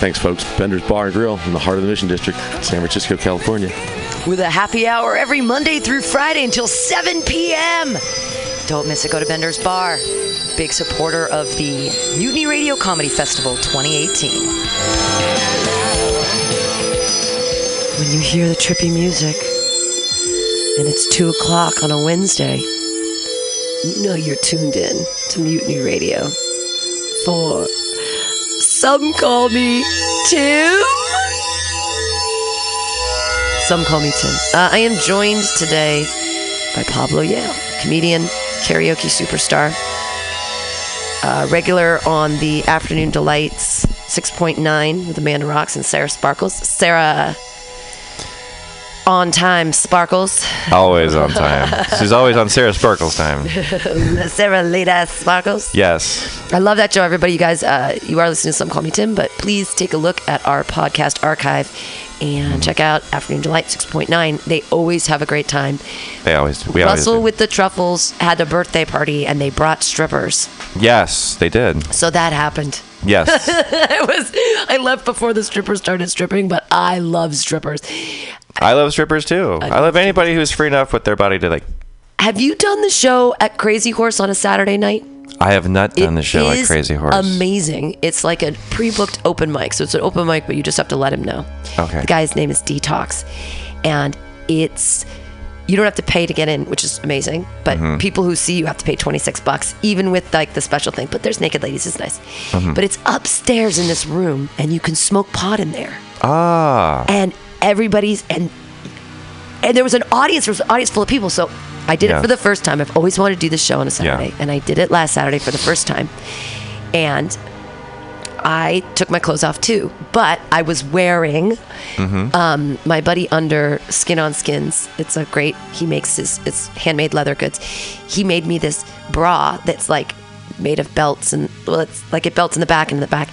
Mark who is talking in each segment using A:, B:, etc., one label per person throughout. A: Thanks, folks. Bender's Bar and Grill in the heart of the Mission District, San Francisco, California.
B: With a happy hour every Monday through Friday until 7 p.m. Don't miss it. Go to Bender's Bar. Big supporter of the Mutiny Radio Comedy Festival 2018.
C: When you hear the trippy music and it's 2 o'clock on a Wednesday, you know you're tuned in to Mutiny Radio for Some Call Me Tim. Some Call Me Tim. Uh, I am joined today by Pablo Yale, comedian, karaoke superstar, uh, regular on the Afternoon Delights 6.9 with Amanda Rocks and Sarah Sparkles. Sarah on time Sparkles.
D: Always on time. She's always on Sarah Sparkles time.
C: Sarah late ass Sparkles.
D: Yes.
C: I love that show, everybody. You guys, uh, you are listening to Some Call Me Tim, but please take a look at our podcast archive and check out Afternoon Delight 6.9. They always have a great time.
D: They always do. We
C: Russell
D: always
C: with the Truffles had a birthday party and they brought strippers.
D: do. Yes, they did.
C: So that happened.
D: Yes.
C: I was I left before the strippers started stripping, but I love strippers.
D: I love strippers too. I, love anybody who's free enough with their body to like.
C: Have you done the show at Crazy Horse on a Saturday night?
D: I have not done the show like
C: is um,
D: Crazy Horse.
C: Amazing. It's like a pre-booked open mic. So it's an open mic, but you just have to let him know.
D: Okay.
C: The guy's name is Detox. And it's you don't have to pay to get in, which is amazing. But
D: Mm-hmm.
C: people who see you have to pay 26 bucks, even with like the special thing. But there's naked ladies, it's nice.
E: Mm-hmm.
D: Mm-hmm.
C: But it's upstairs in this room and you can smoke pot in there
D: Ah.
C: and everybody's and and there was an audience there was an audience full of people so i did it
D: Yeah.
C: for the first time i've always wanted to do this show on a saturday and i did it last saturday for the first time and i took my clothes off too but i was wearing
D: Mm-hmm.
F: Mm-hmm.
C: um, my buddy under skin on skins it's a great he makes his it's handmade leather goods he made me this bra that's like made of belts and well it's like it belts in the back and in the back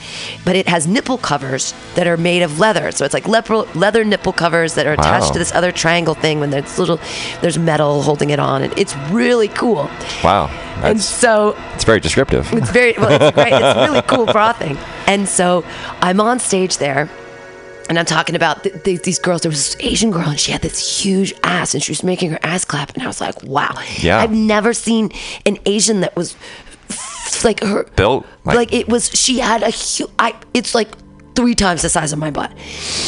C: but it has nipple covers that are made of leather so it's like leather, leather nipple covers that are attached
D: Wow.
C: to this other triangle thing when there's little there's metal holding it on and it's really cool
D: Wow.
C: and
D: That's
C: so
D: it's very descriptive.
C: it's very well, it's great. It's a really cool bra thing. And so I'm on stage there. And I'm talking about th- th- these girls. There was this Asian girl, and she had this huge ass, and she was making her ass clap. And I was like, "Wow,
D: Yeah.
C: I've never seen an Asian that was f- like her
D: Built,
C: Like,
D: like-
C: it was, she had a huge. I. It's like three times the size of my butt,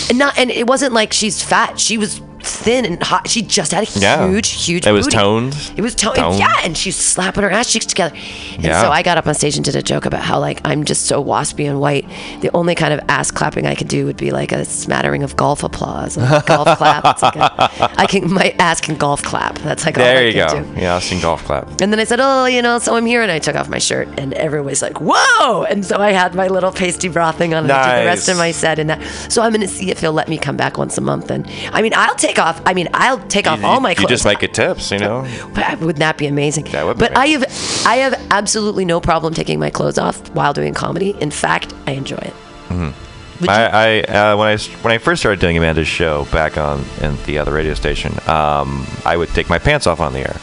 C: and not. And it wasn't like she's fat. She was thin and hot. She just had a huge,
D: Yeah.
C: huge.
D: It was
C: booty.
D: toned.
C: It was toned.
D: Toned.
C: Yeah, and she's slapping her ass cheeks together. And
D: Yeah.
C: so I got up on stage and did a joke about how like I'm just so waspy and white. The only kind of ass clapping I could do would be like a smattering of golf applause, like a golf clap. It's like a, I can my ass can golf clap. That's like all I
D: there you
C: can
D: go.
C: do.
D: Yeah, Austin golf clap.
C: And then I said, "Oh, you know, so I'm here," and I took off my shirt, and everybody's like, "Whoa!" And so I had my little pasty bra thing on, and I did the rest
D: Nice.
C: of my set, and that. So I'm gonna see if he'll let me come back once a month. And I mean, I'll take off. I mean, I'll take off
D: You-
C: all my
D: you
C: clothes.
D: just might get tips, you know.
C: But wouldn't that be amazing?
D: That would be
C: but I have, I have absolutely no problem taking my clothes off while doing comedy. In fact, I enjoy it. Would
D: I, I uh, when I s- when I first started doing Amanda's show back on in the other radio station, um, I would take my pants off on the air.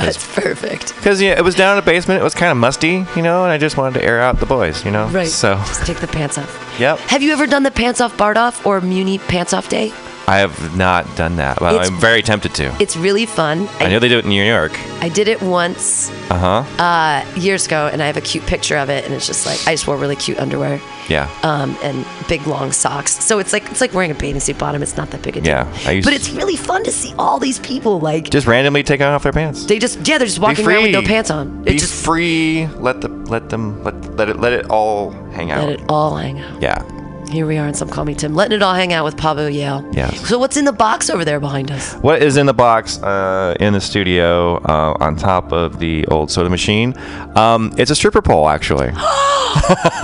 C: That's perfect.
D: Because you know, it was down in the basement, it was kind of musty, you know, and I just wanted to air out the boys, you know.
C: Right.
D: So,
C: just take the pants off.
D: Yep.
C: Have you ever done the pants off Bard off or Muni pants off day?
D: I have not done that. Well,
C: It's-
D: I'm very tempted to.
C: It's really fun.
D: I know
C: I,
D: they do it in New York.
C: I did it once
D: Uh huh.
C: uh, years ago, and I have a cute picture of it. And it's just like I just wore really cute underwear.
D: Yeah.
C: um, and big long socks. So it's like it's like wearing a bathing suit bottom. It's not that big a deal.
D: Yeah, I used-
C: but it's really fun to see all these people like
D: just randomly taking off their pants.
C: they just yeah they're just
D: Be
C: walking around with no
D: free.
C: pants on. It
D: Be
C: just
D: free. Let the let them let let it let it all hang out.
C: let it all hang out.
D: yeah.
C: Here we are, and some call me Tim, letting it all hang out with Pablo Yale.
D: Yes.
C: So what's in the box over there behind us?
D: What is in the box uh, in the studio uh, on top of the old soda machine? Um, it's a stripper pole, actually.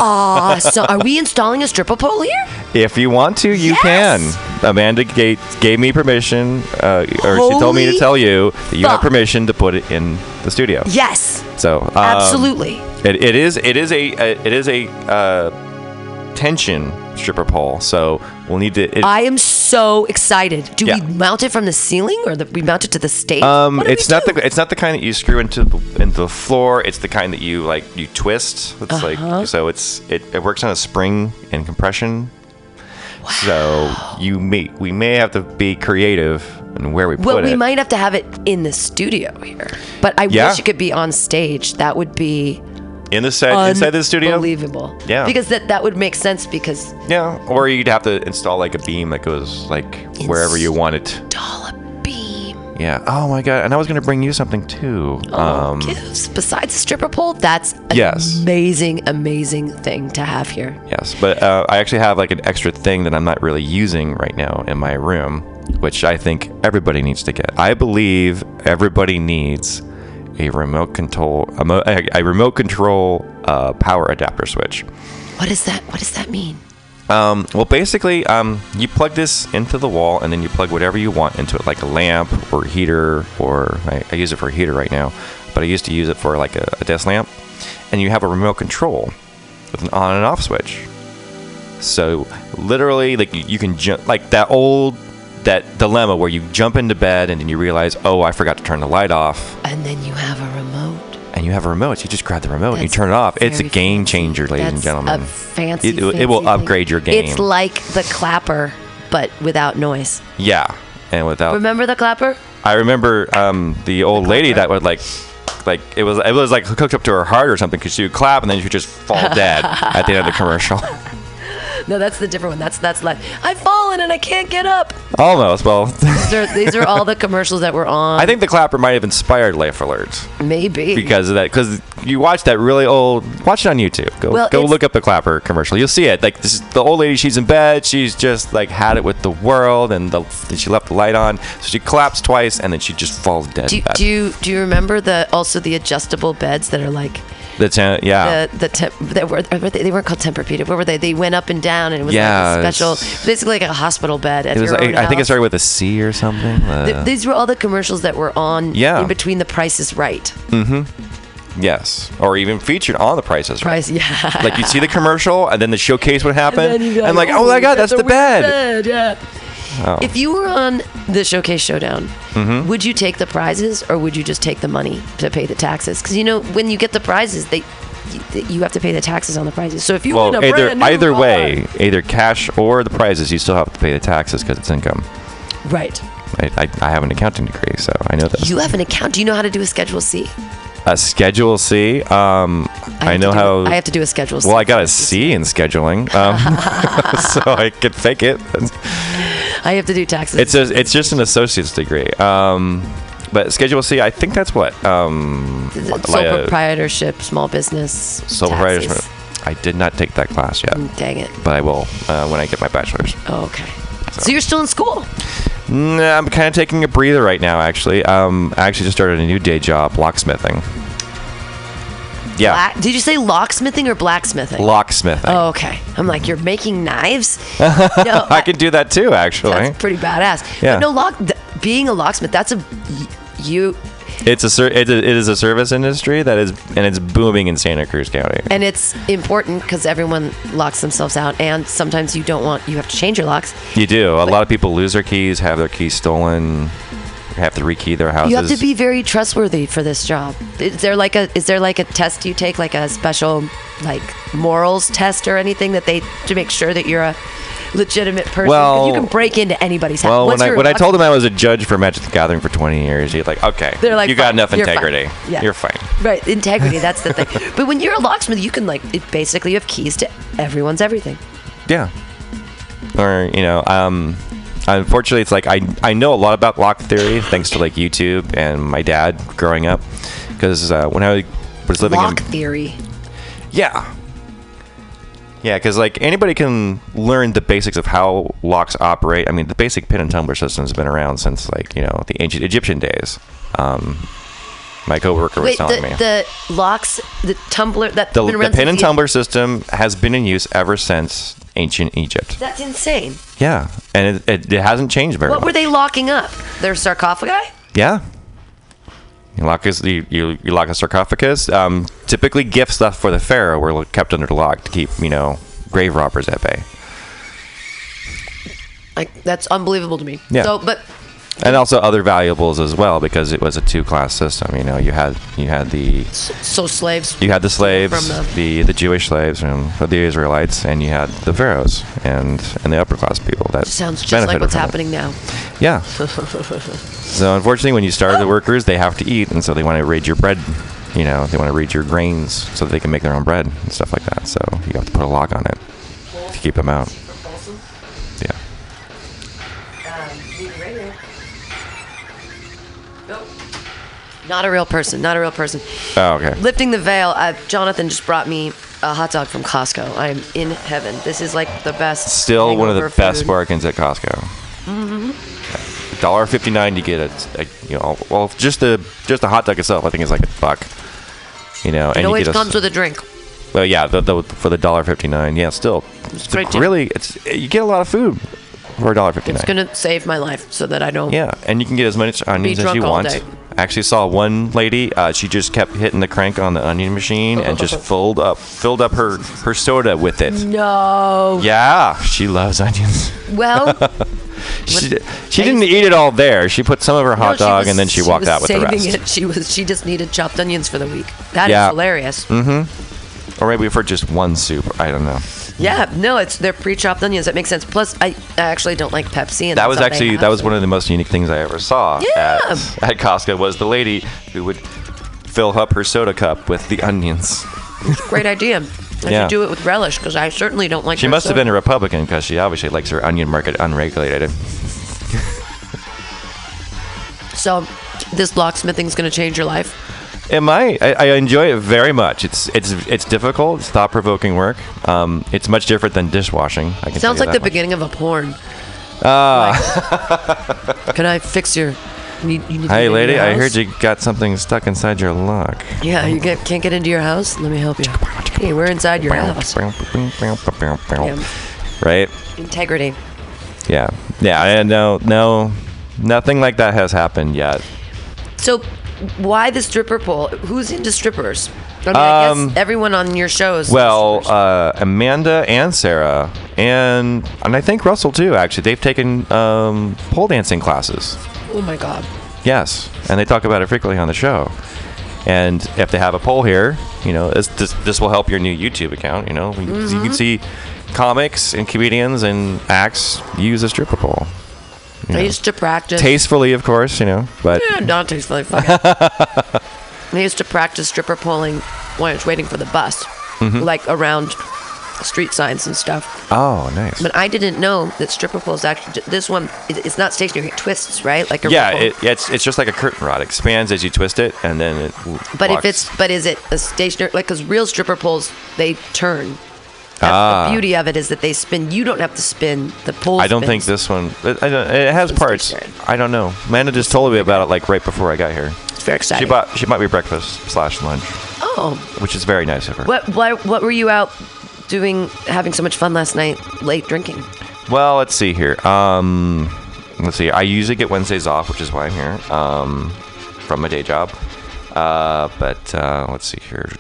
C: Ah, so are we installing a stripper pole here?
D: If you want to, you
C: Yes!
D: can. Amanda gave, gave me permission, uh, or she told me
C: Holy
D: to tell you that you have
C: fuck.
D: permission to put it in the studio.
C: Yes,
D: So um,
C: absolutely.
D: it, it is it is a, a it is a uh, tension stripper pole. So we'll need to. It,
C: I am so excited. Do we
D: Yeah.
C: mount it from the ceiling or the, we mount it to the stage?
D: um,
C: What do we
D: it's not
C: do?
D: the it's not the kind that you screw into the, into the floor. It's the
C: Uh-huh.
D: kind that you like you twist. It's like so it's it, it works on a spring and compression So you may we may have to be creative in where we
C: Well,
D: put
C: we
D: it.
C: might have to have it in the studio here, but I
D: Yeah.
C: wish it could be on stage. That would be
D: in the set inside the studio.
C: unbelievable.
D: Yeah.
C: because that that would make sense because
D: Yeah, or you'd have to install like a beam that goes like wherever you want it.
C: dollar beam
D: Yeah. Oh my god. And I was gonna bring you something too. Um,
C: gives besides the stripper pole. That's an
D: Yes.
C: amazing, amazing thing to have here.
D: yes, but uh, I actually have like an extra thing that I'm not really using right now in my room, which I think everybody needs to get. I believe everybody needs a remote control a, mo- a a remote control uh, power adapter switch.
C: What is that? What does that mean?
D: Um, well, basically, um, you plug this into the wall, and then you plug whatever you want into it, like a lamp or heater, or I, I use it for a heater right now, but I used to use it for like a, a desk lamp. And you have a remote control with an on and off switch. So literally, like you, you can jump, like that old that dilemma where you jump into bed and then you realize, oh, I forgot to turn the light off,
C: And then you have a remote.
D: and you have a remote. You just grab the remote and you
C: That's
D: turn it off. It's a
C: very
D: game changer, ladies
C: That's
D: and gentlemen.
C: a fancy.
D: It- it will
C: fancy thing.
D: upgrade your game.
C: It's like the clapper, but without noise.
D: yeah, and without
C: Remember the clapper?
D: I remember um, the old lady that would like, like it was it was like hooked up to her heart or something because she would clap and then she would just fall dead at the end of the commercial.
C: No, that's the different one. That's that's like I've fallen and I can't get up.
D: Almost. Well,
C: These are, these are all the commercials that were on.
D: I think the clapper might have inspired Life Alert
C: maybe
D: because of that. Because you watch that really old, watch it on YouTube. Go
C: Well,
D: go
C: it's-
D: look up the clapper commercial. You'll see it. Like this is the old lady. She's in bed. She's just like had it with the world and the she left the light on. So she claps twice and then she just falls dead.
C: Do,
D: in bed.
C: do you do you remember the also the adjustable beds that are like
D: the ten, yeah.
C: the the temp, that were or were they, they weren't called Tempur-Pedic. What were they? They went up and down and it was
D: Yeah,
C: like a special,
D: it's-
C: basically like a hospital bed at
D: it was.
C: your
D: like-
C: own
D: I think it
C: house.
D: started with a C or something.
C: Th-
D: Uh,
C: these were all the commercials that were on
D: Yeah.
C: in between the Price is Right.
D: Mm-hmm. Yes, or even featured on The Price Is Right.
C: Price, yeah.
D: Like you'd see the commercial, and then the showcase would happen,
C: then
D: and,
C: you'd be
D: like, oh my god, that's, the
C: a weird
D: bed. Oh.
C: bed, yeah. If you were on the Showcase Showdown,
D: Mm-hmm.
C: would you take the prizes or would you just take the money to pay the taxes? Because you know when you get the prizes, they you, you have to pay the taxes on the prizes. So if you
D: Well,
C: win a
D: either
C: brand new
D: either
C: car-
D: way, either cash or the prizes, you still have to pay the taxes because it's income.
C: right?
D: I, I, I have an accounting degree, so I know this.
C: You have an account. Do you know how to do a Schedule C?
D: a Schedule C. Um, I,
C: have
D: know
C: to do-
D: how.
C: I have to do a Schedule C.
D: well, I got a C in scheduling, um, so I could fake it.
C: I have to do taxes.
D: It's a, it's just an associate's degree. Um, but Schedule C, I think that's what. Um,
C: It's sole
D: like a-
C: proprietorship, small business. taxes.
D: Sole
C: Mm,
D: proprietorship. I did not take that class yet,
C: Dang it.
D: but I will uh, when I get my bachelor's.
C: Oh, okay. so you're still in school.
D: Mm, I'm kind of taking a breather right now, actually. Um, I actually just started a new day job, locksmithing. Yeah,
C: Black, did you say locksmithing or blacksmithing?
D: locksmithing.
C: Oh, okay. I'm like, you're making knives? no, Oh. I
D: I can do that too, actually.
C: That's pretty badass.
D: Yeah.
C: But no, lock. Th- being a locksmith, that's a y- you,
D: It's a ser- it, it is a service industry that is and it's booming in Santa Cruz County.
C: and it's important because everyone locks themselves out, and sometimes you don't want you have to change your locks.
D: You do. A lot of people lose their keys, have their keys stolen, have to rekey their houses.
C: You have to be very trustworthy for this job. Is there like a is there like a test you take, like a special like morals test or anything that they to make sure that you're a legitimate person? 'Cause
D: Well-
C: you can break into anybody's house.
D: Well,
C: Once
D: when I
C: you're a
D: when I
C: locksmith-
D: told him I was a judge for Magic the Gathering for 20 years, he's like, okay,
C: They're like,
D: you got
C: "Fine,
D: enough
C: you're fine."
D: integrity.
C: Yeah.
D: You're fine.
C: Right, integrity, that's the thing. but when you're a locksmith, you can like it basically you have keys to everyone's everything.
D: Yeah. Or you know, um, unfortunately, it's like I I know a lot about lock theory thanks to like YouTube and my dad growing up, because uh, when I was living
C: Lock
D: in
C: theory.
D: Yeah. Yeah, because like anybody can learn the basics of how locks operate. I mean, the basic pin and tumbler system has been around since like you know the ancient Egyptian days. Um, my coworker was
C: Wait,
D: telling me
C: the, the locks, the tumbler that
D: the, the pin and tumbler system has been in use ever since ancient Egypt.
C: That's insane.
D: Yeah, and it, it, it hasn't changed very
C: What
D: much.
C: were they locking up? Their sarcophagi?
D: Yeah. You lock, a, you, you, you lock a sarcophagus. Um, typically, gifts left for the pharaoh were kept under lock to keep, you know, grave robbers at bay.
C: Like that's unbelievable to me.
D: Yeah.
C: So, but
D: and also other valuables as well because it was a two-class system. You know, you had you had the
C: So slaves.
D: you had the slaves,
C: From
D: the, the Jewish slaves, and the Israelites, and you had the pharaohs and and the upper class people. That
C: Sounds just like
D: benefited
C: what's
D: from it.
C: happening now.
D: Yeah. so unfortunately, when you starve the workers, they have to eat, and so they want to raid your bread. You know, they want to raid your grains so that they can make their own bread and stuff like that. So you have to put a lock on it to keep them out. Yeah.
C: Not a real person. Not a real person.
D: Oh, okay.
C: Lifting the veil. Uh, Jonathan just brought me a hot dog from Costco. I am in heaven. This is like the best.
D: Still one of the
C: hangover
D: best
C: food.
D: bargains at Costco. Mm-hmm. Dollar fifty nine to get a, a- you know well just the just the hot dog itself I think is like a buck. You know,
C: It
D: and
C: always
D: you get a,
C: comes with a drink.
D: Well, yeah, the, the, for the dollar fifty nine, yeah, still,
C: It's
D: it's
C: great deal.
D: really, it's you get a lot of food for a dollar fifty
C: It's
D: nine.
C: gonna save my life so that I don't.
D: Yeah, and you can get as much onions as
C: drunk
D: you
C: all
D: want.
C: day.
D: I actually saw one lady. Uh, she just kept hitting the crank on the onion machine and just filled up filled up her her soda with it.
C: No.
D: Yeah, she loves onions.
C: Well,
D: She, di- she didn't eat it all there. She put some of her
C: no,
D: hot
C: she
D: dog
C: was-
D: and then she walked
C: was
D: out with the
C: saving
D: rest.
C: It. She was. She just needed chopped onions for the week. That is
D: Yeah. Mm-hmm.
C: hilarious.
D: Or maybe for just one soup. I don't know.
C: Yeah. No, it's they're pre-chopped onions. That makes sense. Plus, I, I actually don't like Pepsi, and
D: that
C: that's
D: was
C: all they
D: actually
C: have.
D: that was one of the most unique things I ever saw
C: Yeah.
D: at, at Costco was the lady who would fill up her soda cup with the onions.
C: great idea. I
D: Yeah.
C: should do it with relish because I certainly don't like.
D: She
C: her
D: must have
C: soda.
D: been a Republican because she obviously likes her onion market unregulated.
C: So, this locksmithing's going to change your life.
D: It might. I, I enjoy it very much. It's it's it's difficult. It's thought provoking work. Um, it's much different than dishwashing. I
C: Sounds
D: can tell you
C: like the
D: that much.
C: beginning of a porn. Ah. can I fix your? You, you need
D: Hey, lady, I heard you got something stuck inside your lock.
C: Yeah, you get, can't get into your house. Let me help you. Hey, we're inside your house.
D: Right?
C: Integrity.
D: Yeah. Yeah. And no, no, nothing like that has happened yet.
C: So, why the stripper pole? Who's into strippers? I mean, I
D: Um,
C: guess everyone on your show is.
D: Well,
C: strippers.
D: uh, Amanda and Sarah, and and I think Russell too. Actually, they've taken um, pole dancing classes.
C: oh my god.
D: Yes, and they talk about it frequently on the show. And if they have a poll here, you know, this this, this will help your new YouTube account. You know, you, you
C: Mm-hmm.
D: can see comics and comedians and acts use a stripper pole. You
C: I
D: know.
C: used to practice.
D: Tastefully, of course, you know, but
C: Yeah, not tastefully. Fuck it. I used to practice stripper pulling when I was waiting for the bus,
D: Mm-hmm.
C: like around street signs and stuff.
D: oh, nice.
C: But I didn't know that stripper poles actually. This one, it, it's not stationary. It twists, right? Like a
D: yeah,
C: ripple.
D: it, it's it's just like a curtain rod. It expands as you twist it, and then it.
C: But if
D: locks.
C: it's but is it a stationary like because real stripper poles they turn. That's
D: Ah.
C: the beauty of it is that they spin. You don't have to spin the pole.
D: I don't think
C: spins.
D: this one. It, I don't, it has
C: It's
D: parts.
C: different.
D: I don't know. Amanda just told me about it like right before I got here.
C: It's very
D: She
C: exciting.
D: bought she bought me breakfast slash lunch,
C: oh,
D: which is very nice of her.
C: what what what were you out doing? Having so much fun last night, late drinking.
D: Well, let's see here. Um, let's see. I usually get Wednesdays off, which is why I'm here um, from my day job. Uh, but uh, let's see here.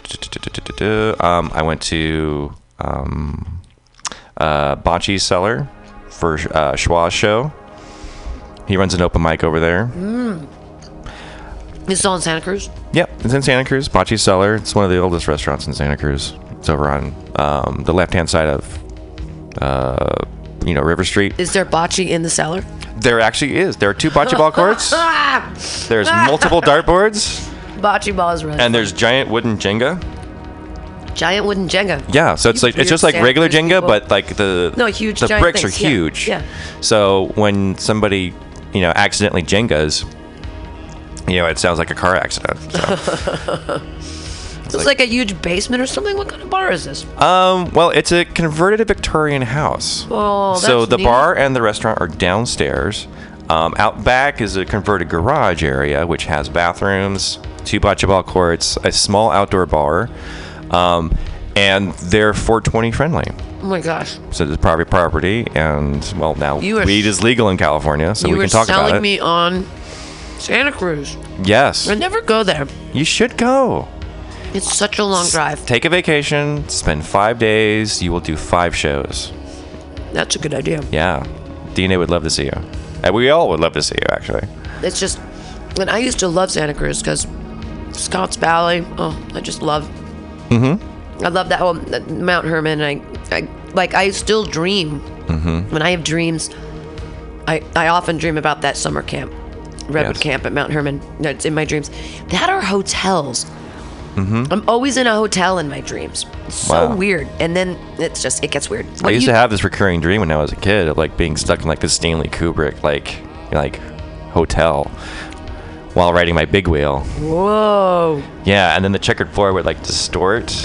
D: Um, I went to um, uh, Bocce's Cellar for uh, Schwa's show. He runs an open mic over there.
C: This is all in Santa Cruz.
D: Yep, it's in Santa Cruz, Bocce's Cellar. It's one of the oldest restaurants in Santa Cruz. It's over on um, the left-hand side of, uh, you know, River Street.
C: Is there bocce in the cellar?
D: There actually is. There are two bocce ball courts. There's multiple dartboards,
C: Bocce ball is really
D: and there's giant wooden Jenga.
C: giant wooden Jenga.
D: Yeah, so it's
C: You
D: like it's
C: weird
D: just like
C: Santa
D: regular
C: Cruz
D: Jenga,
C: people.
D: but like the
C: No, huge
D: The
C: giant
D: bricks
C: things,
D: are
C: yeah,
D: huge.
C: yeah.
D: So when somebody, you know, accidentally Jengas, you know, it sounds like a car accident. So.
C: It's like, a huge basement or something. What kind of bar is this?
D: um, well, it's a converted Victorian house.
C: Oh, that's
D: so the
C: neat.
D: bar and the restaurant are downstairs. Um, out back is a converted garage area, which has bathrooms, two bocce ball courts, a small outdoor bar, um, and they're 420 friendly.
C: Oh my gosh!
D: So there's private property, and well, now
C: You are-
D: weed is legal in California, so
C: you
D: we
C: were
D: can talk
C: selling
D: about it.
C: me on Santa Cruz.
D: yes,
C: I never go there.
D: you should go.
C: It's such a long drive.
D: Take a vacation, spend five days. You will do five shows.
C: That's a good idea.
D: Yeah, DNA would love to see you. And we all would love to see you, actually.
C: It's just, and I used to love Santa Cruz because Scotts Valley. Oh, I just love. Mm-hmm. I love that whole Mount Herman. I, I like. I still dream. Mm-hmm. When I have dreams, I I often dream about that summer camp, Redwood
D: Yes.
C: Camp at Mount Herman. No, it's in my dreams. That are hotels. I'm always in a hotel in my dreams. It's so
D: Mm-hmm. Wow.
C: weird. And then it's just it gets weird.
D: I
C: What
D: used
C: you-
D: to have this recurring dream when I was a kid of like being stuck in like this Stanley Kubrick like like hotel while riding my big wheel.
C: Whoa.
D: Yeah, and then the checkered floor would like distort.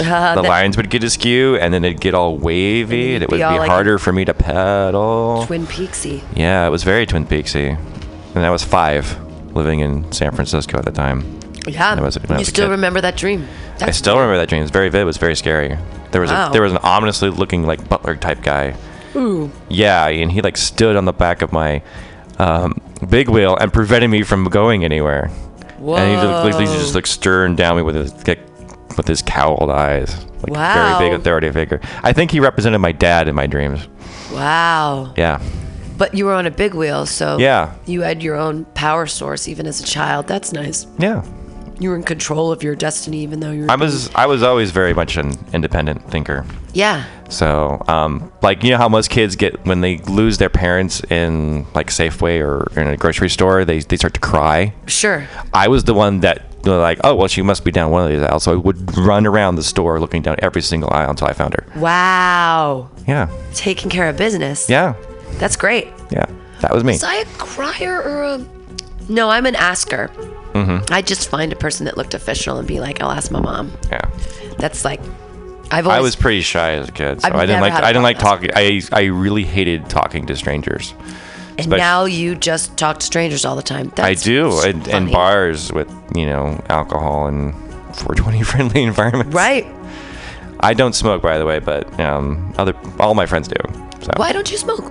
C: Uh,
D: the
C: that-
D: lines would get askew, and then it'd get all wavy, and it
C: be
D: would be
C: all, like,
D: harder for me to pedal.
C: Twin Peaksy.
D: yeah, it was very Twin Peaksy, and I was five, living in San Francisco at the time.
C: Yeah.
D: When I was- when I
C: you
D: was a
C: still
D: kid.
C: remember that dream?
D: I
C: That's
D: still remember that dream. It was very vivid. It was very scary. There was
C: Wow.
D: a, there was an ominously looking like butler type guy.
C: Ooh.
D: Yeah, and he like stood on the back of my um, big wheel and prevented me from going anywhere. And he just, like, he just like staring down me with his like, with his cowled eyes. Like
C: Wow.
D: very big authority figure. I think he represented my dad in my dreams.
C: Wow.
D: Yeah.
C: But you were on a big wheel, so
D: Yeah.
C: you had your own power source even as a child. That's nice.
D: Yeah.
C: You were in control of your destiny even though you were
D: I was I was always very much an independent thinker.
C: Yeah.
D: So, um, like, you know how most kids get when they lose their parents in like Safeway or in a grocery store, they, they start to cry.
C: Sure.
D: I was the one that you know, like, oh well, she must be down one of these aisles. So I would run around the store looking down every single aisle until I found her.
C: Wow.
D: Yeah,
C: Taking care of business.
D: yeah,
C: That's great.
D: yeah. That was me.
C: Was I a crier or a? No, I'm an asker.
D: Mm-hmm.
C: I just find a person that looked official and be like, I'll ask my mom.
D: Yeah,
C: That's like, I've always.
D: I was pretty shy as a kid. So
C: I've
D: I didn't
C: never
D: like
C: had a
D: I didn't like
C: problem.
D: talking. I I really hated talking to strangers.
C: and
D: spec-
C: now you just talk to strangers all the time. That's
D: I do and, and
C: funny.
D: bars with you know alcohol and 420 friendly environments.
C: Right.
D: I don't smoke, by the way, but um, other all my friends do. So
C: Why don't you smoke?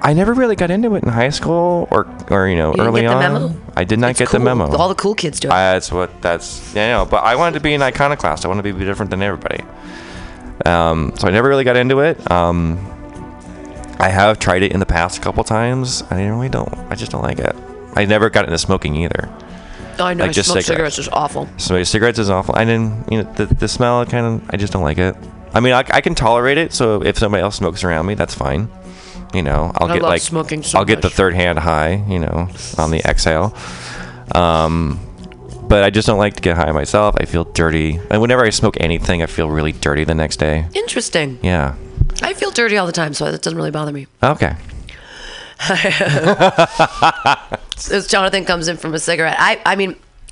D: I never really got into it in high school or or you know
C: didn't
D: early
C: get the
D: on.
C: memo?
D: I did not
C: It's
D: get
C: cool.
D: the memo.
C: All the cool kids do it.
D: I, that's what that's yeah, I know. But I wanted to be an iconoclast. I wanted to be different than everybody. Um, so I never really got into it. Um, I have tried it in the past a couple times. I really don't. I just don't like it. I never got into smoking either.
C: oh, I know.
D: like
C: I
D: just
C: smoke
D: cigarettes.
C: cigarettes is awful.
D: So cigarettes is awful. I didn't. You know, the, the smell kind of. I just don't like it. I mean, I, I can tolerate it. So if somebody else smokes around me, that's fine. You know, I'll
C: I
D: get
C: love
D: like
C: smoking so
D: I'll get the
C: much.
D: third hand high. You know, on the exhale. Um, but I just don't like to get high myself. I feel dirty, and whenever I smoke anything, I feel really dirty the next day.
C: Interesting.
D: Yeah.
C: I feel dirty all the time, so that doesn't really bother me.
D: Okay.
C: As Jonathan comes in from a cigarette, I, I mean,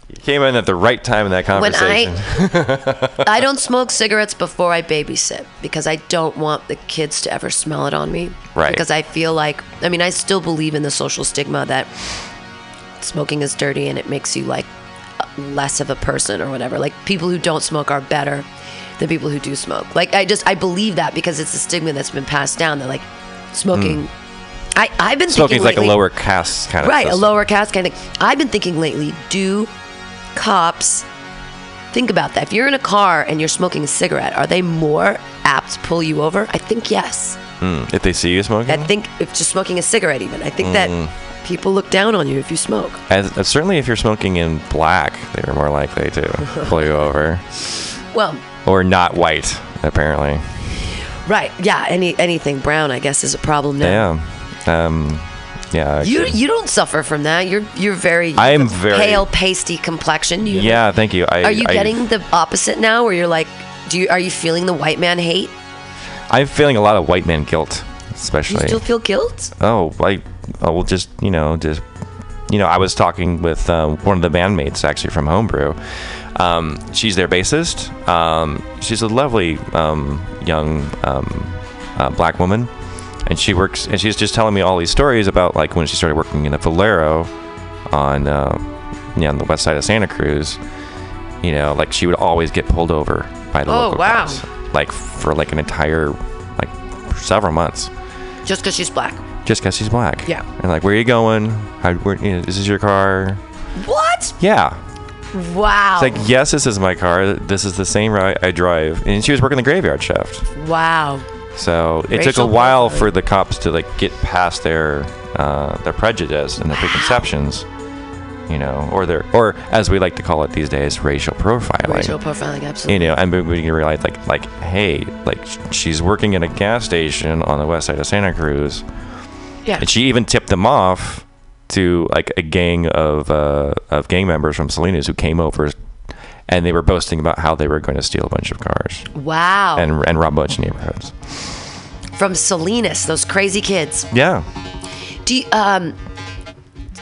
D: You came in at the right time in that
C: when
D: conversation.
C: I I don't smoke cigarettes before I babysit because I don't want the kids to ever smell it on me.
D: Right.
C: Because I feel like I mean I still believe in the social stigma that smoking is dirty and it makes you like less of a person or whatever. Like people who don't smoke are better than people who do smoke. Like I just I believe that because it's a stigma that's been passed down that like smoking I, I've been
D: Hmm. Smoking's
C: thinking
D: like a
C: lately-
D: lower caste kind of
C: right a
D: system.
C: lower caste kind of thing i've been thinking lately do cops think about that if you're in a car and you're smoking a cigarette are they more apt to pull you over i think yes
D: Mm, Mm. if they see you smoking. Hmm.
C: i think if just smoking a cigarette even i think that people look down on you if you smoke
D: As, uh, certainly, if you're smoking in black, they're more likely to pull you over,
C: well
D: or not white, apparently.
C: right yeah any anything brown i guess is a problem now
D: Yeah, um, yeah.
C: You,
D: actually.
C: you don't suffer from that. You're you're very
D: I am very-
C: pale, pasty complexion. You,
D: yeah, thank you. I,
C: Are you
D: I,
C: getting the opposite now, where you're like, do you are you feeling the white man hate?
D: I'm feeling a lot of white man guilt,
C: Do you
D: especially.
C: still feel guilt?
D: oh, like, oh, well, just you know, just you know, I was talking with um, one of the bandmates actually from Homebrew. Um, she's their bassist. Um, she's a lovely um, young um, uh, black woman, and she works. And she's just telling me all these stories about like when she started working in the Valero on uh, you know, on the west side of Santa Cruz. You know, like she would always get pulled over by the
C: Oh,
D: local
C: wow.
D: cops, like for like an entire like several months
C: Just because she's black.
D: just because she's black.
C: Yeah.
D: And like, where are you going? How, where, you know, is this your car?
C: What?
D: Yeah.
C: Wow.
D: It's
C: Oh.
D: like, yes, this is my car. This is the same route I drive. And she was working the graveyard shift.
C: wow.
D: So it took a
C: Racial
D: while
C: profiling.
D: for the cops to like get past their uh, their prejudice and their preconceptions, you know, or their or as we like to call it these days, racial profiling.
C: Racial profiling,
D: you
C: absolutely.
D: know, and we- we can realize like like hey, like sh- she's working in a gas station on the west side of Santa Cruz,
C: yeah.
D: and she even tipped them off to like a gang of uh, of gang members from Salinas who came over, and they were boasting about how they were going to steal a bunch of cars
C: wow.
D: and and rob a bunch of neighborhoods.
C: From Salinas, those crazy kids.
D: Yeah,
C: Do you, um,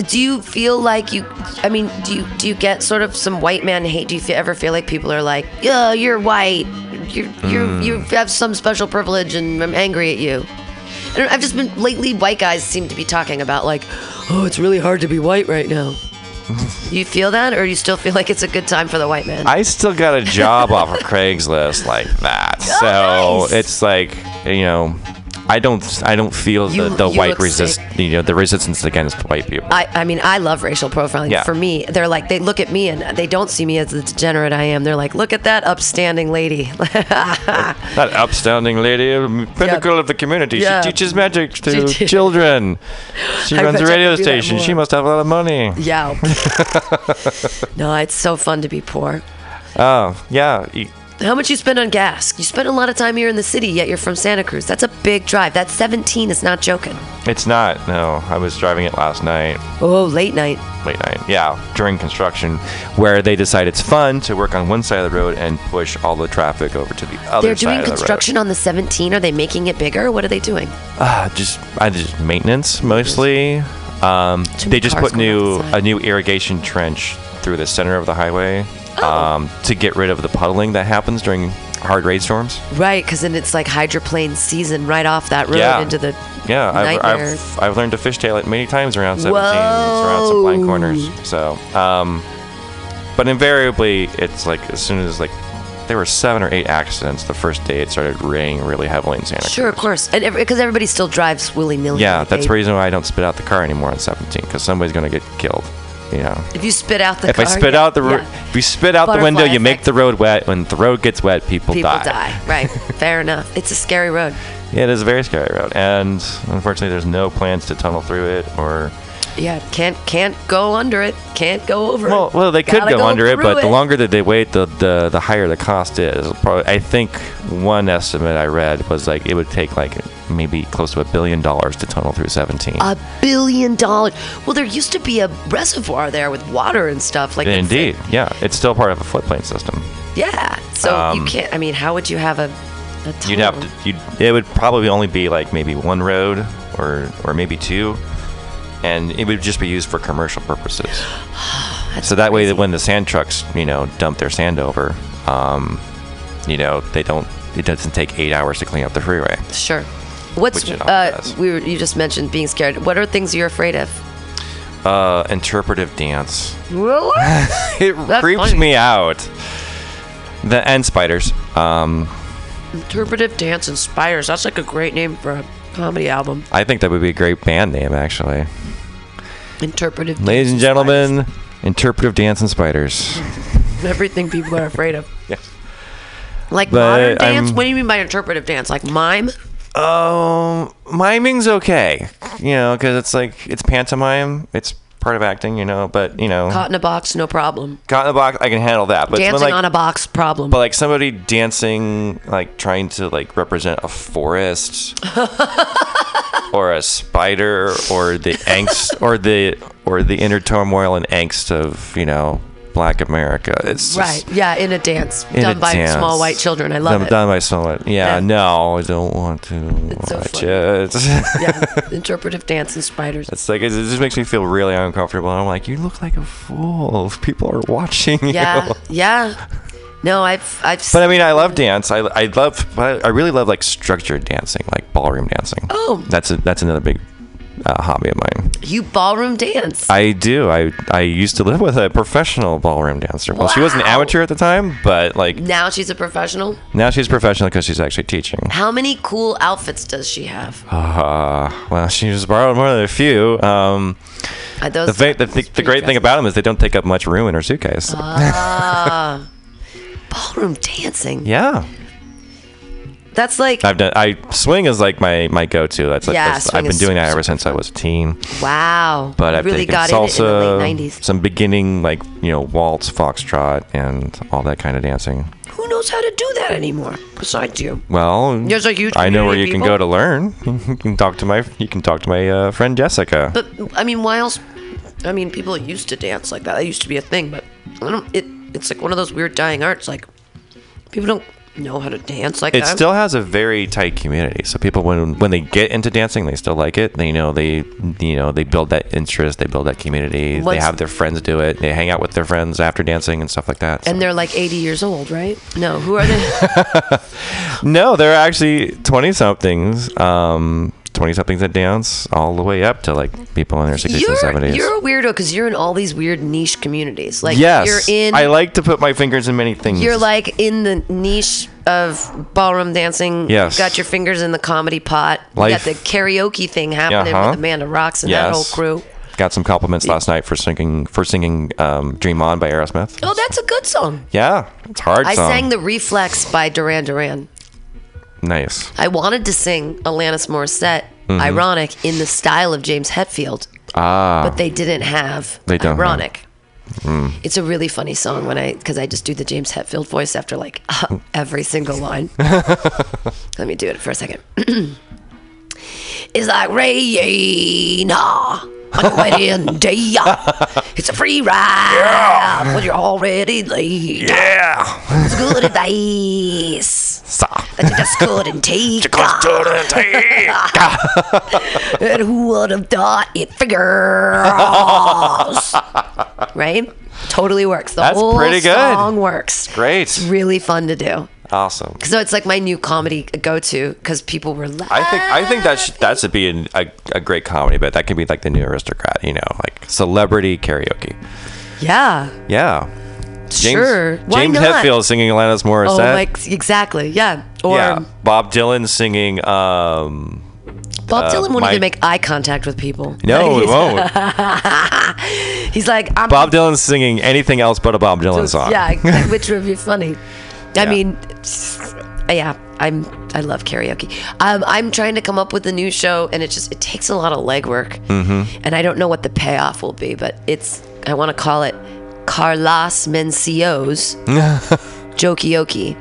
C: do you feel like you? I mean, do you do you get sort of some white man hate? Do you feel, ever feel like people are like, "Yeah, you're white. You're you're you have some special privilege, and I'm angry at you." I don't, I've just been lately. White guys seem to be talking about like, "Oh, it's really hard to be white right now." you feel that, or you still feel like it's a good time for the white man?
D: I still got a job off of Craigslist like that,
C: Oh,
D: so
C: nice.
D: it's like you know. I don't. I don't feel
C: You-
D: the, the
C: you
D: white
C: look
D: resist.
C: sick.
D: You know the resistance against white people.
C: I, I mean, I love racial profiling.
D: Yeah.
C: For me, they're like, they look at me and they don't see me as the degenerate I am. They're like, look at that upstanding lady.
D: That upstanding lady, um, pinnacle of the community.
C: Yeah.
D: She teaches magic to
C: She did.
D: children. She
C: I
D: runs a
C: bet you I
D: radio
C: could do that
D: station. She
C: more.
D: must have a lot of money.
C: yeah. no, it's so fun to be poor.
D: Oh, yeah. y-
C: How much you spend on gas? You spend a lot of time here in the city, yet you're from Santa Cruz. That's a big drive. That 17 is not joking.
D: It's not. No, I was driving it last night,
C: Oh, late night.
D: late night. Yeah, during construction, where they decide it's fun to work on one side of the road and push all the traffic over to the other
C: They're
D: side
C: doing
D: of the road.
C: construction on the 17. Are they making it bigger? What are they doing?
D: Ah, just I just maintenance mostly. Um,
C: Too
D: they
C: many
D: just
C: cars
D: put
C: going
D: new
C: off the side.
D: a new irrigation trench through the center of the highway
C: Oh.
D: um, to get rid of the puddling that happens during hard rainstorms.
C: Right, because then it's like hydroplane season right off that road
D: Yeah.
C: into the
D: Yeah, I've,
C: nightmare.
D: I've, I've learned to fishtail it many times around 17. It's around some blind corners. So, um, but invariably, it's like as soon as like there were seven or eight accidents the first day it started raining really heavily in Santa
C: Sure, of course, and because everybody still drives willy nilly.
D: Yeah, that's the reason why I don't spit out the car anymore on 17 because somebody's gonna get killed. You know,
C: If you spit out the
D: if I
C: car,
D: spit
C: yeah,
D: out the ro-
C: yeah.
D: if you spit out the
C: Butterfly
D: window, you make
C: effect.
D: the road wet. When the road gets wet, people,
C: people die. Right, fair enough. It's a scary road.
D: Yeah, it is a very scary road, and unfortunately, there's no plans to tunnel through it or.
C: Yeah, can't can't go under it. Can't go over
D: Well,
C: it.
D: well, they could
C: Gotta
D: go, under it,
C: through
D: but the longer that they wait, the, the the higher the cost is. Probably, I think one estimate I read was like it would take like maybe close to a billion dollars to tunnel through 17.
C: a billion dollars. Well, there used to be a reservoir there with water and stuff like. it's
D: Indeed, yeah, it's still part of a floodplain system.
C: like- yeah. So you
D: Um,
C: can't. I mean, how would you have a? a
D: You'd have
C: tunnel?
D: to. You'd, it would probably only be like maybe one road or or maybe two, and it would just be used for commercial purposes. so that way, that when the sand trucks, you know, dump their sand over, um, you know, they don't. It doesn't take eight hours to clean up the freeway.
C: Sure. What's
D: Which it
C: uh,
D: does.
C: we were, you just mentioned being scared. What are things you're afraid of?
D: Uh, interpretive dance.
C: Really?
D: It
C: That's
D: creeps
C: funny.
D: me out. The and spiders. Um,
C: Interpretive Dance Inspires. That's like a great name for a comedy album.
D: I think that would be a great band name, actually.
C: Interpretive
D: Ladies and
C: Dance Inspires.
D: gentlemen, interpretive dance and spiders.
C: Everything people are afraid of.
D: Yeah.
C: Like
D: But
C: modern dance?
D: I'm-
C: What do you mean by interpretive dance? Like mime?
D: Um, miming's okay, you know, because it's like it's pantomime. It's part of acting, you know. But you know,
C: Caught in a box, no problem.
D: caught in the box, I can handle that. But it's when,
C: Dancing
D: like,
C: on a box, problem.
D: but like somebody dancing, like trying to like represent a forest or a spider or the angst or the or the inner turmoil and angst of you know Black America. It's
C: right.
D: just,
C: Yeah, in a dance.
D: in
C: done
D: a
C: by
D: dance.
C: small white children. I love
D: done,
C: it.
D: Done by someone. Yeah,
C: Yeah.
D: no, I don't want to
C: It's so
D: watch
C: funny.
D: it.
C: Yeah. interpretive dance and spiders.
D: It's like it just makes me feel really uncomfortable. I'm like, you look like a fool. People are watching you.
C: Yeah. Yeah. No, I've I've
D: But I mean, I love dance. I, I love, but I really love like structured dancing, like ballroom dancing.
C: Oh.
D: that's a, that's another big uh, hobby of mine.
C: you ballroom dance.
D: I do. I I used to live with a professional ballroom dancer. Well, she was an
C: Wow.
D: amateur at the time, but like
C: now she's a professional.
D: now she's professional because she's actually teaching.
C: How many cool outfits does she have?
D: Uh, well, she was borrowed more than a few. Um,
C: Are those Oh.
D: the, fa- the, the, the great thing about them is they don't take up much room in her suitcase.
C: ballroom Ah. dancing.
D: yeah.
C: That's like
D: I've done. I swing is like my my go-to. That's like
C: Yeah,
D: that's-
C: swing
D: I've been
C: is
D: doing that
C: super
D: ever since I was a teen.
C: wow.
D: But
C: You
D: I've
C: really
D: taken
C: got
D: salsa,
C: in it in the late '90s.
D: some beginning like you know waltz, foxtrot, and all that kind of dancing.
C: Who knows how to do that anymore? Besides you.
D: Well,
C: There's a huge
D: I know where you
C: community of
D: can go
C: people.
D: to learn. You can talk to my you can talk to my uh, friend Jessica.
C: But I mean, why else? I mean, people used to dance like that. That used to be a thing. But I don't. It it's like one of those weird dying arts. Like people don't know how to dance like
D: it
C: that.
D: still has a very tight community. So people when when they get into dancing, they still like it. They know they you know they build that interest, they build that community. they
C: What's-
D: have their friends do it. They hang out with their friends after dancing and stuff like that. So-
C: And they're like 80 years old, right? No, who are they?
D: no, they're actually twenty somethings. Um, twenty somethings that dance all the way up to like people in their sixties and
C: you're,
D: seventies.
C: you're a weirdo because you're in all these weird niche communities. Like
D: Yes,
C: you're in.
D: I like to put my fingers in many things.
C: You're like in the niche of ballroom dancing.
D: Yes.
C: You got your fingers in the comedy pot.
D: Life-
C: You got the karaoke thing happening
D: Uh-huh.
C: with Amanda Rocks and that
D: Yes.
C: whole crew.
D: Got some compliments last night for singing for singing um, "Dream On" by Aerosmith.
C: Oh, that's a good song.
D: Yeah, it's a hard.
C: I
D: song.
C: sang The Reflex by Duran Duran.
D: nice.
C: I wanted to sing Alanis Morissette,
D: Mm-hmm.
C: ironic, in the style of James Hetfield,
D: Ah, Mm.
C: but they didn't have
D: They don't have.
C: ironic. It's a really funny song when I because I just do the James Hetfield voice after like every single line. Let me do it for a second. it's like Rihanna on your wedding day. It's a free ride when you're already late.
D: yeah.
C: It's good advice
D: Stop.
C: that you just couldn't take. And who would have thought it figures? right? Totally works. The
D: That's
C: whole
D: pretty good.
C: song works. It's
D: Great.
C: really fun to do.
D: Awesome.
C: So it's like my new comedy go to because people were
D: I
C: laughing.
D: think I think that should, that should be an, a, a great comedy bit. That could be like the new aristocrat, you know, like celebrity karaoke.
C: Yeah.
D: Yeah. James,
C: sure. Why
D: James
C: not?
D: Hetfield singing Alanis
C: Oh,
D: Morissette.
C: like exactly. Yeah. Or
D: yeah. Bob Dylan singing. Um,
C: Bob Dylan won't
D: my-
C: even make eye contact with people.
D: no, it
C: he's,
D: won't.
C: he's like, I'm
D: Bob Dylan singing anything else but a Bob Dylan song.
C: Yeah, exact- which would be funny. I
D: Yeah.
C: mean, yeah, I'm I love karaoke. Um, I'm trying to come up with a new show, and it just it takes a lot of legwork, mm-hmm. and I don't know what the payoff will be, but it's I want to call it Carlos Mencio's Jokioki,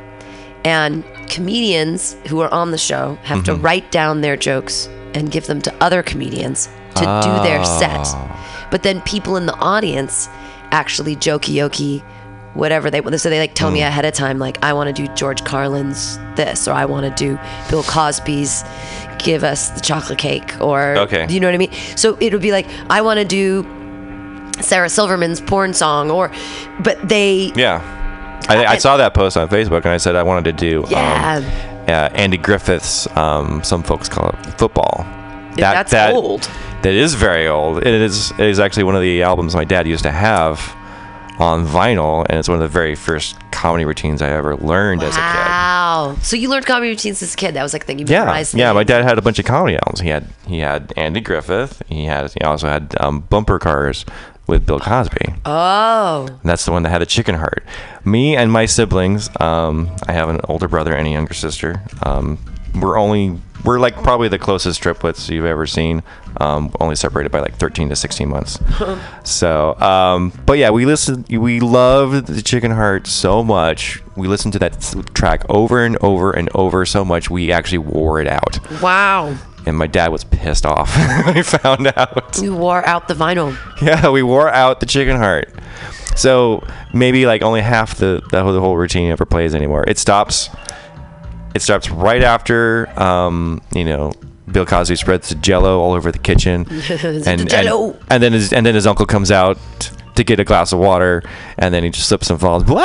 C: and comedians who are on the show have to write down their jokes and give them to other comedians to do their
F: Ah.
D: Ah.
C: set, but then people in the audience actually jokioki whatever they want. So they like tell me ahead of time, like, I want to do George Carlin's this, or I want to do Bill Cosby's give us the chocolate cake, or
D: Okay.
C: you know what I mean? So it would be like, I want to do Sarah Silverman's porn song, or but they,
D: Yeah. I, I saw that post on Facebook and I said I wanted to do
C: Yeah.
D: um, uh, Andy Griffith's, um, some folks call it football.
C: that's old.
D: That is very old. It is, it is actually one of the albums my dad used to have on vinyl, and it's one of the very first comedy routines I ever learned as a
C: wow. So you learned comedy routines as a kid. That was like the thing you
D: kid. Yeah,
C: memorized.
D: yeah. My dad had a bunch of comedy albums. He had he had Andy Griffith. He had he also had um, Bumper Cars with Bill Cosby.
C: Oh,
D: And That's the one that had a chicken heart. Me and my siblings, um, I have an older brother and a younger sister. Um, we're only, we're like probably the closest triplets you've ever seen, um, only separated by like 13 to 16 months. so, um, but yeah, we listened, we loved the chicken heart so much. We listened to that s- track over and over and over so much, we actually wore it out.
C: wow.
D: And my dad was pissed off when he found out.
C: You wore out the vinyl.
D: Yeah, we wore out the chicken heart. So maybe like only half the the whole, the whole routine ever plays anymore. It stops. It stops right after um, you know Bill Cosby spreads the Jello all over the kitchen, and, and
C: Jell-O.
D: and then his and then his uncle comes out to get a glass of water, and then he just slips and falls. Blah!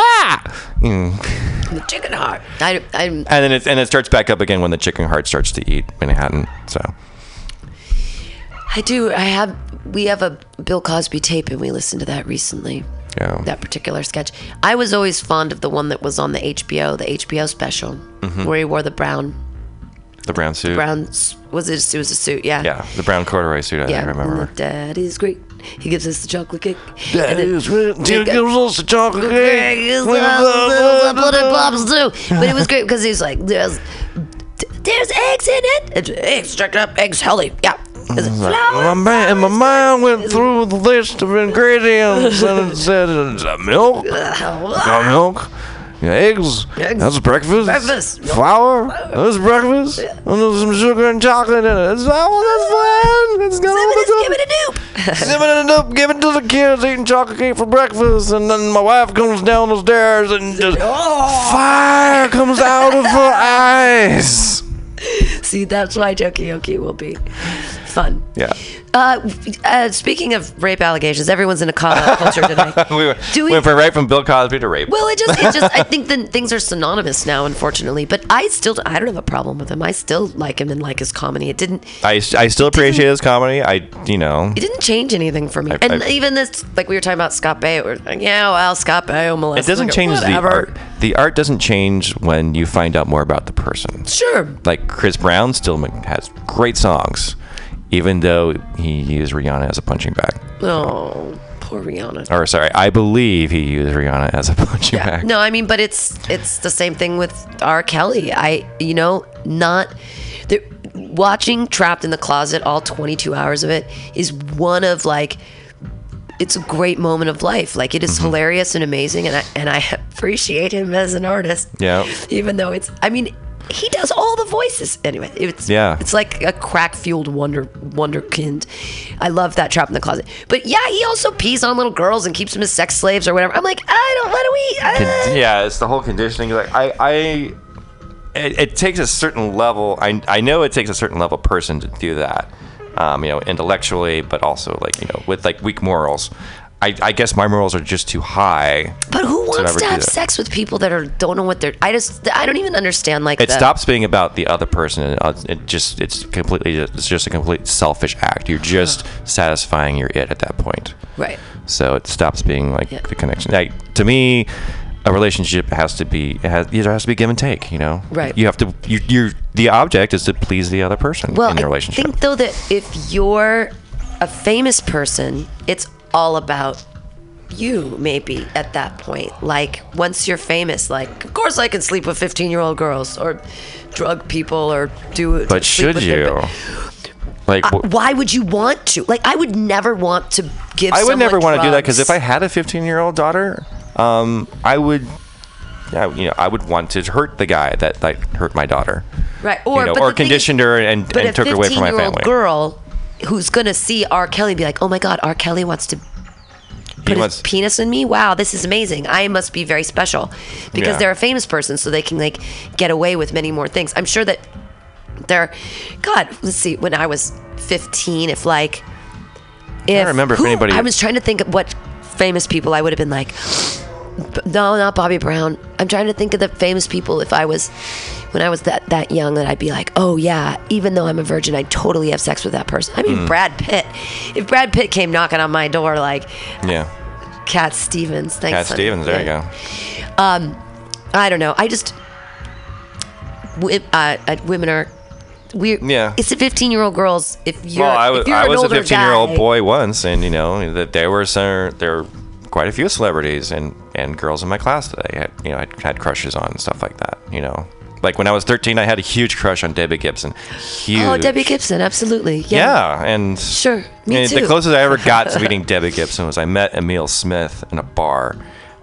D: Mm.
C: The chicken heart. I, I'm
D: And then it and it starts back up again when the chicken heart starts to eat Manhattan. So
C: I do. I have. We have a Bill Cosby tape, and we listened to that recently.
D: yeah,
C: That particular sketch. I was always fond of the one that was on the HBO, the HBO special, where he wore the brown
D: the brown Hmm. suit.
C: Mm-hmm. brown. s- Was it? It was a suit. Yeah.
D: yeah, the brown corduroy suit. I
C: Yeah.
D: remember.
C: Daddy's great. He gives us the chocolate cake.
D: That
C: And then-
D: is what
C: Dude gives
D: us the chocolate
C: That's what the pops do. But it was great because he was like, there's There's eggs in it. It's eggs, jacked up, eggs healthy. Yeah. Is
D: Mm,
C: it flour?
D: My man, and my mind went through the list of ingredients and it said it's uh, milk, uh, milk, yeah, eggs,
C: Eggs.
D: that's breakfast,
C: Breakfast.
D: flour, that's breakfast, and there's some sugar and chocolate in it. It's all that's fine. It's gonna
C: Give
D: it's gonna-
C: it a doop.
D: Sipping it up, giving it to the kids, eating chocolate cake for breakfast, and then my wife comes down the stairs and just
C: Oh.
D: fire comes out of her eyes.
C: See, that's why Tokyoki will be fun.
D: Yeah.
C: Uh, uh, speaking of rape allegations, everyone's in a call out Uh, culture tonight.
D: We went,
C: Do we-
D: went from right from Bill Cosby to rape.
C: Well, it just, it just, I think that things are synonymous now, unfortunately. But I still, I don't have a problem with him. I still like him and like his comedy. It didn't,
D: I, I still appreciate his comedy. I, you know,
C: it didn't change anything for me.
D: I-
C: and
D: I-
C: even this, like we were talking about Scott Baio, we're like, yeah, well, Scott Baio molested.
D: it doesn't
C: like,
D: change
C: whatever.
D: the art. The art doesn't change when you find out more about the person.
C: Sure.
D: Like Chris Brown still ma- has great songs, even though he used Rihanna as a punching bag.
C: Oh, poor Rihanna.
D: Or sorry, I believe he used Rihanna as a punching
C: Yeah.
D: bag.
C: No, I mean, but it's it's the same thing with R. Kelly. I, you know, not the, watching Trapped in the Closet, all 22 hours of it, is one of like, it's a great moment of life. Like it is
D: Mm-hmm.
C: hilarious and amazing, and I and I appreciate him as an artist.
D: Yeah.
C: Even though it's, I mean, he does all the voices anyway. It's
D: Yeah.
C: It's like a crack fueled wonder wonderkind. I love that trap in the closet. But yeah, he also pees on little girls and keeps them as sex slaves or whatever. I'm like, I don't. What do we? uh,
D: Con- yeah, it's the whole conditioning. Like I, I, it, it takes a certain level. I, I know it takes a certain level of person to do that. Um, you know, intellectually, but also like you know, with like weak morals. I, I guess my morals are just too high.
C: But who wants
D: never
C: to
D: do
C: have
D: that.
C: sex with people that are don't know what they're? I just I don't even understand like
D: It
C: the-
D: stops being about the other person, and uh, it just it's completely it's just a complete selfish act. You're just satisfying your it at that point.
C: Uh-huh. right.
D: so it stops being like
C: Yeah.
D: the connection. Like to me, a relationship has to be it has it has to be give and take. You know,
C: Right.
D: You have to you you the object is to please the other person
C: Well,
D: in the
C: I
D: relationship.
C: think though that if you're a famous person, it's all about you maybe at that point. Like once you're famous, like of course I can sleep with 15 year old girls or drug people or do. sleep
D: but should
C: with them,
D: you?
C: but-
D: Like
C: Uh,
D: wh-
C: why would you want to? Like, I would never want to give.
D: I would never
C: want to
D: do that because if I had a 15 year old daughter, um, I would. I, you know, I would want to hurt the guy that like hurt my daughter,
C: right
D: you
C: or
D: know,
C: but
D: or
C: the thing is-
D: conditioned her and,
C: but
D: and
C: a
D: took her away from my
C: 15-year-old
D: family.
C: girl who's gonna see R. Kelly and be like, oh my god, R. Kelly wants to
D: he
C: put his
D: wants,
C: penis in me. Wow, this is amazing. I must be very special because
D: Yeah.
C: they're a famous person, so they can like get away with many more things. I'm sure that they're. God, let's see. When I was 15, if like, if
D: remember if
C: who-
D: anybody-
C: I was trying to think of what famous people I would have been like. B- No, not Bobby Brown. I'm trying to think of the famous people. If I was, when I was that that young, that I'd be like, oh yeah, even though I'm a virgin, I totally have sex with that person. I
D: Hmm.
C: mean, Brad Pitt. If Brad Pitt came knocking on my door, like,
D: yeah,
C: Cat Stevens. Thanks.
D: Cat
C: honey.
D: Stevens. There
C: Yeah. Um,
D: you go.
C: I don't know. I just wi- uh, uh, women are weird.
D: Yeah.
C: It's the 15 year old girls. If you're,
D: Well, I was,
C: if you're
D: I
C: an
D: was a
C: older
D: 15 year old
C: guy-
D: boy once, and you know that there were some, there were quite a few celebrities and and girls in my class that I had you know I had crushes on and stuff like that. You know, like when I was 13, I had a huge crush on Debbie Gibson. Huge.
C: Oh, Debbie Gibson. Absolutely. Yeah.
D: Yeah, and
C: Sure. Me
D: and
C: too.
D: The closest I ever got to meeting Debbie Gibson was I met Emil Smith in a bar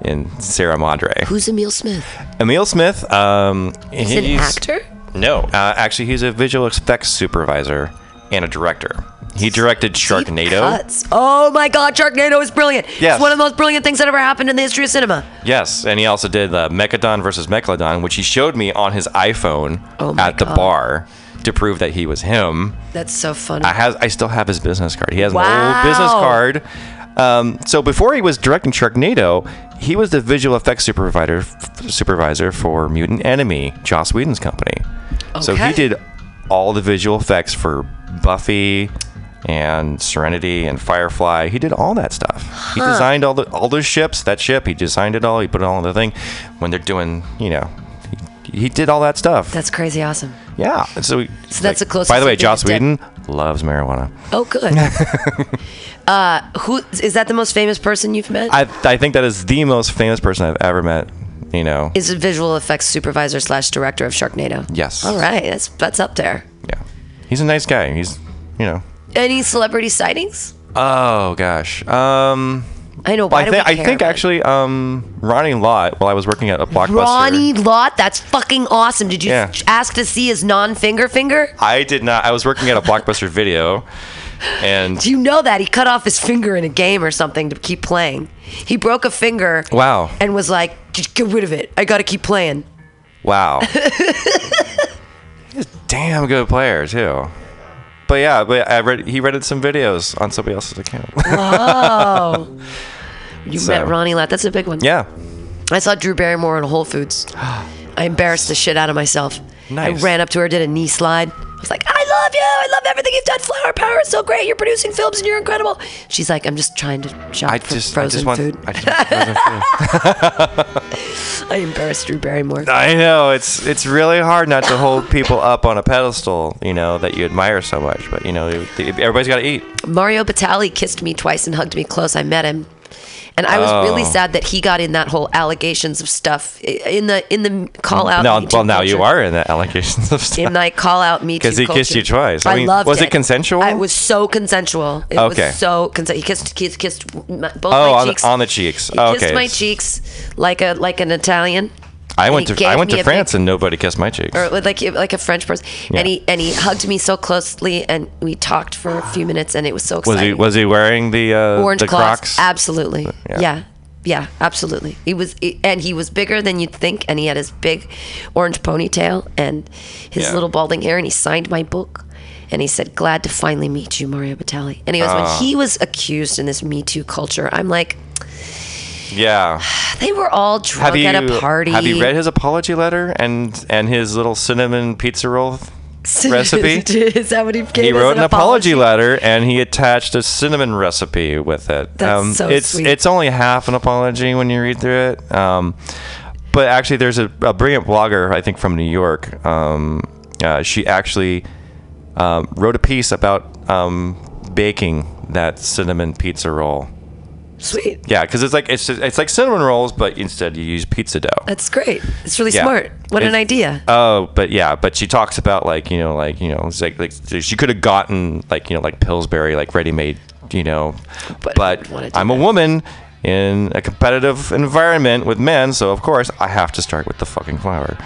D: in Sierra Madre.
C: Who's Emil Smith?
D: Emil Smith, um, he's
C: He's an actor.
D: no, uh, actually, he's a visual effects supervisor and a director. He directed
C: Deep
D: Sharknado.
C: cuts. Oh my God, Sharknado is brilliant.
D: Yes.
C: It's one of the most brilliant things that ever happened in the history of cinema.
D: Yes, and he also did the Mechadon versus Mechalodon, which he showed me on his iPhone
C: Oh my
D: at the
C: God.
D: bar to prove that he was him.
C: That's so funny.
D: I has I still have his business card. He has an
C: Wow.
D: old business card. Um, so before he was directing Sharknado, he was the visual effects supervisor f- supervisor for Mutant Enemy, Joss Whedon's company. So he
C: Okay.
D: did all the visual effects for Buffy and Serenity and Firefly. He did all that stuff. He designed all the all those ships. That ship, he designed it all. He put it all in the thing. When they're doing, you know, he, he did all that stuff.
C: that's crazy awesome.
D: Yeah. And so, we-
C: So that's the closest
D: By the way,
C: you've been
D: Joss
C: to dead-
D: Whedon loves marijuana.
C: Oh, good. uh, who is that? The most famous person you've met?
D: I I think that is the most famous person I've ever met you know.
C: Is a visual effects supervisor slash director of Sharknado.
D: Yes.
C: All right, that's that's up there.
D: yeah. He's a nice guy. He's, you know.
C: Any celebrity sightings?
D: Oh gosh. Um,
C: I know.
D: well,
C: Why
D: I,
C: do
D: thi-
C: we
D: I
C: care,
D: think
C: but-
D: actually, um, Ronnie Lott, while I was working at a blockbuster.
C: Ronnie Lott, that's fucking awesome. Did you
D: Yeah.
C: ask to see his non-finger finger?
D: I did not. I was working at a blockbuster video, and
C: Do you know that he cut off his finger in a game or something to keep playing? He broke a finger.
D: Wow.
C: And was like, just get rid of it. I got to keep playing.
D: Wow. He's a damn good player too. But yeah, but I read he rented some videos on somebody else's account.
C: Oh. you
D: So-
C: met Ronnie Lott. That's a big one.
D: yeah.
C: I saw Drew Barrymore in Whole Foods. I embarrassed the shit out of myself.
D: Nice.
C: I ran up to her, did a knee slide. I was like, I love you. I love everything you've done. Flower Power is so great. You're producing films and you're incredible. She's like, I'm just trying to shop
D: I
C: for
D: just I
C: frozen
D: just want
C: food.
D: I, just want frozen food.
C: I embarrassed Drew Barrymore.
D: I know it's it's really hard not to hold people up on a pedestal, you know, that you admire so much. But you know, everybody's got to eat.
C: Mario Batali kissed me twice and hugged me close. I met him. And I was really
D: Oh.
C: sad that he got in that whole allegations of stuff i- in the in the call out.
D: Now,
C: Me Too
D: well, now you
C: culture.
D: are in the allegations of stuff.
C: in like call out me
D: 'Cause
C: Too
D: he kissed
C: culture.
D: you twice. I
C: I,
D: mean,
C: loved
D: was it
C: it.
D: consensual?
C: I was so consensual. It
D: Okay.
C: was so consen- He kissed kissed, kissed my, both
D: Oh,
C: my
D: on the-
C: cheeks.
D: on the cheeks.
C: He
D: Oh,
C: kissed
D: okay.
C: my cheeks like a like an Italian.
D: I
C: And
D: went
C: he
D: to I
C: gave
D: went
C: me
D: to
C: a big-
D: France and nobody kissed my cheeks.
C: or like like a French person, and
D: Yeah.
C: he and he hugged me so closely, and we talked for a few minutes, and it was so
D: was
C: exciting.
D: he was he wearing the uh,
C: orange
D: the
C: claws.
D: Crocs? Uh,
C: Absolutely.
D: Yeah.
C: Yeah. yeah. absolutely. He was, he- and he was bigger than you'd think, and he had his big orange ponytail and his
D: Yeah.
C: little balding hair, and he signed my book, and he said, "Glad to finally meet you, Mario Batali." And he was
D: Ah.
C: when he was accused in this Me Too culture. I'm like,
D: yeah.
C: they were all drunk
D: Have you
C: at a party.
D: have you read his apology letter and and his little cinnamon pizza roll? recipe?
C: Is that what he gave
D: He
C: us
D: wrote an, apology, letter and he attached a cinnamon recipe with it. Um,
C: That's so
D: it's
C: sweet.
D: it's only half an apology when you read through it. Um, but actually, there's a, a brilliant blogger I think from New York. Um, uh, she actually um, wrote a piece about um, baking that cinnamon pizza roll.
C: Sweet.
D: Yeah, because it's like it's it's like cinnamon rolls, but instead you use pizza dough.
C: That's great. It's really
D: Yeah.
C: smart. What an
D: It's-
C: idea.
D: Oh, but yeah, but she talks about like you know, like you know, it's like, like she could have gotten like you know, like Pillsbury, like ready made, you know, but,
C: But I wouldn't wanna do
D: I'm a
C: that.
D: woman in a competitive environment with men, so of course I have to start with the fucking flour.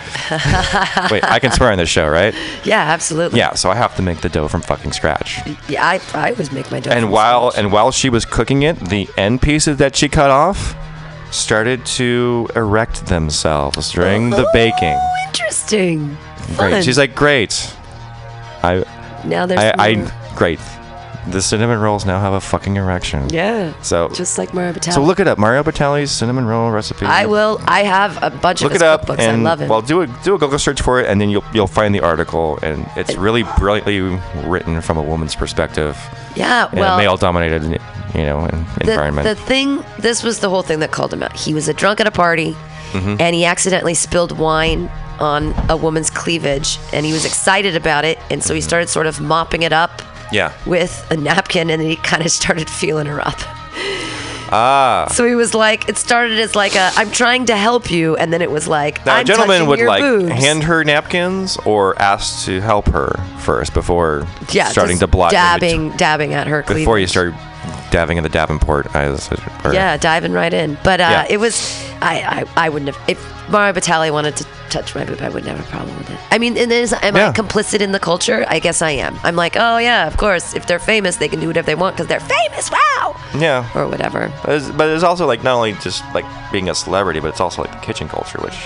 D: Wait, I can swear on this show, right?
C: yeah, absolutely.
D: Yeah, so I have to make the dough from fucking scratch.
C: Yeah, I, I always make my dough.
D: And
C: from
D: while
C: scratch.
D: and while she was cooking it, the end pieces that she cut off started to erect themselves during the baking.
C: Oh, interesting. Fun.
D: Great. She's like, great. I,
C: now there's
D: I,
C: more-
D: I, great. The cinnamon rolls now have a fucking erection.
C: yeah.
D: So-
C: just like Mario Batali.
D: So look it up, Mario Batali's cinnamon roll recipe.
C: I will. I have a bunch
D: Look
C: of
D: it
C: his
D: up
C: cookbooks.
D: and
C: I love it.
D: well, do a do a Google search for it, and then you'll you'll find the article, and it's really brilliantly written from a woman's perspective
C: yeah.
D: in
C: Uh, Well,
D: a male-dominated, you know, en- environment.
C: The, the thing, this was the whole thing that called him out. He was a drunk at a party,
D: Mm-hmm.
C: and he accidentally spilled wine on a woman's cleavage, and he was excited about it, and
D: Mm-hmm.
C: so he started sort of mopping it up
D: yeah.
C: with a napkin, and then he kind of started feeling her up.
D: Ah.
C: So he was like, it started as like a, I'm trying to help you, and then it was like,
D: Now,
C: I'm
D: gentlemen
C: touching
D: would
C: your
D: like
C: boobs.
D: hand her napkins or ask to help her first before
C: yeah,
D: starting
C: just
D: to blot in between-
C: dabbing, dabbing at her cleavage.
D: before you start diving in the Davenport. I was, or-
C: yeah, diving right in. But uh,
D: Yeah.
C: it was, I, I, I wouldn't have. If Mario Batali wanted to touch my boob, I wouldn't have a problem with it. I mean, and is, am
D: Yeah.
C: I complicit in the culture? I guess I am. I'm like, oh yeah, of course. If they're famous, they can do whatever they want because they're famous. Wow,
D: yeah.
C: or whatever.
D: But it's, but it's also like not only just like being a celebrity, but it's also like the kitchen culture, which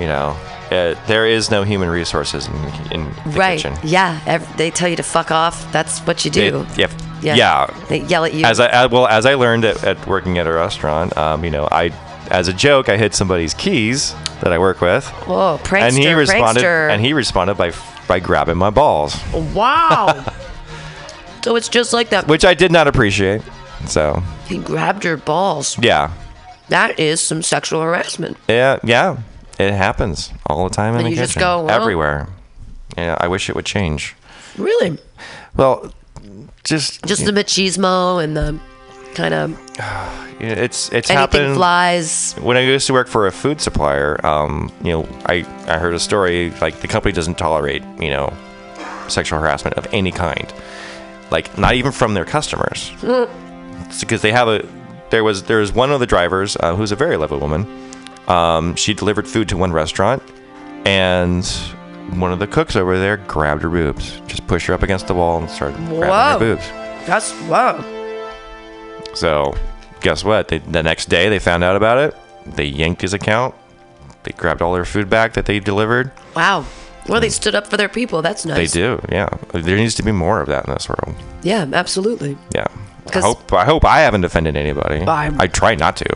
D: you know, uh, there is no human resources in, in the
C: right?
D: kitchen.
C: Yeah, ev- they tell you to fuck off. That's what you
D: They-
C: do.
D: yep. yeah.
C: Yeah. They yell at you.
D: As I as- well as I learned at, at working at a restaurant, um, you know, I as a joke I hid somebody's keys that I work with,
C: Whoa, prankster,
D: and he responded,
C: prankster.
D: and he responded by f- by grabbing my balls,
C: Wow. so it's just like that.
D: which I did not appreciate. So
C: He grabbed your balls.
D: yeah,
C: That is some sexual harassment.
D: Yeah, yeah, it happens all the time in
C: And
D: the
C: you
D: kitchen,
C: just go, well-
D: everywhere. Yeah, I wish it would change.
C: Really?
D: Well, just
C: Just the machismo and the kind of
D: Yeah, It's it's
C: anything
D: happened.
C: flies.
D: When I used to work for a food supplier, um, you know, I, I heard a story like the company doesn't tolerate, you know, sexual harassment of any kind. Like not even from their customers. Mm-hmm. because they have a there was there was one of the drivers uh, who's a very lovely woman. Um, she delivered food to one restaurant and one of the cooks over there grabbed her boobs, just pushed her up against the wall and started
C: Whoa.
D: grabbing her boobs.
C: That's whoa.
D: So, guess what? They, the next day, they found out about it. They yanked his account. They grabbed all their food back that they delivered.
C: Wow. Well, they stood up for their people. That's
D: They
C: nice.
D: do, yeah. There needs to be more of that in this world.
C: Yeah, absolutely.
D: Yeah. I
C: 'Cause-
D: hope I hope I haven't offended anybody. i
C: I'm-
D: try not to.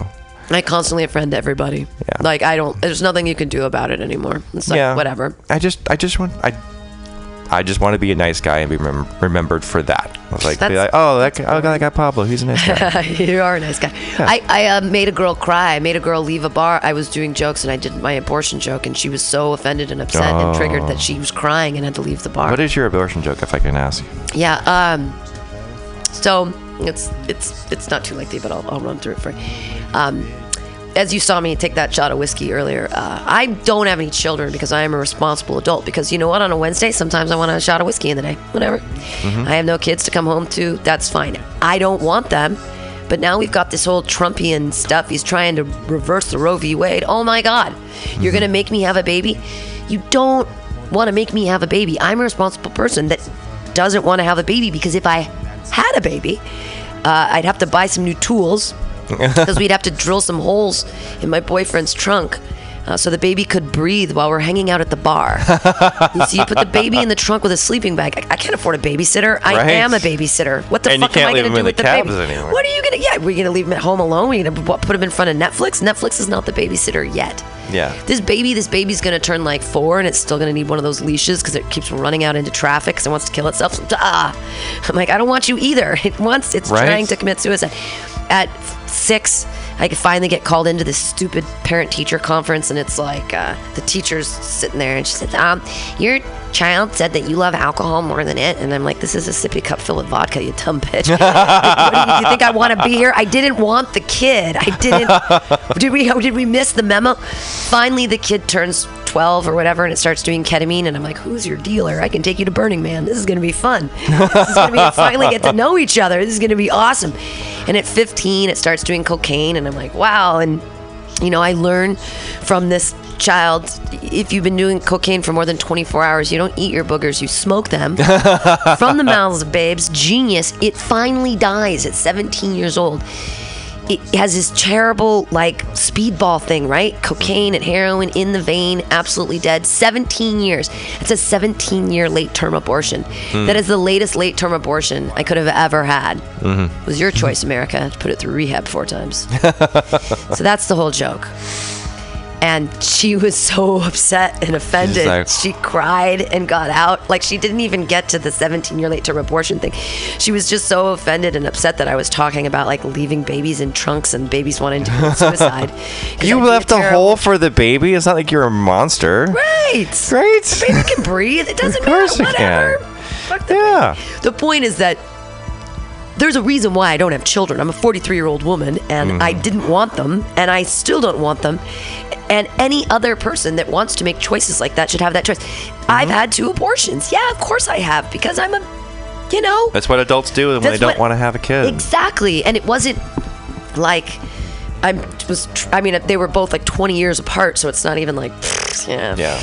C: I constantly offend everybody.
D: Yeah.
C: Like I don't. There's nothing you can do about it anymore. It's like
D: yeah.
C: whatever.
D: I just I just want I I just want to be a nice guy and be remem- remembered for that. I was like, be
C: That's-
D: like oh that guy, oh that guy Pablo, he's a nice guy.
C: you are a nice guy. I, I uh, made a girl cry. I made a girl leave a bar. I was doing jokes and I did my abortion joke, and she was so offended and upset and triggered
D: Oh.
C: that she was crying and had to leave the bar.
D: what is your abortion joke, if I can ask?
C: Yeah. Um, so it's it's it's not too lengthy, but I'll, I'll run through it for you. Um, as you saw me take that shot of whiskey earlier, uh, I don't have any children because I am a responsible adult. Because you know what? On a Wednesday, sometimes I want a shot of whiskey in the day. Whatever.
F: Mm-hmm.
C: I have no kids to come home to. That's fine. I don't want them. But now we've got this whole Trumpian stuff. He's trying to reverse the Roe v. Wade. Oh my God. You're going to make me have a baby? You don't want to make me have a baby. I'm a responsible person that doesn't want to have a baby because if I had a baby, uh, I'd have to buy some new tools because we'd have to drill some holes in my boyfriend's trunk. Uh, so the baby could breathe while we're hanging out at the bar. you see, you put the baby in the trunk with a sleeping bag. I, I can't afford a babysitter. I
D: Right.
C: am a babysitter. What the
D: And you
C: fuck am
D: can't
C: I going
D: leave
C: to
D: him
C: do
D: in the
C: with the
D: cabs
C: baby?
D: anymore.
C: What are you going to? Yeah, we're going to leave him at home alone. We're going to put him in front of Netflix. Netflix is not the babysitter yet
D: Yeah.
C: this baby, this baby's gonna turn like four, and it's still gonna need one of those leashes because it keeps running out into traffic because it wants to kill itself. So, ah, I'm like, I don't want you either. It wants, it's
D: Right.
C: trying to commit suicide. At six, I could finally get called into this stupid parent-teacher conference, and it's like uh, the teacher's sitting there, and she said, um, "Your child said that you love alcohol more than it," and I'm like, "This is a sippy cup filled with vodka, you dumb bitch." Like, what do you, you think I want to be here? I didn't want the kid. I didn't. did we? Did we miss the memo? Finally, the kid turns 12 or whatever, and it starts doing ketamine. And I'm like, "Who's your dealer? I can take you to Burning Man. This is gonna be fun. This is gonna be finally get to know each other. This is gonna be awesome." And at 15, it starts doing cocaine, and I'm like, "Wow!" And you know, I learn from this child if you've been doing cocaine for more than 24 hours, you don't eat your boogers, you smoke them from the mouths of babes. Genius. It finally dies at 17 years old. It has this terrible, like, speedball thing, right? Cocaine and heroin in the vein, absolutely dead. 17 years. It's a 17 year late term abortion. That is the latest late term abortion I could have ever had.
D: Mm-hmm.
C: It was your choice, America, to put it through rehab four times. So that's the whole joke. And she was so upset and offended.
D: like-
C: she cried and got out. Like she didn't even get to the 17 year late term abortion thing. She was just so offended and upset that I was talking about like leaving babies in trunks and babies wanting to commit suicide. 'Cause I'd
D: You
C: be
D: left a
C: terrible-
D: hole for the baby. It's not like you're a monster.
C: Right.
D: Great.
C: Baby can breathe. It doesn't
D: Of course
C: matter.
D: it can.
C: Whatever. Fuck the
D: Yeah.
C: The point is that there's a reason why I don't have children. I'm a 43 year old woman and
D: Mm-hmm.
C: I didn't want them and I still don't want them. And any other person that wants to make choices like that should have that choice.
D: Mm-hmm.
C: I've had two abortions. Yeah, of course I have because I'm a, you know.
D: That's what adults do when they
C: That's
D: don't
C: what-
D: want to have a kid.
C: Exactly. And it wasn't like I was, tr- I mean, they were both like 20 years apart, so it's not even like, yeah.
D: Yeah.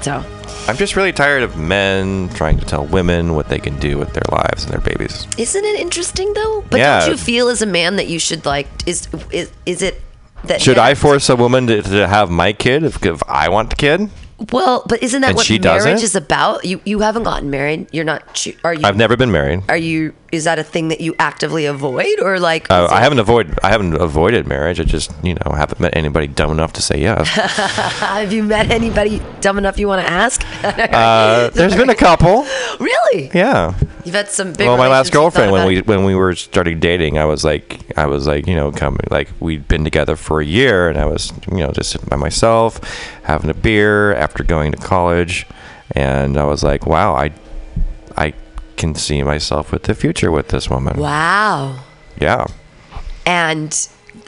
C: So,
D: I'm just really tired of men trying to tell women what they can do with their lives and their babies.
C: Isn't it interesting though? But
D: Yeah.
C: don't you feel as a man that you should like is is, is it that
D: Should I force a woman to, to have my kid if, if I want the kid?
C: Well, but isn't that
D: And
C: what
D: she
C: marriage
D: doesn't?
C: is about? You you haven't gotten married. You're not. cho- Are you?
D: I've never been married.
C: Are you? Is that a thing that you actively avoid or like?
D: Uh,
C: is
D: I
C: it-
D: haven't avoid I haven't avoided marriage. I just you know haven't met anybody dumb enough to say yes.
C: Have you met anybody dumb enough you want to ask?
D: Uh, there's been a couple.
C: really?
D: Yeah.
C: You've had some big.
D: well, my last
C: relationships not
D: girlfriend when
C: about-
D: we when we were starting dating, I was like, I was like, you know, coming like we'd been together for a year, and I was, you know, just sitting by myself, having a beer after going to college, and I was like, wow, I, I can see myself with the future with this woman.
C: Wow.
D: Yeah.
C: And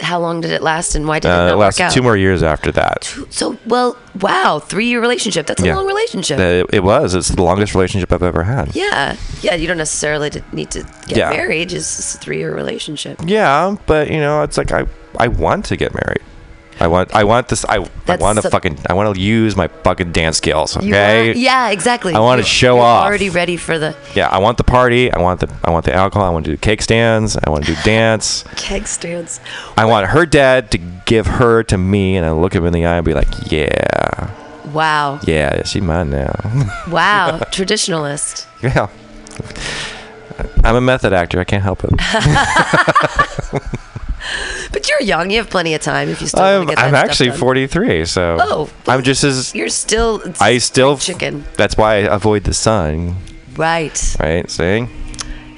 C: how long did it last? And why did it
D: Uh,
C: not
D: it
C: work
D: lasted
C: out?
D: two more years after that.
C: So well, wow, three year relationship. That's a
D: Yeah.
C: long relationship.
D: Uh, It was. It's the longest relationship I've ever had.
C: yeah, yeah. You don't necessarily to- need to get
D: Yeah.
C: married. It's just a three year relationship.
D: Yeah, but you know, it's like I I want to get married. I want I want this I, I
C: That's
D: want to
C: some-
D: fucking I want to use my fucking dance skills.
C: You
D: Okay.
C: are- yeah, exactly.
D: I wanna
C: You're-
D: show
C: you're
D: off.
C: Already ready for the
D: Yeah, I want the party. I want the I want the alcohol. I want to do cake stands. I want to do dance.
C: keg stands.
D: I want her dad to give her to me, and I look him in the eye and be like, "Yeah,
C: Wow,
D: yeah, she mine now."
C: wow, traditionalist.
D: yeah, I'm a method actor. I can't help it.
C: But you're young. You have plenty of time if you still. wanna
D: I'm,
C: get that
D: I'm
C: stuff
D: actually
C: done.
D: 43, so
C: Oh,
D: I'm just as
C: You're still.
D: I still
C: chicken.
D: That's why I avoid the sun,
C: Right.
D: right? See,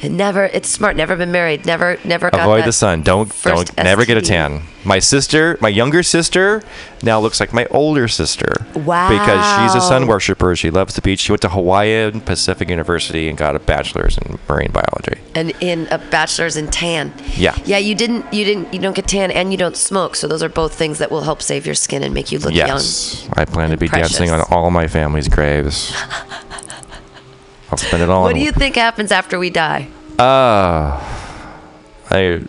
C: Never. It's smart. Never been married. Never. Never. got
D: avoid
C: that
D: the sun. Don't don't
C: first
D: never get a
C: STD.
D: tan. My sister, my younger sister, now looks like my older sister. Because she's a sun
C: Wow.
D: worshiper. She loves the beach. She went to Hawaiian Pacific University and got a bachelor's in marine biology.
C: and in a bachelor's in tan.
D: Yeah.
C: Yeah, you didn't you didn't you don't get tan and you don't smoke. So those are both things that will help save your skin and make you look
D: Yes, I plan to be dancing on
C: precious.
D: all my family's graves. I'll spend it
C: young.
D: all.
C: What
D: on
C: do you think happens after we die?
D: Uh, I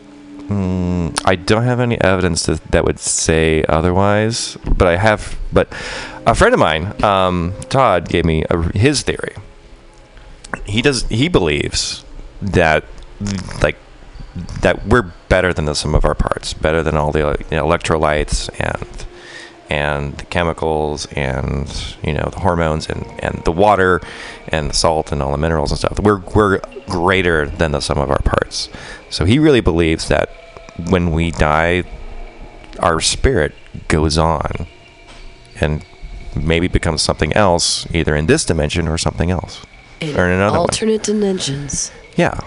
D: mm, I don't have any evidence that, that would say otherwise, but I have. But a friend of mine, um, Todd, gave me a, his theory. He does. He believes that like that we're better than the sum of our parts, better than all the you know, electrolytes and and the chemicals and you know the hormones and, and the water and the salt and all the minerals and stuff. We're we're greater than the sum of our parts. So he really believes that when we die, our spirit goes on and maybe becomes something else, either in this dimension or something else, or in another one.
C: alternate dimensions.
D: Yeah,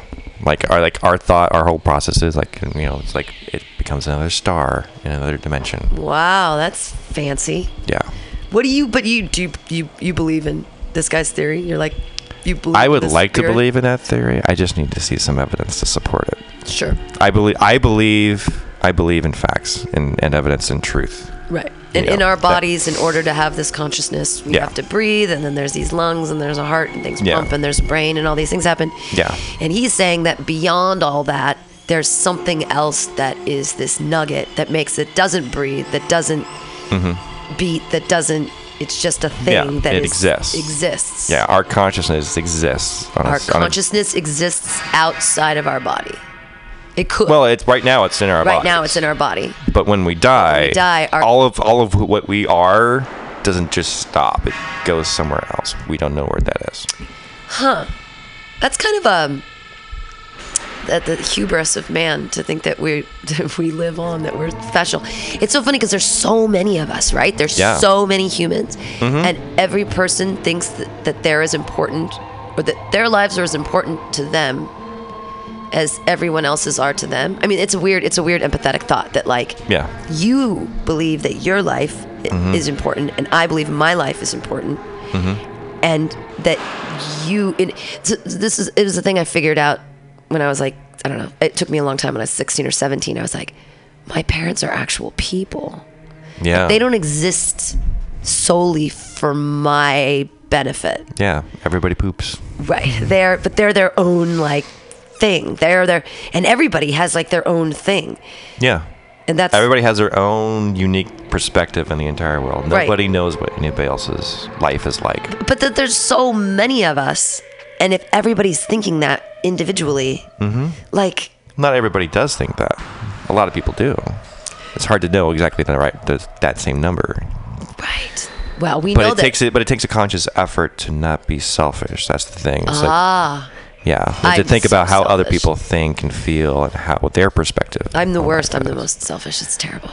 D: like our like our thought, our whole process is like you know it's like it becomes another star in another dimension.
C: Wow, that's fancy.
D: Yeah,
C: What do you but you do you you believe in this guy's theory? You're like you believe
D: I
C: in
D: would
C: the
D: like to
C: spirit?
D: believe in that theory. I just need to see some evidence to support it.
C: Sure.
D: I believe I believe I believe in facts and, and evidence and truth.
C: Right. And
D: Yeah,
C: in our
D: that-
C: bodies, in order to have this consciousness, we
D: Yeah.
C: have to breathe, and then there's these lungs, and there's a heart, and things
D: Yeah.
C: pump, and there's a brain, and all these things happen.
D: Yeah.
C: And he's saying that beyond all that, there's something else that is this nugget that makes it doesn't breathe, that doesn't beat, that doesn't. It's just a thing
D: Mm-hmm. Yeah,
C: that
D: it
C: is-
D: exists.
C: Exists.
D: Yeah, our consciousness exists. On a
C: Our
D: s- on a-
C: consciousness exists outside of our body. It could.
D: well, it's right now. It's in our
C: right
D: bodies.
C: now, it's in our body.
D: But when we die,
C: we die, our-
D: all of all of wh- what we are doesn't just stop. It goes somewhere else. We don't know where that is.
C: That's kind of um that the hubris of man to think that we that we live on that we're special. It's so funny because there's so many of us, right? There's
D: Yeah. Mm-hmm.
C: so many humans, and every person thinks that, that they're as important, or that their lives are as important to them as everyone else's are to them. I mean, it's a weird, it's a weird empathetic thought that like
D: Yeah.
C: you believe that your life i- is important and i believe my life is important
D: Mm-hmm.
C: and that you it, so this is it was the thing i figured out when i was like i don't know it took me a long time when i was 16 or 17 i was like my parents are actual people
D: Yeah.
C: they don't exist solely for my benefit
D: Yeah. Everybody poops.
C: right they're but they're their own like thing they're their and everybody has like their own thing
D: Yeah.
C: and that's
D: Everybody has their own unique perspective in the entire world.
C: Right.
D: Nobody knows what anybody else's life is like.
C: but that there's so many of us and if everybody's thinking that individually like
D: Mm-hmm. Not everybody does think that. A lot of people do. It's hard to know exactly the right the, that same number.
C: right well we
D: But
C: know
D: it
C: that
D: takes it. But it takes a conscious effort to not be selfish. That's the thing. It's like,
C: ah
D: yeah, and
C: I'm
D: to think
C: so
D: about how other
C: selfish.
D: people think and feel and how what their perspective.
C: i'm the
D: on
C: worst
D: life
C: i'm the
D: is.
C: most selfish it's terrible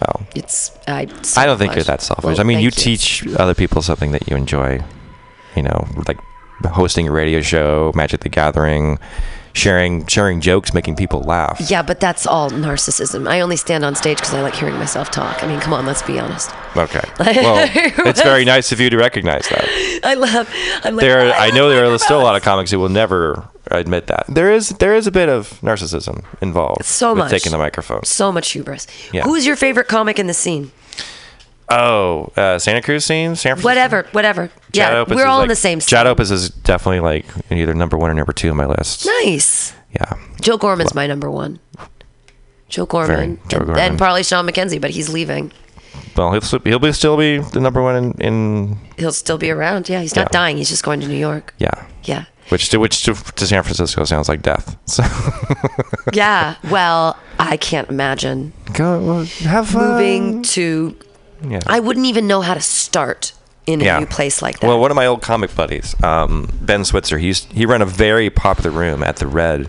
D: Well,
C: it's i so
D: I don't think you're
C: much-
D: that selfish.
C: Well,
D: I mean,
C: thank
D: you, teach other people something that you enjoy. You know, like hosting a radio show, Magic the Gathering, sharing sharing jokes, making people laugh.
C: yeah but that's all narcissism i only stand on stage because i like hearing myself talk i mean come on let's be honest
D: Okay. Well, it's very nice of you to recognize that.
C: i love i'm like
D: There, I
C: love
D: know there are still a lot
C: microphones.
D: of comics who will never I admit that there is there is a bit of narcissism involved.
C: So
D: with
C: much.
D: taking the microphone.
C: So much hubris.
D: Yeah.
C: Who's your favorite comic in the scene?
D: Oh, uh, Santa Cruz scene, San Francisco.
C: Whatever, whatever.
D: Chad
C: yeah,
D: Opus
C: we're
D: is
C: all
D: like-
C: in the same.
D: Chad Opus is definitely like either number one or number two on my list.
C: Nice.
D: Yeah,
C: Joe Gorman's my number one. Joe Gorman.
D: Joe
C: and,
D: Gorman.
C: and probably Sean McKenzie, but he's leaving.
D: well, he'll, s- he'll be still be the number one in, in
C: He'll still be around. Yeah, he's not
D: Yeah.
C: dying. He's just going to New York.
D: yeah,
C: Yeah.
D: which to which to, to San Francisco sounds like death. So
C: Yeah. well, I can't imagine
D: go well, have fun.
C: moving to.
D: Yeah.
C: I wouldn't even know how to start in a
D: Yeah.
C: new place like that.
D: Well, one of my old comic buddies, um, Ben Switzer, he used, he ran a very popular room at the Red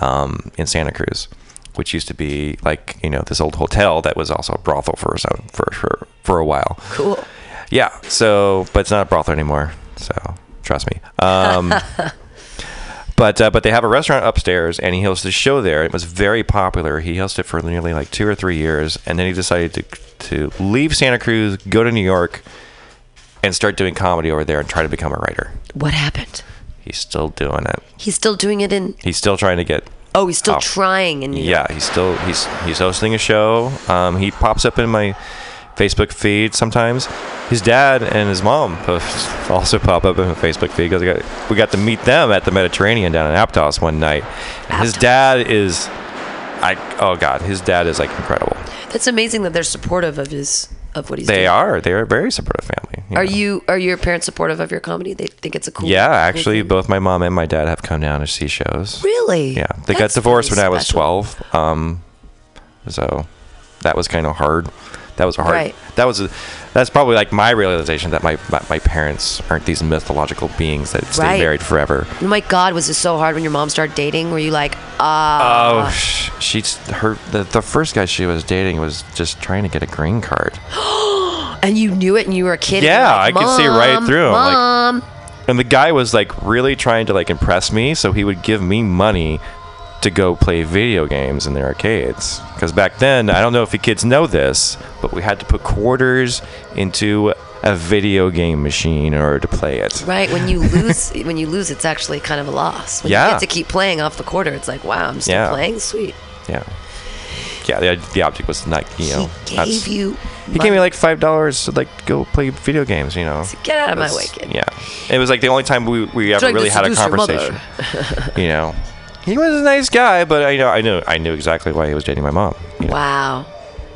D: um, in Santa Cruz, which used to be like you know this old hotel that was also a brothel for a for for, for a while.
C: cool.
D: Yeah. So, but it's not a brothel anymore. So, trust me. Um, but uh, but they have a restaurant upstairs, and he hosted a show there. It was very popular. He hosted it for nearly like two or three years, and then he decided to to leave Santa Cruz, go to New York, and start doing comedy over there, and try to become a writer.
C: What happened?
D: He's still doing it.
C: He's still doing it in.
D: He's still trying to get.
C: Oh, he's still
D: Oh.
C: trying in New York.
D: Yeah, he's still he's he's hosting a show. Um, he pops up in my Facebook feed sometimes. His dad and his mom posts also pop up in my Facebook feed because got, we got to meet them at the Mediterranean down in Aptos one night. And His
C: Aptos.
D: dad is, I oh god, his dad is like incredible.
C: That's amazing that they're supportive of his of what he's doing.
D: They are they are a very supportive family.
C: Are
D: know.
C: you are your parents supportive of your comedy? They think it's a cool.
D: Yeah, actually,
C: cool
D: both my mom and my dad have come down to see shows.
C: thing. really.
D: Yeah, they got
C: That's
D: divorced when
C: pretty
D: I was
C: special.
D: twelve. Um, so that was kind of hard. That was a hard.
C: Right.
D: That was a, that's probably like my realization that my, my my parents aren't these mythological beings that stay
C: Right.
D: married forever.
C: Oh My God, was it so hard when your mom started dating? Were you like,
D: Oh,
C: ah?
D: sh- she's her. The, the first guy she was dating was just trying to get a green card,
C: and you knew it, and you were a kid. and
D: Yeah,
C: you're like,
D: I could see right
C: "Mom,
D: through 'em, like-
C: Mom,
D: and the guy was like really trying to like impress me, so he would give me money to go play video games in the arcades. Because back then, I don't know if you kids know this, but we had to put quarters into a video game machine in order to play it.
C: right when you lose, when you lose, it's actually kind of a loss. When
D: Yeah.
C: you get to keep playing off the quarter, it's like, wow, I'm still
D: Yeah.
C: playing. Sweet.
D: Yeah, yeah. The, the object was not, you know.
C: he
D: that's-
C: gave you.
D: He gave me like five dollars to like go play video games. You know.
C: Get out of my way,
D: That's-
C: kid.
D: Yeah, it was like the only time we, we ever
C: Trying to
D: really had a
C: seduce your mother.
D: conversation. you know, he was a nice guy, but I know I knew I knew exactly why he was dating my mom. you know.
C: Wow.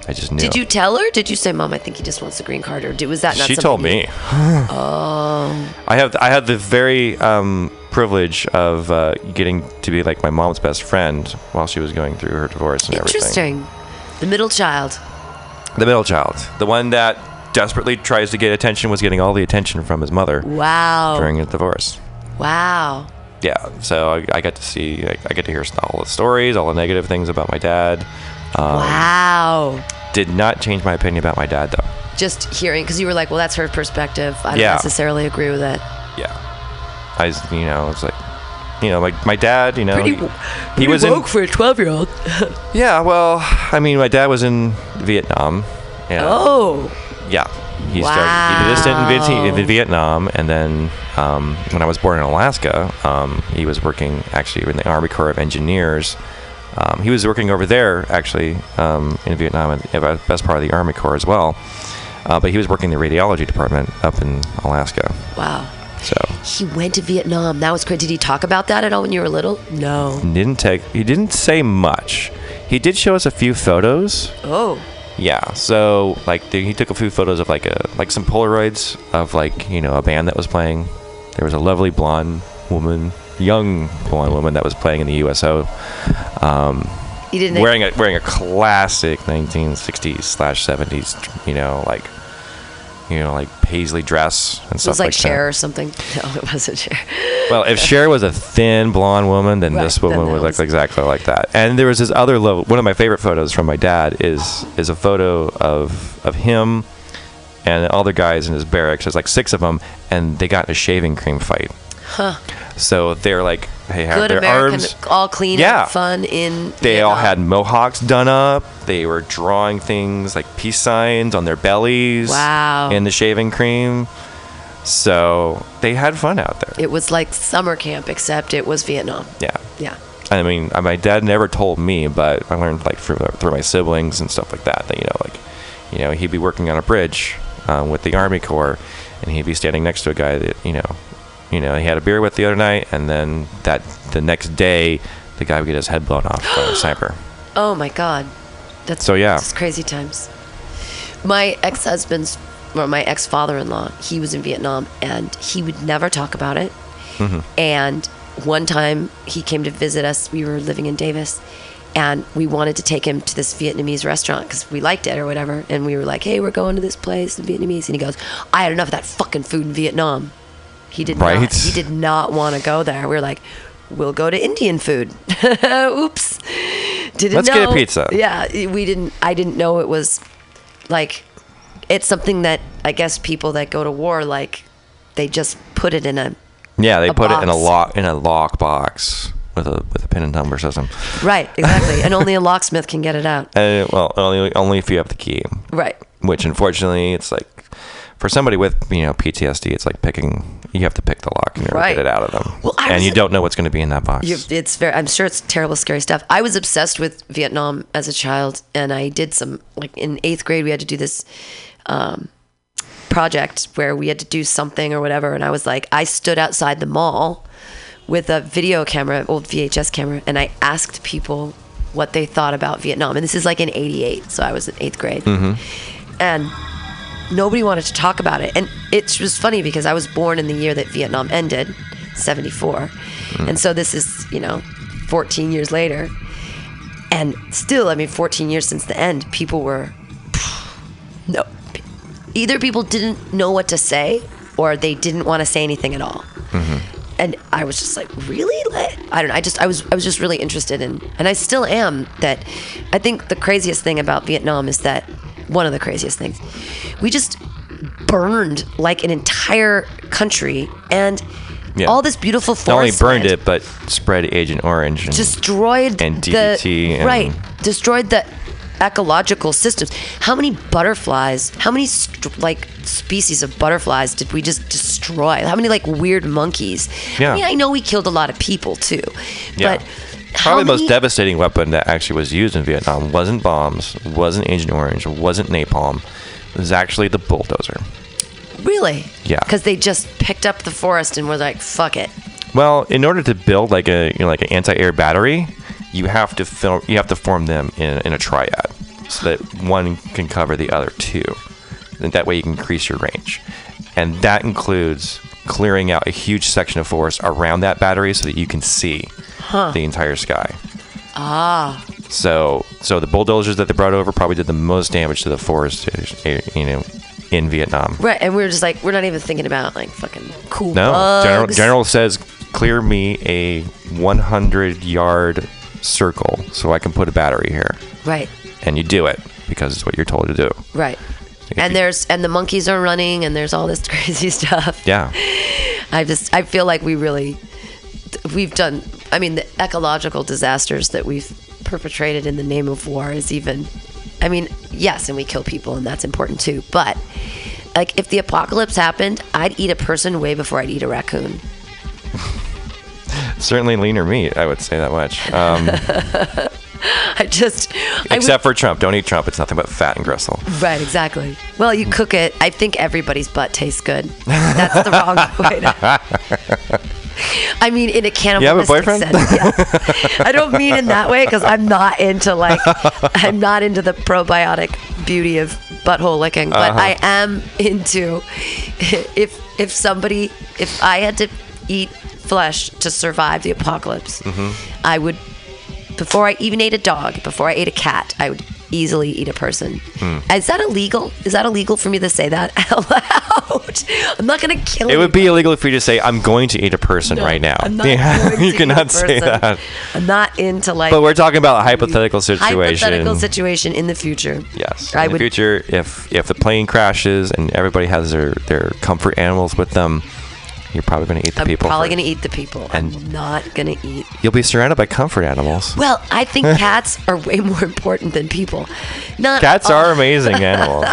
D: I just knew.
C: Did you tell her? Did you say, Mom, I think he just wants a green card? Or did, was that not
D: she
C: something
D: told
C: you-
D: me. oh. I have I had the very um, privilege of uh, getting to be like my mom's best friend while she was going through her divorce and everything.
C: Interesting. The middle child.
D: The middle child, the one that desperately tries to get attention, was getting all the attention from his mother
C: Wow.
D: during his divorce.
C: wow.
D: yeah, so I, I got to see, I, I got to hear all the stories, all the negative things about my dad. Um,
C: wow.
D: Did not change my opinion about my dad though.
C: Just hearing, because you were like, well, that's her perspective. I don't
D: Yeah.
C: necessarily agree with that.
D: Yeah, I, was- you know, it's like, you know, like my dad, you know,
C: Pretty
D: he,
C: w-
D: he was in,
C: for a 12 year old.
D: yeah. Well, I mean, my dad was in Vietnam. You know,
C: Oh.
D: yeah. He started, he did a stint in Viet-
C: Wow.
D: in Vietnam, and then um, when I was born in Alaska, um, he was working actually in the Army Corps of Engineers. Um, he was working over there actually um, in Vietnam, and in the best part of the Army Corps as well. Uh, but he was working in the radiology department up in Alaska.
C: Wow.
D: So
C: He went to Vietnam. That was great. Did he talk about that at all when you were little? No.
D: didn't take. He didn't say much. He did show us a few photos
C: Oh.
D: Yeah. So like the, he took a few photos of like a like some Polaroids of like you know a band that was playing. There was a lovely blonde woman, young blonde woman that was playing in the USO, um,
C: He didn't.
D: wearing a wearing a classic 1960s slash 70s, you know like you know like paisley dress and
C: it
D: stuff
C: was like,
D: like that.
C: Cher or something. No, it wasn't Cher.
D: Well, if Cher was a thin blonde woman, then
C: Right,
D: this
C: then
D: woman
C: that
D: would look
C: was-
D: exactly like that. And there was this other level. One of my favorite photos from my dad is is a photo of of him and all the guys in his barracks. There's like six of them, and they got in a shaving cream fight. Huh. So they're like, they have
C: Good
D: their
C: American,
D: arms.
C: all clean
D: Yeah.
C: and fun in.
D: They all
C: Vietnam.
D: had mohawks done up. They were drawing things like peace signs on their bellies.
C: Wow.
D: In the shaving cream. So they had fun out there.
C: It was like summer camp, except it was Vietnam.
D: Yeah.
C: Yeah.
D: I mean, uh, my dad never told me, but I learned like through, uh, through my siblings and stuff like that. That you know, like, you know, he'd be working on a bridge um, with the Army Corps, and he'd be standing next to a guy that you know, you know, he had a beer with the other night, and then that the next day, the guy would get his head blown off by a sniper.
C: Oh my God. That's
D: So, yeah.
C: It's crazy times. My ex husband's or my ex father in law, he was in Vietnam and he would never talk about it.
D: Mm-hmm,
C: And one time he came to visit us. We were living in Davis and we wanted to take him to this Vietnamese restaurant because we liked it or whatever. And we were like, hey, we're going to this place, the Vietnamese. And he goes, I had enough of that fucking food in Vietnam. He did
D: Right.
C: not. He did not want to go there. We were like, we'll go to Indian food. Oops. Didn't
D: Let's get a
C: know-
D: pizza.
C: Yeah, we didn't. I didn't know it was like it's something that I guess people that go to war like they just put it in a
D: Yeah, they
C: A
D: put it in a
C: box.
D: lock in a lock box with a with a pin and number system.
C: right exactly, and only a locksmith can get it out.
D: And well, only only if you have the key.
C: Right.
D: Which unfortunately, it's like for somebody with you know PTSD, it's like picking. You have to pick the lock and
C: Right.
D: get it out of them.
C: Well, I
D: and
C: was-
D: you don't know what's going to be in that box.
C: You, it's very. I'm sure it's terrible, scary stuff. I was obsessed with Vietnam as a child, and I did some like in eighth grade. We had to do this um, project where we had to do something or whatever, and I was like, I stood outside the mall with a video camera, old VHS camera, and I asked people what they thought about Vietnam. And this is like in '88, so I was in eighth grade,
D: Mm-hmm.
C: and nobody wanted to talk about it. And it was funny because I was born in the year that Vietnam ended, 74. And so this is, you know, 14 years later. And still, I mean, 14 years since the end, people were no. Either people didn't know what to say or they didn't want to say anything at all.
D: mm-hmm.
C: And I was just like, really? Like, I don't know. I just, I was, I was just really interested in, and I still am. That I think the craziest thing about Vietnam is that one of the craziest things, we just burned like an entire country and
D: Yeah.
C: all this beautiful
D: Not only
C: forest.
D: burned it, but spread Agent Orange. And,
C: destroyed
D: and
C: the
D: DDT and-
C: right destroyed the ecological systems how many butterflies how many st- like species of butterflies did we just destroy how many like weird monkeys
D: Yeah.
C: i mean i know we killed a lot of people too
D: Yeah.
C: but how
D: Probably the most
C: many-
D: devastating weapon that actually was used in Vietnam wasn't bombs, wasn't Agent Orange, wasn't napalm. It was actually the bulldozer.
C: really
D: Yeah.
C: because they just picked up the forest and were like fuck it
D: Well, in order to build like a you know, like an anti-air battery, you have to film you have to form them in, in a triad so that one can cover the other two. And that way you can increase your range. And that includes clearing out a huge section of forest around that battery so that you can see the entire sky. Ah. So so the bulldozers that they brought over probably did the most damage to the forest eh, you know in Vietnam.
C: right and we were just like we're not even thinking about like fucking cool
D: No, general,
C: bugs.
D: general says clear me a 100 yard circle so I can put a battery here,
C: right
D: and you do it because it's what you're told to do.
C: right and there's and the monkeys are running and there's all this crazy stuff
D: Yeah,
C: I just I feel like we really we've done. I mean, the ecological disasters that we've perpetrated in the name of war is even. I mean, yes, and we kill people, and that's important too. But like, if the apocalypse happened, I'd eat a person way before I'd eat a raccoon.
D: certainly leaner meat. I would say that much. Um,
C: I just I would,
D: except for Trump. Don't eat Trump. It's nothing but fat and gristle.
C: right, exactly. Well, you cook it. I think everybody's butt tastes good. That's the wrong way. To, I mean, in a cannibalistic
D: boyfriend?
C: sense. Yeah. I don't mean in that way because I'm not into like I'm not into the probiotic beauty of butthole licking, but
D: Uh-huh.
C: I am into if if somebody if I had to eat flesh to survive the apocalypse,
D: Mm. Mm-hmm.
C: I would before I even ate a dog, before I ate a cat, I would easily eat a person.
D: Hmm.
C: Is that illegal? Is that illegal for me to say that out loud? I'm not gonna kill.
D: It would be illegal for you to say, "I'm going to eat a person right now."
C: I'm not
D: Yeah,
C: going to
D: you
C: eat a
D: cannot say
C: person.
D: that.
C: I'm not into like.
D: But we're talking about a hypothetical situation.
C: hypothetical situation in the future.
D: Yes.
C: I
D: in
C: would.
D: the future, if if the plane crashes and everybody has their, their comfort animals with them, you're probably going to eat the
C: I'm
D: people.
C: probably
D: first.
C: going to eat the people. I'm
D: And-
C: not going to eat.
D: You'll be surrounded by comfort animals.
C: Well, I think cats are way more important than people. Not
D: Cats
C: all-
D: are amazing animals.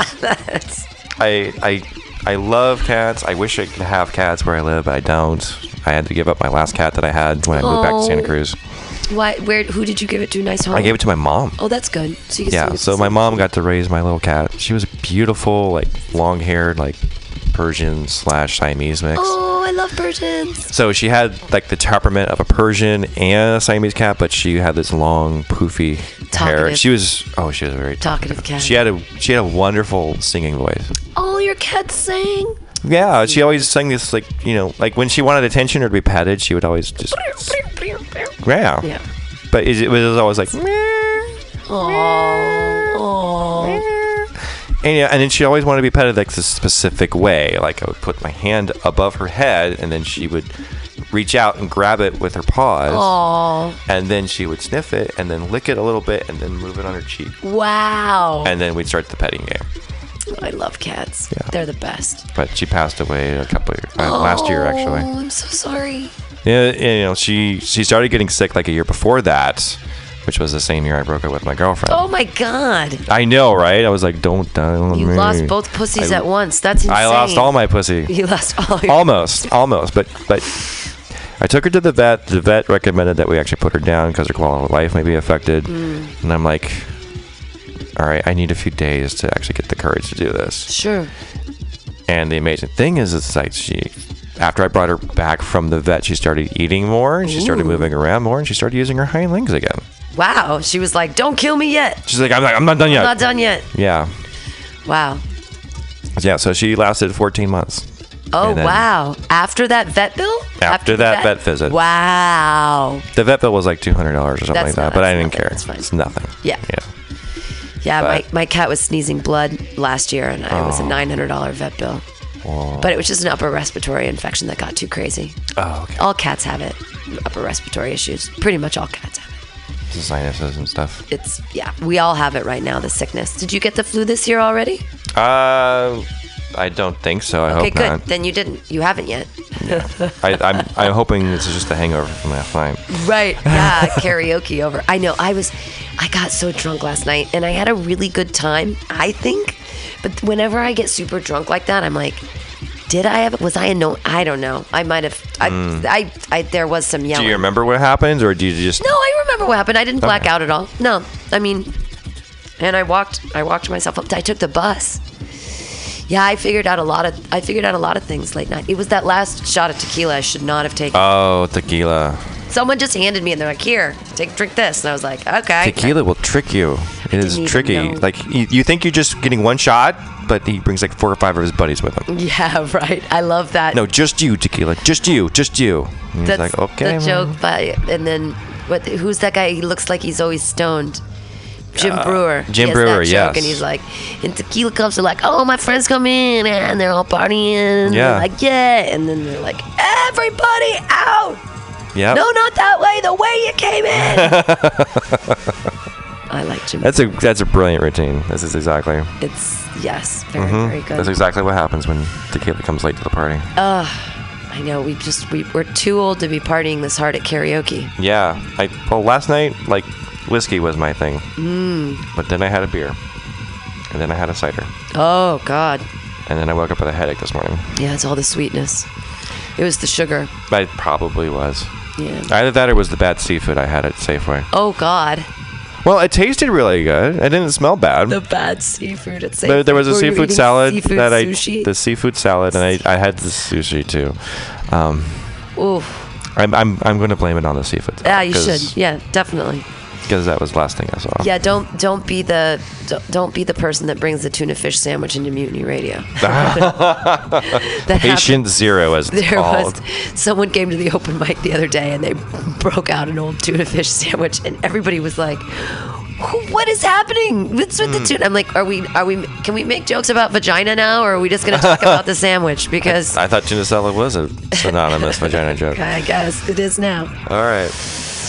D: I I I love cats. I wish I could have cats where I live, but I don't. I had to give up my last cat that I had when I moved back to Santa
C: Oh.
D: Cruz.
C: Why? Where? Who did you give it to? Nice home.
D: I gave it to my mom.
C: Oh, that's good. So you can
D: Yeah, so my mom got to raise my little cat. She was beautiful, like long haired, like Persian slash Siamese mix.
C: Oh, I love Persians.
D: So she had like the temperament of a Persian and a Siamese cat, but she had this long, poofy hair.
C: Talkative.
D: She was oh, she was very
C: Talkative cat.
D: She had a she had a wonderful singing voice.
C: All your cats sing.
D: Yeah, she always sang this like you know like when she wanted attention or to be petted, she would always just yeah.
C: Yeah.
D: But it, it was always like
C: Oh. Oh.
D: And, yeah, and then she always wanted to be petted like this specific way. Like I would put my hand above her head, and then she would reach out and grab it with her paws,
C: Oh.
D: and then she would sniff it, and then lick it a little bit, and then move it on her cheek,
C: Wow.
D: and then we'd start the petting game.
C: I love cats.
D: Yeah.
C: They're the best.
D: But she passed away a couple years uh, last year,
C: Oh,
D: actually.
C: I'm so sorry.
D: Yeah, and, you know she she started getting sick like a year before that, which was the same year I broke up with my girlfriend.
C: Oh my God.
D: I know, right? I was like, don't die on
C: You
D: me.
C: lost both pussies
D: I-
C: at once. That's insane.
D: I lost all my pussy.
C: You lost all your.
D: almost, almost, but but I took her to the vet. The vet recommended that we actually put her down because her quality of life may be affected. And I'm like, all right, I need a few days to actually get the courage to do this.
C: Sure.
D: And the amazing thing is, it's like she, after I brought her back from the vet, she started eating more and she started moving around more and she started using her hind legs again.
C: Wow. She was like, "Don't kill me yet.
D: She's like, I'm not, I'm not done yet.
C: Not done yet."
D: Yeah,
C: Wow.
D: yeah. So she lasted 14 months.
C: Oh
D: And then-
C: wow! After that vet bill?
D: After that vet visit.
C: Wow.
D: The vet bill was like two hundred dollars or something
C: That's not-
D: like that, but I
C: that's
D: didn't
C: nothing,
D: care.
C: that's fine.
D: It's nothing.
C: Yeah.
D: Yeah.
C: Yeah,
D: But- Oh.
C: my, my cat was sneezing blood last year, and it was a nine hundred dollar vet bill. But it was just an upper respiratory infection that got too crazy.
D: Oh, okay.
C: All cats have it. Upper respiratory issues. Pretty much all cats have it.
D: The sinuses and stuff.
C: It's yeah, we all have it right now. The sickness. Did you get the flu this year already?
D: Uh, I don't think so. I
C: okay,
D: hope
C: good.
D: not.
C: Then you didn't. You haven't yet.
D: I, I'm, I'm hoping this is just a hangover from last night.
C: Right. Yeah, karaoke over. I know. I was, I got so drunk last night and I had a really good time, I think. But whenever I get super drunk like that, I'm like, did I have, was I a no, I don't know. I might have, I, I, I, there was some
D: Hmm. Mm-hmm. Do
C: yelling.
D: you remember what happened, or do you just?
C: No, I remember what happened. I didn't black
D: Okay.
C: out at all. No, I mean, and I walked. I walked myself up. I took the bus. Yeah, I figured out a lot of. I figured out a lot of things late night. It was that last shot of tequila I should not have taken.
D: Oh, tequila.
C: Someone just handed me and they're like, "Here, take drink this," and I was like, "Okay."
D: Tequila will trick you. It is
C: even
D: tricky.
C: know.
D: Like you, you think you're just getting one shot, but he brings like four or five of his buddies with him.
C: Yeah, right. I love that.
D: No, just you, tequila. Just you. Just you. And he's
C: that's
D: like, okay.
C: the joke. But and then what? Who's that guy? He looks like he's always stoned. Jim Brewer.
D: Uh, Jim
C: He has that
D: Brewer,
C: joke,
D: yes.
C: And he's like, and tequila cups are like, oh, my friends come in and they're all partying. And
D: Yeah.
C: They're like, yeah. And then they're like, everybody out.
D: Yeah.
C: No, not that way. The way you came in. I like Jim.
D: That's a that's a brilliant routine. This is exactly.
C: it's yes, very very good.
D: Mm-hmm. That's exactly what happens when tequila comes late to the party.
C: I know. We just we, we're too old to be partying this hard at karaoke.
D: Yeah. I well last night like whiskey was my thing. Mm.
C: Mmm,
D: But then I had a beer. And then I had a cider.
C: Oh God.
D: And then I woke up with a headache this morning.
C: Yeah, it's all the sweetness. It was the sugar.
D: I probably was.
C: Yeah.
D: Either that or was the bad seafood I had at Safeway.
C: Oh God,
D: Well, it tasted really good. It didn't smell bad.
C: the bad seafood. It's
D: there, there was a seafood salad
C: seafood
D: that I
C: sushi.
D: the seafood salad and I, I had the sushi too. Um,
C: Ooh,
D: I'm, I'm, I'm going to blame it on the seafood.
C: yeah, Ah, you should. Yeah, definitely.
D: Because that was the last thing I saw.
C: Yeah, don't don't be the don't, don't be the person that brings the tuna fish sandwich into Mutiny Radio. that happened.
D: Patient zero as it's
C: There
D: called.
C: was someone came to the open mic the other day and they broke out an old tuna fish sandwich and everybody was like, "Who- "What is happening? What's with the tuna?" I'm like, "Are we? Are we? Can we make jokes about vagina now, or are we just going to talk about the sandwich?" Because
D: I thought tuna salad was a synonymous vagina joke.
C: I guess it is now.
D: All right.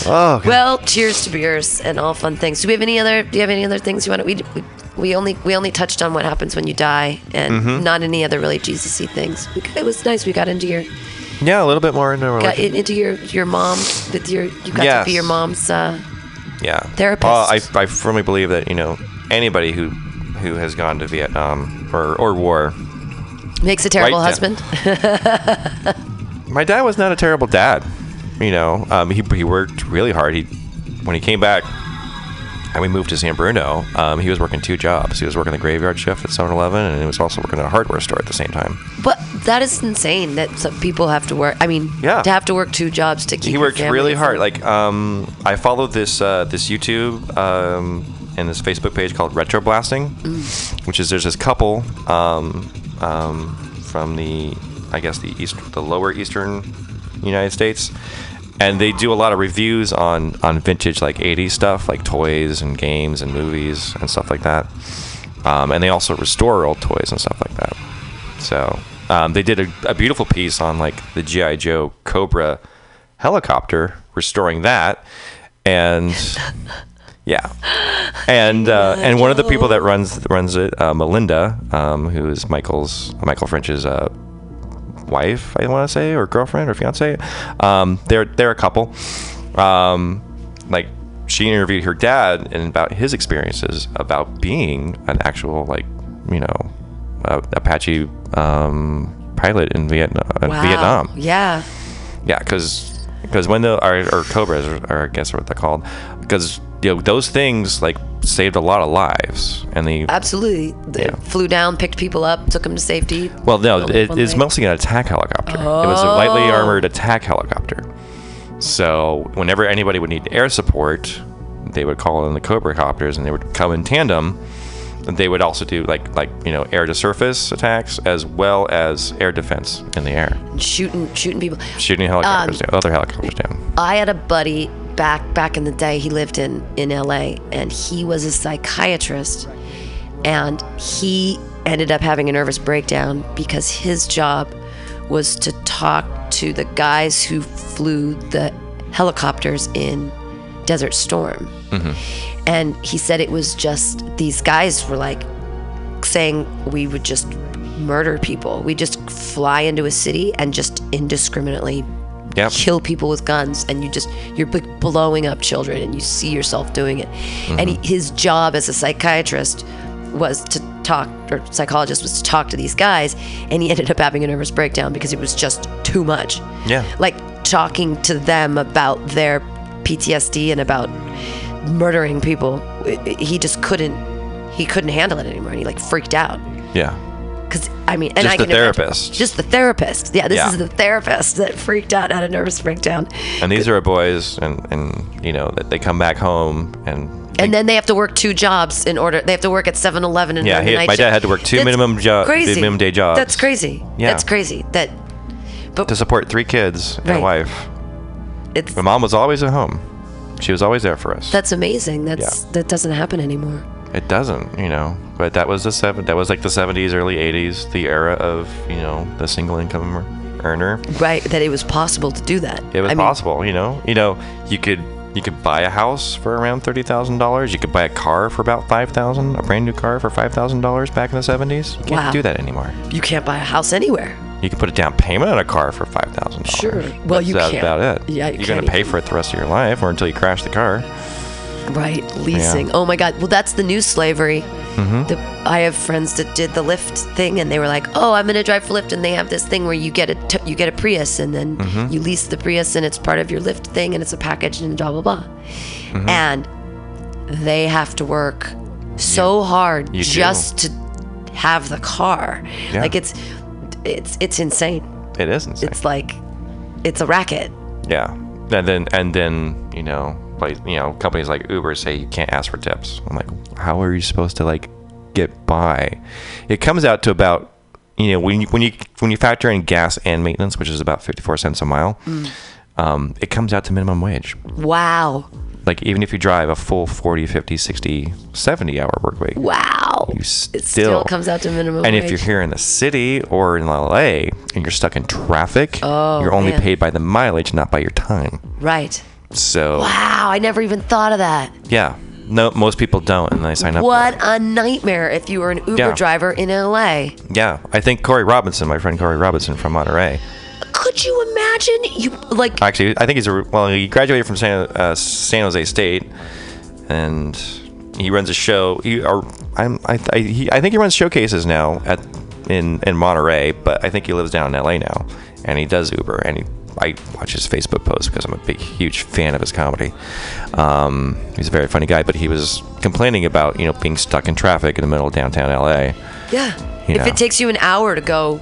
D: Oh, God.
C: Well, cheers to beers and all fun things. Do we have any other? Do you have any other things you want to? We, we we only we only touched on what happens when you die and not any other really Jesusy things. We- It was nice. We got into your
D: yeah, a little bit more into
C: got
D: religion.
C: in, into your your mom with your you got to
D: Yes.
C: be your mom's. Uh,
D: yeah,
C: therapist.
D: Well, I, I firmly believe that you know anybody who who has gone to Vietnam or or um, war
C: Makes a terrible
D: Right
C: husband.
D: down. My dad was not a terrible dad. You know, um, he, he worked really hard. He when he came back and we moved to San Bruno, um, he was working two jobs. He was working the graveyard shift at 7-Eleven, and he was also working at a hardware store at the same time.
C: but that is insane that some people have to work. I mean,
D: Yeah.
C: to have to work two jobs to keep.
D: he
C: your
D: worked
C: family
D: really hard.
C: afloat.
D: Like um, I followed this uh, this YouTube um, and this Facebook page called Retro Blasting,
C: Mm-hmm.
D: which is there's this couple um, um, from the I guess the east the lower eastern United States. And they do a lot of reviews on, on vintage like 80s stuff, like toys and games and movies and stuff like that. Um, and they also restore old toys and stuff like that. So um, they did a, a beautiful piece on like the GI Joe Cobra helicopter, restoring that, and yeah, and uh, and one of the people that runs runs it, uh, Melinda, um, who is Michael's Michael French's uh, wife, I want to say, or girlfriend or fiance. Um, they're they're a couple. Um, like she interviewed her dad and about his experiences about being an actual like you know uh, Apache um, pilot in Vietnam. In
C: Wow.
D: Vietnam.
C: Yeah.
D: Yeah, because when the or, or cobras or, or I guess what they're called, because you know those things like saved a lot of lives, and the
C: Absolutely. They
D: Yeah.
C: Flew down, picked people up, took them to safety.
D: well no,
C: Well,
D: it,
C: one
D: it's
C: way.
D: mostly an attack helicopter. It was a lightly
C: Oh.
D: armored attack helicopter. So whenever anybody would need air support, they would call in the cobra copters, and they would come in tandem. And They would also do like like you know air to surface attacks as well as air defense in the air,
C: shooting, shooting people. Um,
D: shooting helicopters down, other helicopters down.
C: I had a buddy back back in the day. He lived in in L.A. and he was a psychiatrist, and he ended up having a nervous breakdown because his job was to talk to the guys who flew the helicopters in Desert Storm,
D: Mm-hmm.
C: and he said it was just these guys were like saying we would just murder people. We just fly into a city and just indiscriminately
D: Yep.
C: kill people with guns and you just you're like blowing up children and you see yourself doing it and
D: Mm-hmm.
C: he, his job as a psychiatrist was to talk or psychologist was to talk to these guys and he ended up having a nervous breakdown because it was just too much
D: Yeah.
C: like talking to them about their ptsd and about murdering people i- i- he just couldn't he couldn't handle it anymore and he like freaked out
D: Yeah.
C: because I mean, and
D: Just
C: I
D: the
C: can imagine-
D: therapist.
C: just the therapist. Yeah, this
D: Yeah.
C: is the therapist that freaked out, had a nervous breakdown,
D: And these are boys, and, and you know that they come back home, and
C: and then they have to work two jobs in order. They have to work at 7-Eleven and
D: Yeah,
C: work a
D: he-
C: night
D: my dad
C: shift.
D: had to work two minimum jo-
C: Crazy
D: minimum day jobs.
C: That's crazy.
D: Yeah.
C: that's crazy. That
D: to support three kids and a
C: Right.
D: wife.
C: it's
D: My mom was always at home; she was always there for us.
C: that's amazing. That's that doesn't happen anymore.
D: it doesn't, you know. But that was the seven. That was like the seventies, early eighties, the era of you know the single income earner.
C: Right, that it was possible to do that.
D: It was
C: I mean,
D: possible, you know. You know, you could you could buy a house for around thirty thousand dollars. You could buy a car for about five thousand, a brand new car for five thousand dollars back in the seventies. You can't
C: Wow.
D: do that anymore.
C: You can't buy a house anywhere.
D: You can put a down payment on a car for five thousand dollars.
C: Sure. Well, you
D: that's
C: can't.
D: about it.
C: Yeah, you
D: you are gonna
C: can't
D: pay
C: even-
D: for it the rest of your life, or until you crash the car.
C: Right, leasing. Oh my God. Well, that's the new slavery.
D: Mm-hmm.
C: The, I have friends that did the Lyft thing, and they were like, "Oh, I'm going to drive for Lyft," and they have this thing where you get a t- you get a Prius, and then
D: Mm-hmm.
C: you lease the Prius, and it's part of your Lyft thing, and it's a package, and blah blah blah.
D: Mm-hmm.
C: And they have to work so hard
D: you do.
C: just to have the car.
D: Yeah.
C: Like it's it's it's insane.
D: It is insane.
C: It's like it's a racket.
D: yeah, and then and then you know, like you know, companies like Uber say you can't ask for tips. I'm like, how are you supposed to like get by? It comes out to about you know when you when you when you factor in gas and maintenance, which is about fifty four cents a mile. Um, it comes out to minimum wage.
C: Wow,
D: Like even if you drive a full 40, 50, 60, 70 hour work week,
C: wow.
D: you
C: it
D: still
C: still comes out to minimum
D: And if
C: wage.
D: you're here in the city or in LA and you're stuck in traffic,
C: Oh,
D: you're only
C: man.
D: paid by the mileage, not by your time.
C: right.
D: So,
C: Wow, I never even thought of that.
D: yeah. No, most people don't, and they sign up. for
C: What
D: it.
C: a nightmare if you were an Uber
D: Yeah.
C: driver in LA.
D: Yeah, I think Corey Robinson, my friend Corey Robinson from Monterey.
C: Could you imagine? You like
D: Actually, I think he's a well. He graduated from San, uh, San Jose State, and he runs a show. He, or, I'm, I, I, he, I think he runs showcases now at in in Monterey, but I think he lives down in LA now, and he does Uber. And he, I watch his Facebook posts because I'm a big, huge fan of his comedy. Um, he's a very funny guy, but he was complaining about you know being stuck in traffic in the middle of downtown LA.
C: Yeah.
D: You
C: if
D: know.
C: it takes you an hour to go,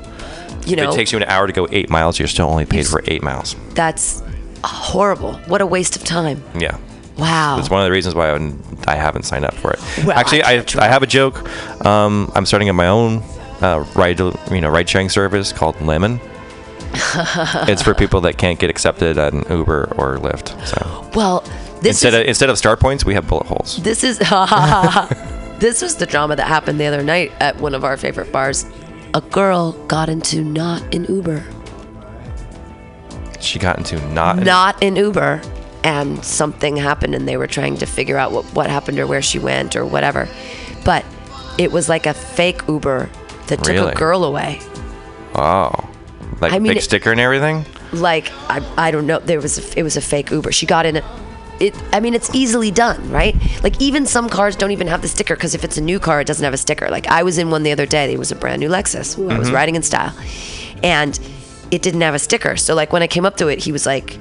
C: you know,
D: It takes you an hour to go eight miles. You're still only paid for eight miles.
C: that's horrible. What a waste of time.
D: Yeah.
C: Wow.
D: It's one of the reasons why I wouldn't- I haven't signed up for it.
C: Well,
D: Actually,
C: I
D: I,
C: can't
D: I have a joke. Um, I'm starting up my own uh, ride you know ride sharing service called Lemon. it's for people that can't get accepted at an Uber or Lyft. So
C: Well, this
D: instead
C: is,
D: of instead of star points, we have bullet holes.
C: this is this was the drama that happened the other night at one of our favorite bars. A girl got into not an Uber,
D: She got into not an-
C: not an Uber, and something happened, and they were trying to figure out what what happened or where she went or whatever. But it was like a fake Uber that took
D: Really?
C: a girl away.
D: oh like
C: I mean,
D: big
C: it-
D: sticker and everything.
C: like I, I don't know there was a, it was a fake uber she got in it it i mean it's easily done right like even some cars don't even have the sticker because if it's a new car it doesn't have a sticker like i was in one the other day it was a brand new lexus Ooh, i was riding in style and it didn't have a sticker so like when i came up to it he was like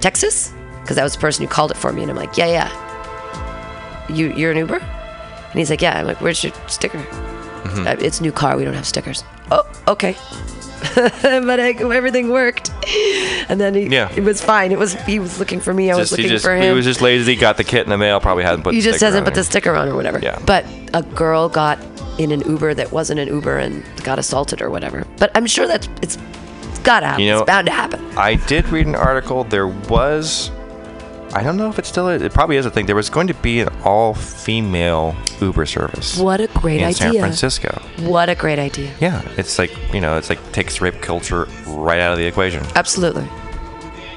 C: texas because that was the person who called it for me and i'm like yeah yeah you you're an uber and he's like yeah i'm like where's your sticker
D: Mm-hmm.
C: "Uh, it's a new car we don't have stickers oh okay but I, everything worked and then he,
D: Yeah.
C: it was fine. It was he was looking for me. I was
D: Just, he
C: looking
D: just
C: for
D: he
C: him.
D: was just lazy. Got the kit in the mail. Probably hadn't put.
C: he
D: the
C: just
D: sticker
C: hasn't
D: on
C: put the
D: there.
C: sticker on or whatever.
D: Yeah.
C: But a girl got in an Uber that wasn't an Uber and got assaulted or whatever. But I'm sure that's it's, it's gotta happen.
D: You know-
C: it's bound to happen.
D: I did read an article. There was, I don't know if it still is. It probably is a thing. There was going to be an all-female Uber service.
C: What a great
D: in San
C: idea.
D: Francisco.
C: What a great idea.
D: Yeah, it's like you know, it's like takes rape culture right out of the equation.
C: Absolutely.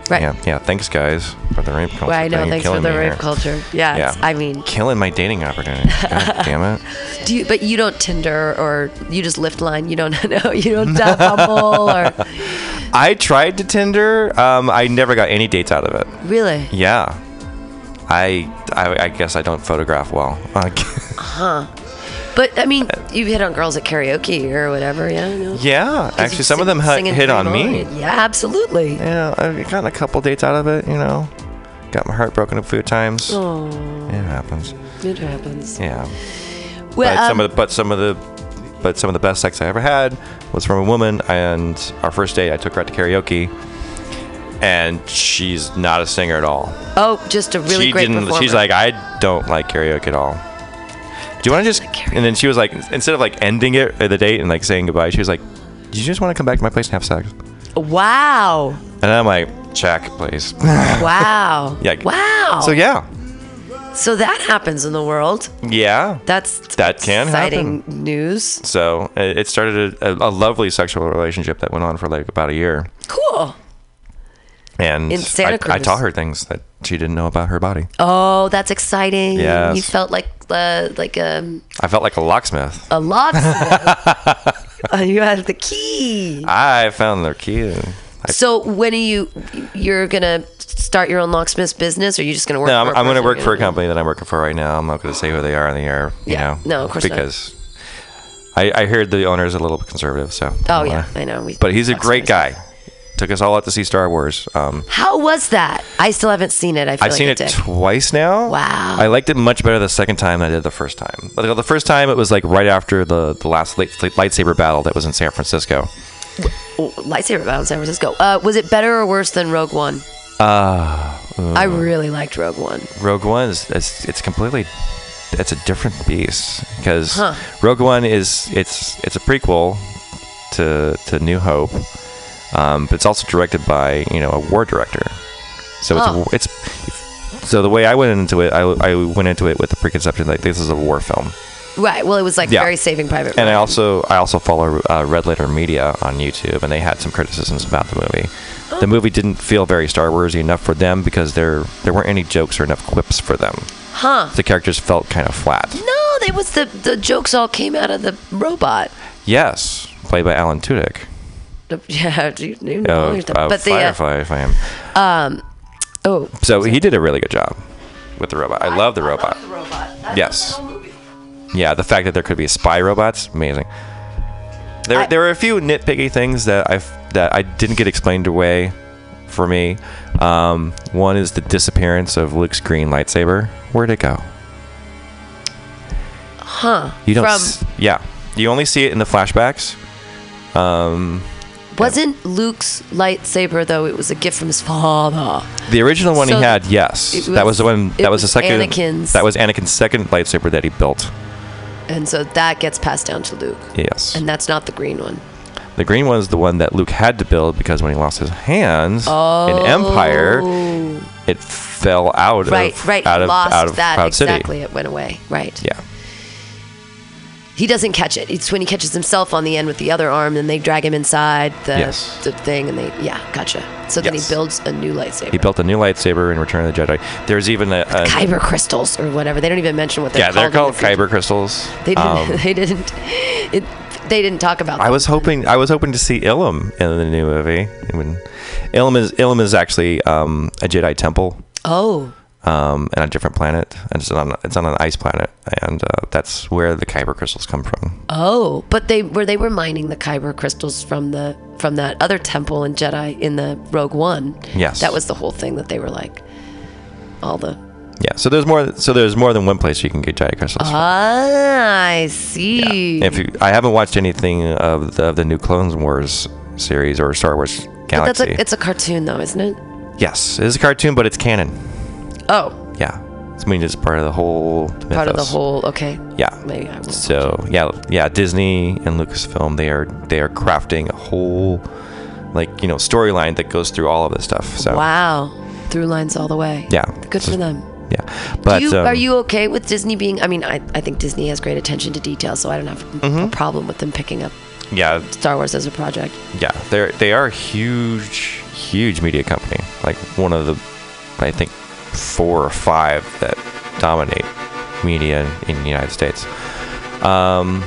C: Right.
D: Yeah, yeah. Thanks, guys, for the rape culture.
C: Well, I know.
D: thing. You're
C: Thanks for
D: killing
C: the
D: me
C: rape
D: here.
C: culture. Yeah,
D: Yeah.
C: it's- I mean,
D: Killing my dating opportunity. God damn it.
C: do you, but you don't Tinder or you just lift line. You don't know. You don't double or
D: I tried to Tinder. Um, I never got any dates out of it.
C: really.
D: Yeah. I, I, I guess I don't photograph well. Uh-huh.
C: But I mean, you hit on girls at karaoke or whatever. Yeah. I know.
D: yeah, actually, some of
C: Sing-
D: them hit,
C: singing
D: hit
C: through
D: on me.
C: mine. Yeah, absolutely.
D: you know, I got a couple dates out of it, you know. Got my heart broken a few times.
C: Oh,
D: It happens.
C: it happens.
D: Yeah.
C: Well,
D: but some
C: um,
D: of the but some of the but some of the best sex I ever had was from a woman and our first date I took her out to karaoke and she's not a singer at all.
C: oh, just a really
D: she
C: great
D: didn't
C: performer.
D: she's like, I don't like karaoke at all. Do you want to just and then she was like instead of like ending it at the date and like saying goodbye, she was like, Do you just want to come back to my place and have sex?
C: wow,
D: And I'm like, check, please.
C: wow,
D: Yeah.
C: wow.
D: So yeah.
C: So that happens in the world.
D: Yeah.
C: That's
D: That can
C: exciting news.
D: So uh, it started a, a, a lovely sexual relationship that went on for like about a year.
C: Cool.
D: And
C: In Santa
D: I, I
C: Cruz.
D: taught her things that she didn't know about her body.
C: Oh, that's exciting.
D: Yes.
C: You felt like uh, like um,
D: I felt like a locksmith.
C: a locksmith. Uh, you had the key.
D: I found their key. I,
C: So when are you? You're gonna start your own locksmith's business, or are you just gonna work?
D: no,
C: for
D: I'm,
C: a
D: I'm going to
C: person?
D: work for a company that I'm working for right now. I'm not going to say who they are in the air. You
C: Yeah.
D: know,
C: No, of course not.
D: because I, I heard the owner is a little bit conservative. So.
C: Oh
D: don't
C: yeah,
D: wanna-
C: I know. We
D: But he's a great
C: locksmiths.
D: guy. Took us all out to see Star Wars. Um,
C: How was that? I still haven't seen it. I feel
D: I've
C: like
D: seen
C: a
D: it
C: dick.
D: twice now.
C: Wow.
D: I liked it much better the second time than I did the first time. Like, the first time, it was like right after the, the last light, lightsaber battle that was in San Francisco.
C: Oh, lightsaber battle in San Francisco. Uh, was it better or worse than Rogue One?
D: Ah,
C: Uh, I really liked Rogue One.
D: Rogue One is it's, it's completely it's a different beast because Rogue One is it's it's a prequel to to New Hope, um, but it's also directed by you know a war director, so it's a
C: Oh.
D: war it's so the way I went into it, I, I went into it with the preconception like this is a war film.
C: Right. Well, it was like
D: Yeah.
C: very Saving Private
D: And I
C: Ryan.
D: also I also follow uh, Red Letter Media on YouTube, and they had some criticisms about the movie.
C: Oh.
D: The movie didn't feel very Star Warsy enough for them because there there weren't any jokes or enough quips for them.
C: Huh.
D: The characters felt kind of flat.
C: No, they was the the jokes all came out of the robot.
D: Yes, played by Alan Tudyk.
C: The- Yeah, you, you know,
D: Oh,
C: you're the-
D: uh,
C: but the uh,
D: Firefly fame.
C: oh,
D: So he did a really good job with the robot. I love the robot.
C: robot.
D: Yes. Yeah, the fact that there could be spy robots, amazing. There,
C: I-
D: there were a few nitpicky things that I that I didn't get explained away for me. Um, one is the disappearance of Luke's green lightsaber. Where'd it go?
C: Huh.
D: You don't.
C: From,
D: s- yeah, you only see it in the flashbacks. Um,
C: wasn't Luke's lightsaber, though, it was a gift from his father.
D: The original one
C: So
D: he had, yes,
C: it
D: that
C: was-
D: was the one.
C: it
D: That was the
C: was
D: second.
C: Anakin's.
D: That was Anakin's second lightsaber that he built.
C: And so that gets passed down to Luke.
D: Yes.
C: And that's not the green one.
D: The green one is the one that Luke had to build because when he lost his hands in Empire,
C: Oh.
D: it fell out
C: Right,
D: of
C: right.
D: out of
C: Lost
D: out of
C: that
D: Cloud
C: exactly. It went away. Right.
D: City. Yeah.
C: He doesn't catch it. It's when he catches himself on the end with the other arm, and they drag him inside the,
D: Yes.
C: the thing, and they yeah, gotcha. So then
D: Yes.
C: he builds a new lightsaber.
D: He built a new lightsaber in Return of the Jedi. There's even a, a
C: kyber crystals or whatever. They don't even mention what they're
D: yeah, they're
C: called.
D: called
C: in the
D: kyber crystals.
C: They didn't.
D: Um,
C: they didn't. It, they didn't talk about.
D: I
C: them.
D: was hoping I was hoping to see Ilum in the new movie. I mean, Ilum is Ilum is actually um, a Jedi temple
C: Oh,
D: um, and a different planet. And it's on it's on an ice planet, and uh, that's where the kyber crystals come from.
C: oh, but they were they were mining the kyber crystals from the from that other temple in Jedi in the Rogue One.
D: Yes.
C: that was the whole thing that they were like, all the.
D: Yeah, so there's more. So there's more than one place you can get Jedi
C: Oh,
D: crystals. from.
C: Ah, I see.
D: If you, I haven't watched anything of the, of the new Clone Wars series or Star Wars
C: but that's
D: Galaxy.
C: a, it's a cartoon though, isn't it?
D: yes, it is a cartoon, but it's canon.
C: Oh,
D: Yeah. I mean, it's part of the whole mythos.
C: part of the whole. Okay.
D: Yeah.
C: Maybe I will.
D: So yeah, yeah. Disney and Lucasfilm, they are they are crafting a whole, like you know, storyline that goes through all of this stuff. So
C: Wow. Through lines all the way.
D: Yeah.
C: Good for them.
D: yeah. But
C: Do you,
D: um,
C: are you okay with Disney being? I mean, I, I think Disney has great attention to detail, so I don't have
D: Mm-hmm.
C: a problem with them picking up
D: um, Yeah,
C: Star Wars as a project.
D: yeah. They're they are a huge, huge media company. Like one of the, I think, four or five that dominate media in the United States. Um,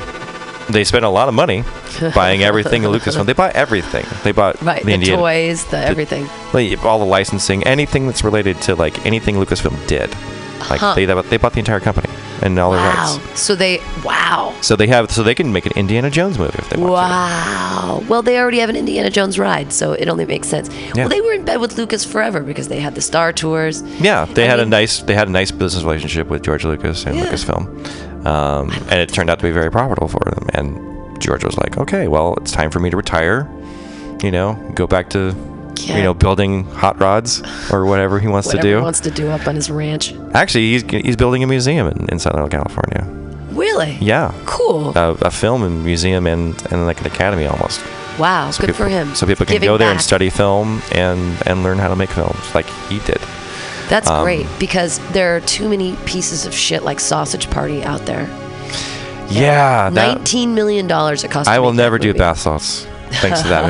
D: they spend a lot of money buying everything Lucasfilm. They bought everything. They bought
C: Right. The,
D: Indiana-
C: toys, the, everything.
D: like all the licensing, anything that's related to like anything Lucasfilm did. Like
C: Huh.
D: they they bought, they bought the entire company and all their
C: Wow.
D: rights.
C: So they. Wow.
D: So they have so they can make an Indiana Jones movie if they want
C: Wow. Well, they already have an Indiana Jones ride, so it only makes sense. Well, they were in bed with Lucas forever because they had the Star Tours.
D: to. Yeah, they
C: I
D: had
C: mean-
D: a nice they had a nice business relationship with George Lucas and
C: Yeah.
D: Lucasfilm, um, and it turned out to be very profitable for them. And George was like, okay, well, it's time for me to retire. You know, go back to.
C: Yeah.
D: You know, building hot rods or whatever he wants
C: Whatever
D: to do.
C: he wants to do up on his ranch.
D: Actually, he's, he's building a museum in, in Southern California.
C: Really?
D: Yeah.
C: Cool.
D: a, a film and museum and, and like an academy almost.
C: wow.
D: So
C: good
D: people,
C: for him.
D: So people can
C: Giving
D: go there and
C: back.
D: study film and and learn how to make films like he did.
C: That's
D: Um,
C: great because there are too many pieces of shit like Sausage Party out there.
D: Yeah, that
C: Nineteen million dollars it cost.
D: I
C: to
D: will
C: make that
D: never do
C: movie.
D: bath salts thanks to that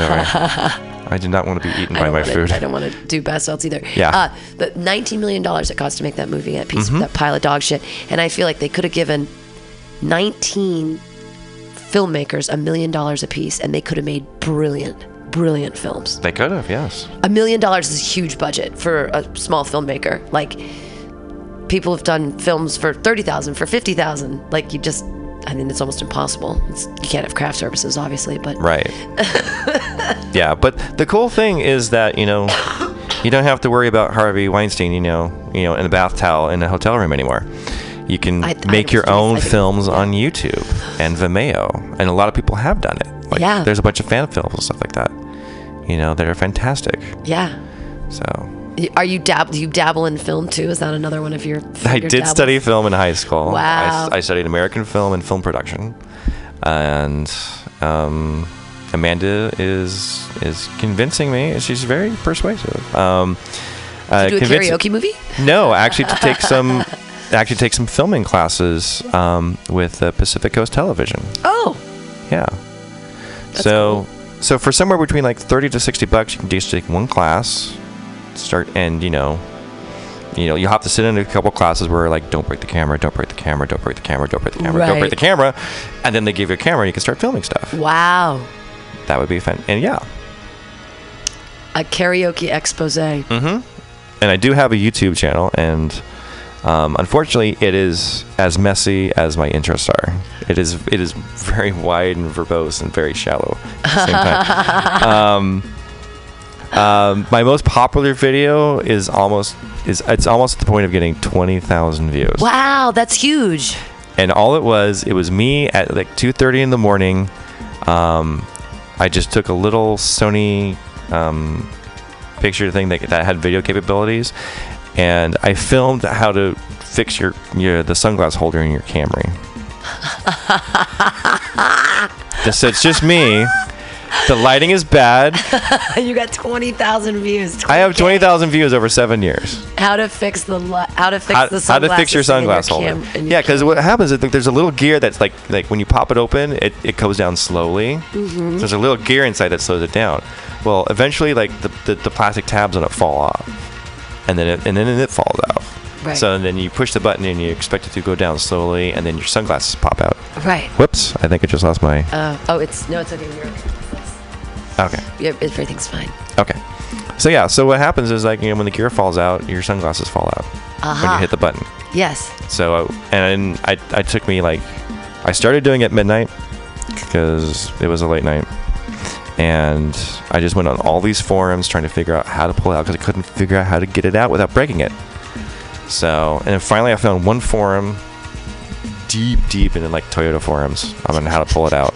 D: memory. I do not want to be eaten
C: I
D: by
C: don't
D: my
C: wanna-
D: food.
C: I don't want to do bath salts either.
D: Yeah. Mm-hmm.
C: Uh, but nineteen million dollars it cost to make that movie, that piece, that pile of dog shit, and I feel like they could have given nineteen filmmakers a million dollars a piece, and they could have made brilliant, brilliant films.
D: They could have, yes.
C: a million dollars is a huge budget for a small filmmaker. Like people have done films for thirty thousand, for fifty thousand. Like you just, I mean, it's almost impossible. It's, you can't have craft services, obviously, but
D: Right. yeah, but the cool thing is that you know you don't have to worry about Harvey Weinstein, you know, you know, in a bath towel in a hotel room anymore. You can
C: I- I
D: make
C: was
D: your
C: just-
D: own
C: I think-
D: films on YouTube and Vimeo, and a lot of people have done it. Like,
C: Yeah.
D: There's a bunch of fan films and stuff like that. You know, that are fantastic.
C: yeah.
D: So
C: Are you dab? Do you dabble in film too? Is that another one of your?
D: I
C: your
D: did
C: dabbles?
D: study film in high school. I,
C: Wow.
D: s- I studied American film and film production, and um, Amanda is is convincing me. She's very persuasive. Um, uh,
C: Do a
D: convince-
C: karaoke movie?
D: No, actually, to take some actually take some filming classes um, with uh, Pacific Coast Television.
C: Oh,
D: Yeah. so so for somewhere between like thirty to sixty bucks, you can just take one class, start and you know, you know you'll have to sit in a couple classes where like don't break the camera, don't break the camera, don't break the camera, don't break the camera, don't
C: Right.
D: break the camera, and then they give you a camera and you can start filming stuff.
C: wow!
D: That would be fun. And yeah,
C: A karaoke expose.
D: Mm-hmm. and I do have a YouTube channel and. Um, unfortunately, it is as messy as my interests are. It is it is very wide and verbose and very shallow at the same time. um, um, my most popular video is almost is it's almost at the point of getting twenty thousand views.
C: Wow, that's huge.
D: And all it was, it was me at like two thirty in the morning. Um, I just took a little Sony um, picture thing that, that had video capabilities, and I filmed how to fix your, your the sunglass holder in your Camry. so it's just me. The lighting is bad.
B: you got 20,000 views. 20K.
D: I have twenty thousand views over seven years.
C: How to fix the li- how to fix
D: How,
C: the
D: how to fix your sunglass
C: sunglasses in
D: holder?
C: your cam- in your
D: yeah, because what happens is like, there's a little gear that's like like when you pop it open, it, it goes down slowly.
C: Mm-hmm.
D: So there's a little gear inside that slows it down. Well, eventually, like the, the, the plastic tabs on it fall off, and then it, and then it falls out.
C: Right.
D: So then you push the button and you expect it to go down slowly, and then your sunglasses pop out.
C: Right.
D: Whoops! I think I just lost my.
C: Uh, oh, it's no, it's okay. You're,
D: Okay.
C: you're, everything's fine.
D: Okay. So yeah, so what happens is like you know when the gear falls out, your sunglasses fall out when
C: Aha.
D: you hit the button.
C: Yes.
D: So I, and I I took me like I started doing it at midnight because it was a late night, and I just went on all these forums trying to figure out how to pull it out because I couldn't figure out how to get it out without breaking it. So and then finally I found one forum deep deep into like Toyota forums on how to pull it out.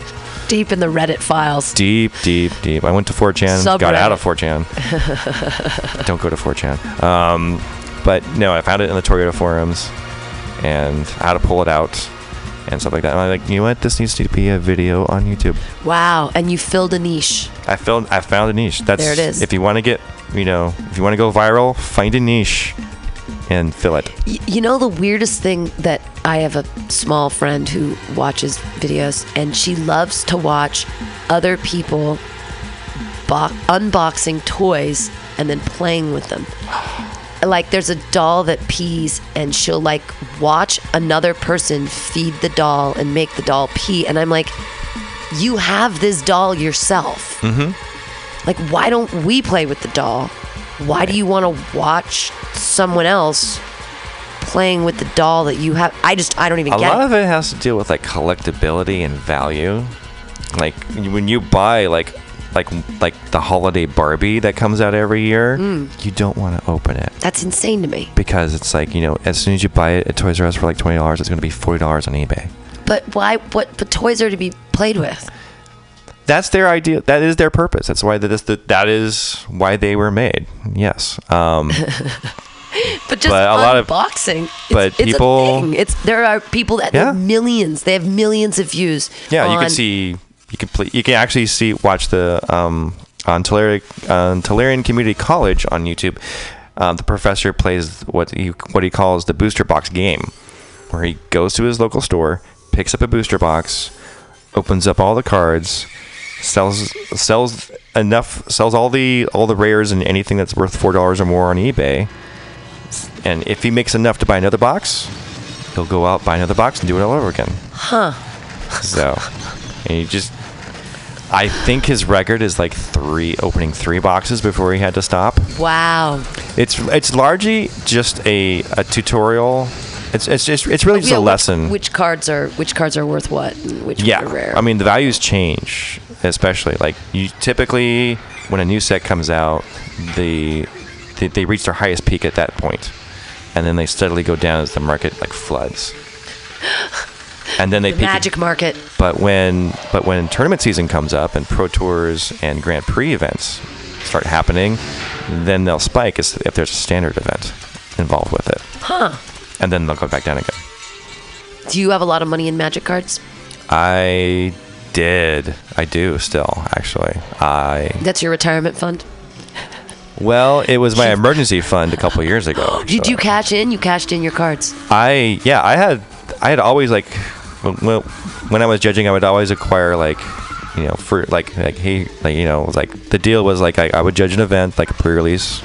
C: Deep in the Reddit files.
D: Deep, deep, deep. I went to 4chan, got
C: Subreddit.
D: out of 4chan. Don't go to 4chan. Um, but no, I found it in the Toyota forums and how to pull it out and stuff like that. And I'm like, you know what? This needs to be a video on YouTube.
C: Wow. And you filled a niche.
D: I found I found a niche. That's
C: There it is.
D: If you want to get, you know, if you want to go viral, find a niche and fill it.
C: Y- you know the weirdest thing that I have a small friend who watches videos, and she loves to watch other people bo- unboxing toys and then playing with them. Like there's a doll that pees, and she'll like watch another person feed the doll and make the doll pee, and I'm like, you have this doll yourself.
D: Mm-hmm.
C: Like, why don't we play with the doll? Why do you want to watch someone else playing with the doll that you have? I just, I don't even
D: A
C: get
D: lot
C: it.
D: of it has to deal with like collectability and value. Like when you buy like like like the holiday Barbie that comes out every year,
C: Mm.
D: you don't want to open it
C: That's insane to me.
D: because it's like you know as soon as you buy it at Toys R Us for like twenty dollars, it's going to be forty dollars on eBay.
C: But why? What? But toys are to be played with.
D: That's their idea. That is their purpose. That's why that is the, that is why they were made. Yes. Um,
C: But just
D: But a lot of-
C: unboxing. It's-
D: but
C: it's,
D: people-
C: a thing. It's there are people that
D: Yeah.
C: have millions. They have millions of views.
D: yeah, you
C: on-
D: can see you can play, you can actually see watch the um, on Tulare on Tularian Community College on YouTube. Um, the professor plays what he what he calls the booster box game, where he goes to his local store, picks up a booster box, opens up all the cards, sells sells enough sells all the all the rares and anything that's worth four dollars or more on eBay. And if he makes enough to buy another box, he'll go out buy another box and do it all over again. So, and he just, I think his record is like three opening three boxes before he had to stop.
C: Wow.
D: It's it's largely just a, a tutorial. It's it's just it's really just
C: Yeah,
D: a
C: which-
D: lesson.
C: Which, cards are which cards are worth what? And which
D: yeah,
C: ones are rare?
D: I mean the values change, especially like you typically when a new set comes out, the they, they reach their highest peak at that point, and then they steadily go down as the market like floods. And then they
C: the
D: peak
C: magic market.
D: But when but when tournament season comes up and pro tours and Grand Prix events start happening, then they'll spike as- if there's a standard event involved with it. Huh. And then they'll go back down again.
C: Do you have a lot of money in magic cards?
D: I did. I do still actually. I
C: That's your retirement fund.
D: well, it was my emergency fund a couple years ago.
C: Did you
D: actually.
C: cash in? You cashed in your cards.
D: I yeah, I had I had always like when, when- when I was judging, I would always acquire like you know for like like hey like you know like the deal was like I, I would judge an event like a pre-release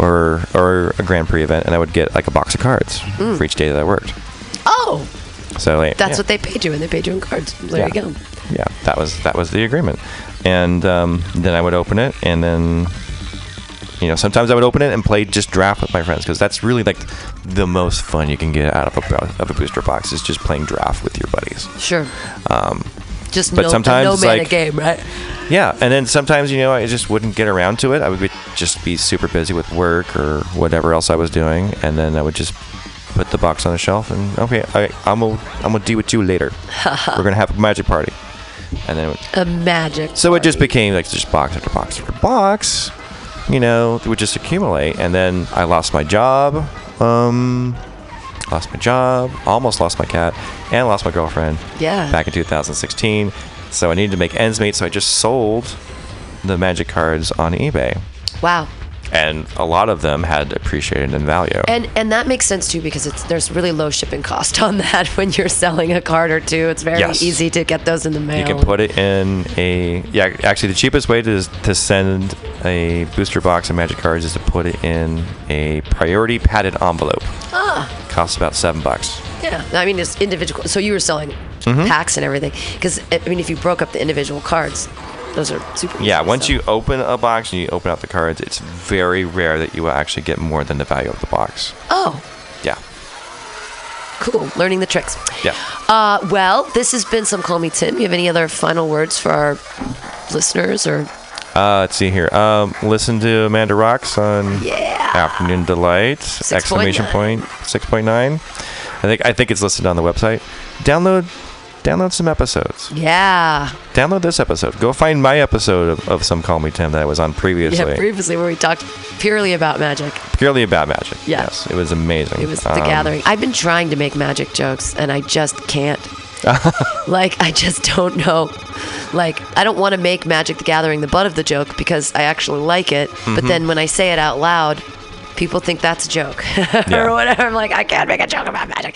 D: or or a Grand Prix event, and I would get like a box of cards for each day that I worked.
C: Oh,
D: So like,
C: Mm. that's
D: yeah.
C: what they paid you, and they paid you in cards. There you
D: Yeah.
C: go.
D: Yeah, that was that was the agreement, and um, then I would open it, and then You know, sometimes I would open it and play just draft with my friends because that's really like the most fun you can get out of a bo- of a booster box is just playing draft with your buddies.
C: Sure.
D: Um,
C: Just
D: but
C: no,
D: sometimes
C: no
D: it's
C: man a
D: like-
C: game, right?
D: yeah, and then sometimes you know I just wouldn't get around to it. I would be, just be super busy with work or whatever else I was doing, and then I would just put the box on a shelf and okay, I, I'm gonna I'm gonna deal with you later. We're gonna have a magic party, and then it would,
C: A magic.
D: so it just
C: party.
D: became like just box after box after box, you know, it would just accumulate. And then I lost my job, um, lost my job, almost lost my cat, and lost my girlfriend.
C: Yeah.
D: Back in 2016. So I needed to make ends meet. So I just sold the magic cards on eBay.
C: wow.
D: And a lot of them had appreciated in value.
C: And and that makes sense too because it's there's really low shipping cost on that when you're selling a card or two. It's very
D: Yes.
C: easy to get those in the mail.
D: You can put it in a yeah. Actually, the cheapest way to to send a booster box of magic cards is to put it in a priority padded envelope.
C: Ah,
D: Costs about seven bucks.
C: yeah. I mean, it's individual. So you were selling
D: Mm-hmm.
C: packs and everything because I mean, if you broke up the individual cards, those are super.
D: Yeah,
C: easy,
D: once
C: so.
D: you open a box and you open up the cards, it's very rare that you will actually get more than the value of the box.
C: Oh,
D: Yeah,
C: cool. Learning the tricks.
D: yeah.
C: Uh, well, this has been some call me Tim. You have any other final words for our listeners or
D: Uh, let's see here. Um, listen to Amanda Rocks on
C: Yeah.
D: Afternoon Delight exclamation point six point nine. I think I think it's listed on the website. Download download some episodes.
C: yeah,
D: download this episode. Go find my episode of, of Some Call Me Tim that I was on previously.
C: yeah. Previously, where we talked purely about magic.
D: Purely about magic.
C: Yeah.
D: Yes. It was amazing.
C: It was the
D: Um,
C: gathering. I've been trying to make magic jokes and I just can't. like I just don't know. Like I don't want to make Magic the Gathering the butt of the joke because I actually like it, but
D: Mm-hmm.
C: then when I say it out loud, people think that's a joke
D: Yeah.
C: or whatever. I'm like I can't make a joke about magic.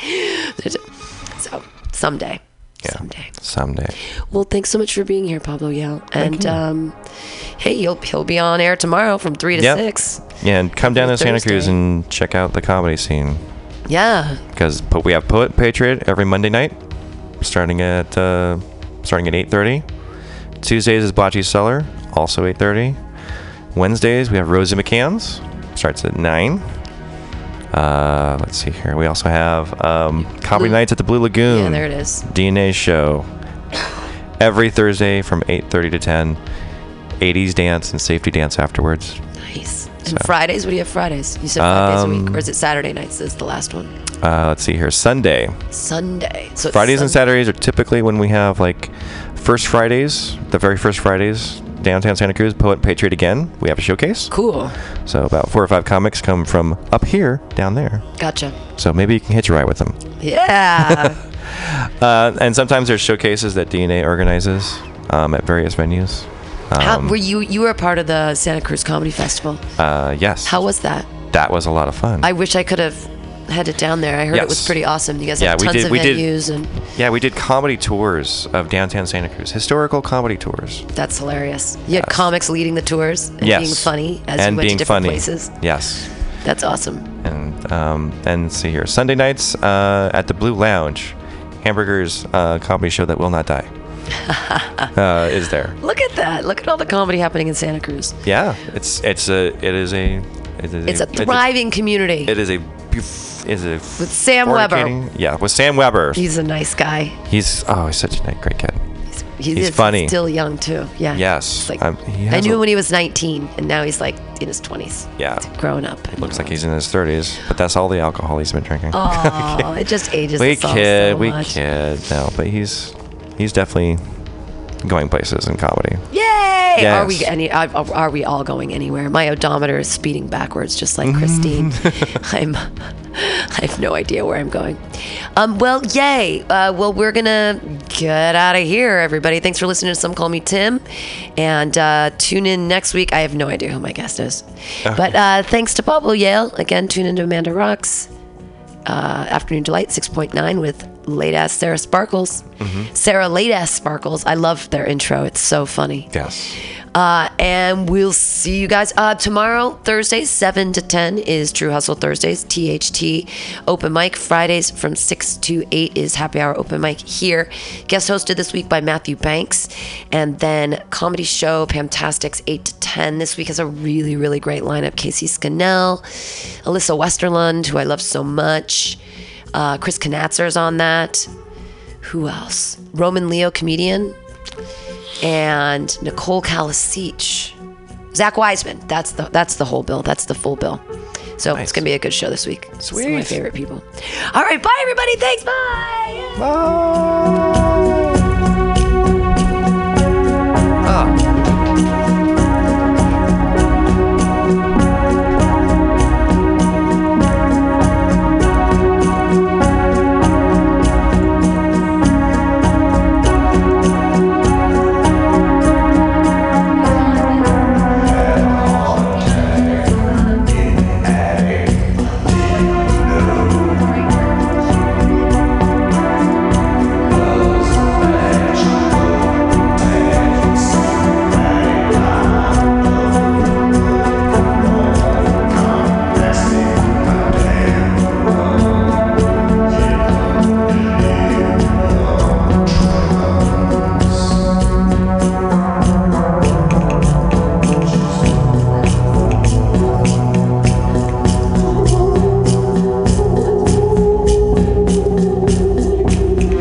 C: So someday.
D: Yeah.
C: Someday.
D: Someday.
C: Well, thanks so much for being here, Pablo Yao. And um, hey, he'll he'll be on air tomorrow from three to
D: Yep.
C: six.
D: Yeah, and come down to Santa
C: Thursday.
D: Cruz and check out the comedy scene
C: Yeah,
D: because but we have Poet Patriot every Monday night, starting at uh, starting at eight thirty. Tuesdays is Bocce's Cellar, also eight thirty. Wednesdays we have Rosie McCann's, starts at nine. Uh, let's see here. We also have um, Comedy
C: Blue-
D: Nights at the Blue Lagoon.
C: yeah, there it is.
D: DNA show every Thursday from 8:30 to 10. 80s dance and safety dance afterwards.
C: Nice. And
D: So-
C: Fridays? What do you have Fridays? You said five days a week,
D: Um,
C: or is it Saturday nights? Is the last one
D: Uh, let's see here. Sunday.
C: Sunday? So it's
D: Fridays and
C: Sun-
D: Saturdays are typically when we have like first Fridays, the very first Fridays, downtown Santa Cruz, Poet and Patriot again. We have a showcase.
C: Cool.
D: So about four or five comics come from up here down there.
C: Gotcha.
D: So maybe you can hitch a ride with them.
C: Yeah.
D: Uh, and sometimes there's showcases that DNA organizes um, at various venues. Um,
C: How were you? You were a part of the Santa Cruz Comedy Festival.
D: Uh, yes.
C: How was that?
D: that was a lot of fun.
C: I wish I could have headed down there. I heard it was
D: Yes.
C: pretty awesome. You guys
D: Yeah,
C: have
D: we
C: tons
D: did-
C: of
D: we did-
C: venues, and
D: Yeah, we did comedy tours of downtown Santa Cruz, historical comedy tours.
C: that's hilarious. You had
D: Yes.
C: comics leading the tours and
D: yes,
C: being funny as
D: and
C: you went
D: being
C: to different
D: funny.
C: places.
D: Yes,
C: That's awesome.
D: and um, and let's see here Sunday nights uh, at the Blue Lounge, Hamburger's uh, comedy show that will not die uh, is there.
C: Look at that. Look at all the comedy happening in Santa Cruz.
D: Yeah, it's it's a it is a it
C: It's
D: is
C: a thriving community.
D: It is a. buf- is a with
C: Sam Weber.
D: Yeah, with Sam Weber. He's,
C: He's a nice guy.
D: oh, he's such a great kid.
C: He's,
D: He's funny.
C: Still young too. Yeah.
D: Yes,
C: It's Like,
D: um, he
C: I
D: has
C: knew
D: a-
C: him when he was 19, and now he's like in his 20s.
D: Yeah.
C: He's growing up. and-
D: Looks like he's in his 30s, but that's all the alcohol he's been drinking.
C: Aw, it just ages.
D: we
C: us all
D: kid,
C: so
D: we
C: much.
D: kid. No, but he's he's definitely going places in comedy.
C: Yay! Are we
D: Yes.
C: any? Are are we all going anywhere? My odometer is speeding backwards, just like Christine. I'm. I have no idea where I'm going. Um, well, yay! Uh, well, we're gonna get out of here, everybody. Thanks for listening to Some Call Me Tim, and uh, tune in next week. I have no idea who my guest is, but uh, thanks to Pablo Yale again. Tune into Amanda Rocks. Uh, Afternoon Delight 6.9 with late ass Sarah Sparkles. Sarah late ass Sparkles. I love their intro. It's so funny.
D: Yes.
C: Uh, and we'll see you guys uh, tomorrow, Thursday, 7 to 10 is True Hustle Thursdays, THT open mic. Fridays from 6 to 8 is happy hour open mic here. Guest hosted this week by Matthew Banks. And then comedy show, Pamtastics, 8 to 10. This week has a really, really great lineup. Casey Scannell, Alyssa Westerlund, who I love so much. Uh, Chris Knatzer's on that. Who else? Roman Leo, comedian and Nicole Kalasich. Zach Wiseman. That's the that's the whole bill. That's the full bill. So it's gonna be a good show this week. It's Some of my
D: Sweet.
C: favorite people. All right, bye everybody. Thanks. Bye.
E: Ah.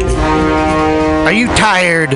G: Are you tired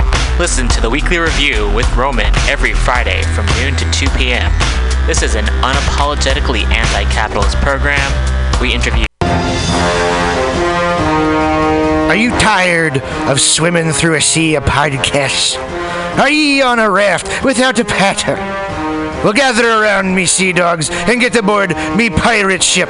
H: Listen to the weekly review with Roman every Friday from noon to 2 p.m. This is an unapologetically anti capitalist program. We interview.
G: Are you tired of swimming through a sea of podcasts? Are ye on a raft without a paddle? Well, gather around, me sea dogs, and get aboard me pirate ship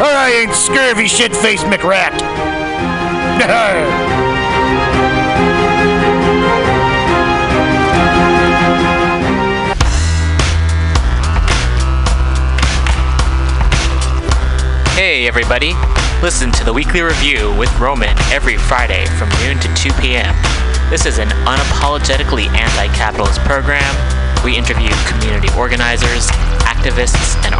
G: I ain't scurvy shit faced McRat.
H: Hey, everybody. Listen to the weekly review with Roman every Friday from noon to 2 p.m. This is an unapologetically anti capitalist program. We interview community organizers, activists, and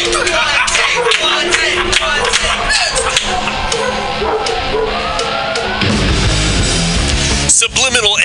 E: Subliminal Digital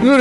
I: Good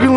I: can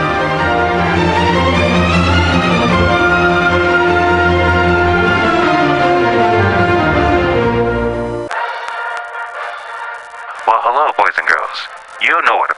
I: Yeah.
J: Well, hello, boys and girls. You know what a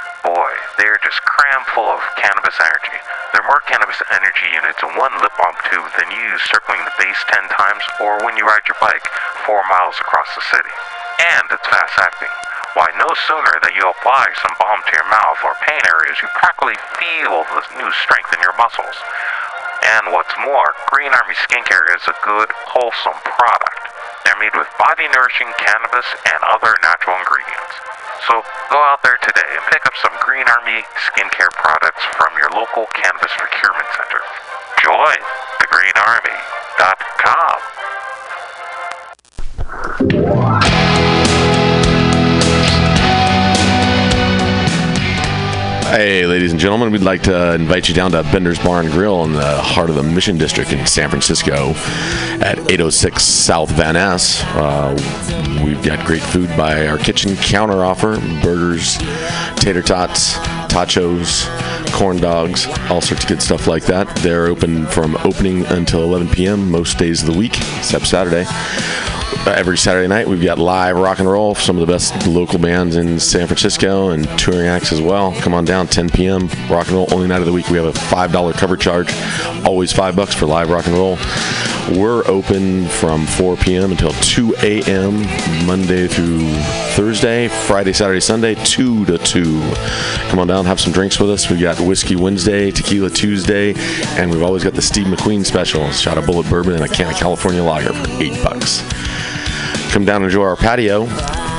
J: Boy, they're just cram full of cannabis energy. There are more cannabis energy units in one lip balm tube than you use circling the base 10 times or when you ride your bike 4 miles across the city. And it's fast acting. Why, no sooner that you apply some balm to your mouth or pain areas, you practically feel the new strength in your muscles. And what's more, Green Army Skincare is a good, wholesome product. They're made with body nourishing cannabis and other natural ingredients. So go out there today and pick up some Green Army skincare products from your local cannabis procurement center. Join thegreenarmy.com.
A: Hey, ladies and gentlemen, we'd like to invite you down to Bender's Bar and Grill in the heart of the Mission District in San Francisco at 806 South Van Ness. Uh, we've got great food by our kitchen counter offer burgers, tater tots, tacos, corn dogs, all sorts of good stuff like that. They're open from opening until 11 p.m. most days of the week, except Saturday. Uh, every Saturday night, we've got live rock and roll, from some of the best local bands in San Francisco and touring acts as well. Come on down, 10 p.m. Rock and roll only night of the week. We have a five dollar cover charge, always five bucks for live rock and roll. We're open from 4 p.m. until 2 a.m. Monday through Thursday, Friday, Saturday, Sunday, 2 to 2. Come on down, have some drinks with us. We've got Whiskey Wednesday, Tequila Tuesday, and we've always got the Steve McQueen special shot of bullet bourbon and a can of California lager for 8 bucks come down and enjoy our patio.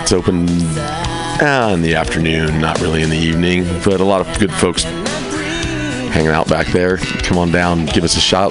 A: It's open uh, in the afternoon, not really in the evening, but a lot of good folks hanging out back there. Come on down, give us a shot,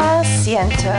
K: Asiento.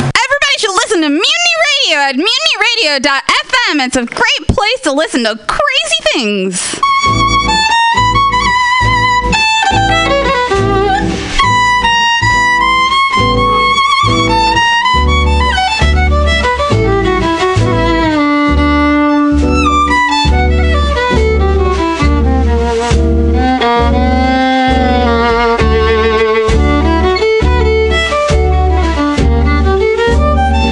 L: Everybody should listen to Mutiny Radio at mutinyradio.fm. It's a great place to listen to crazy things.
M: Thank you.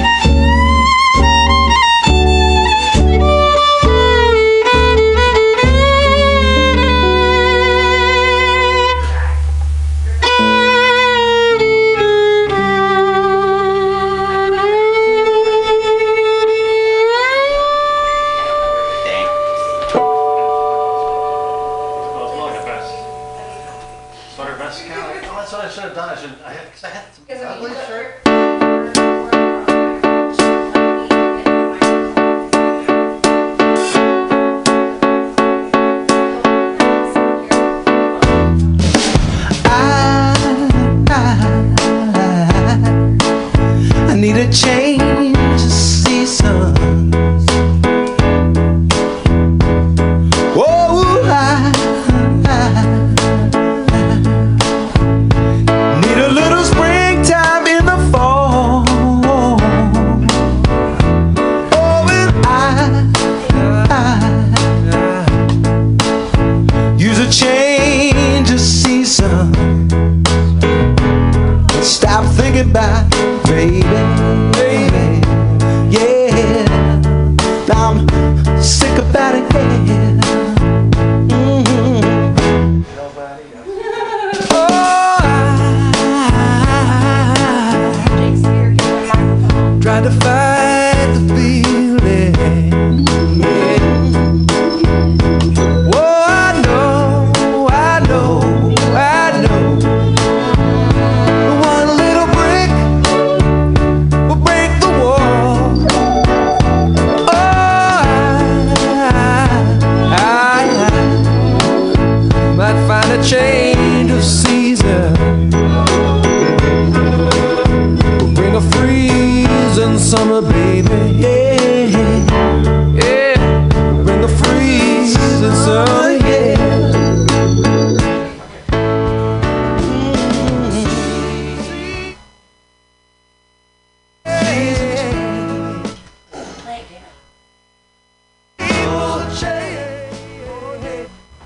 F: I need a change of season. Oh, I, I need a little springtime in the fall. Oh, and I, I use a change of season. Stop thinking about baby, baby, yeah. Now I'm sick about it, yeah. Mhm. Oh, I tried to fight the feeling. yeah. Oh, I know, I know, I know. One little brick will break the wall. Oh, I, I might find a change of season. Bring a freezing summer, baby. Yeah, yeah. Bring a freezing summer, yeah.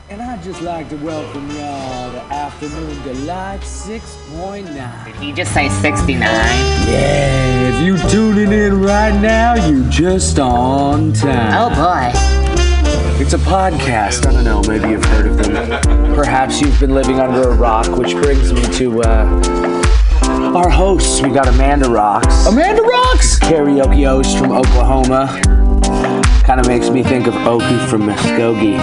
N: And I'd just like to welcome y'all to Afternoon Delight 6.9.
O: Did he just say 69?
N: Yeah, if you tuning in right now, you just on time. Oh boy. It's a podcast. I don't know, maybe you've heard of them. Perhaps you've been living under a rock, which brings me to uh, our hosts. We got Amanda Rocks. Amanda Rocks! Karaoke host from Oklahoma. Kind of makes me think of Okie from Muskogee.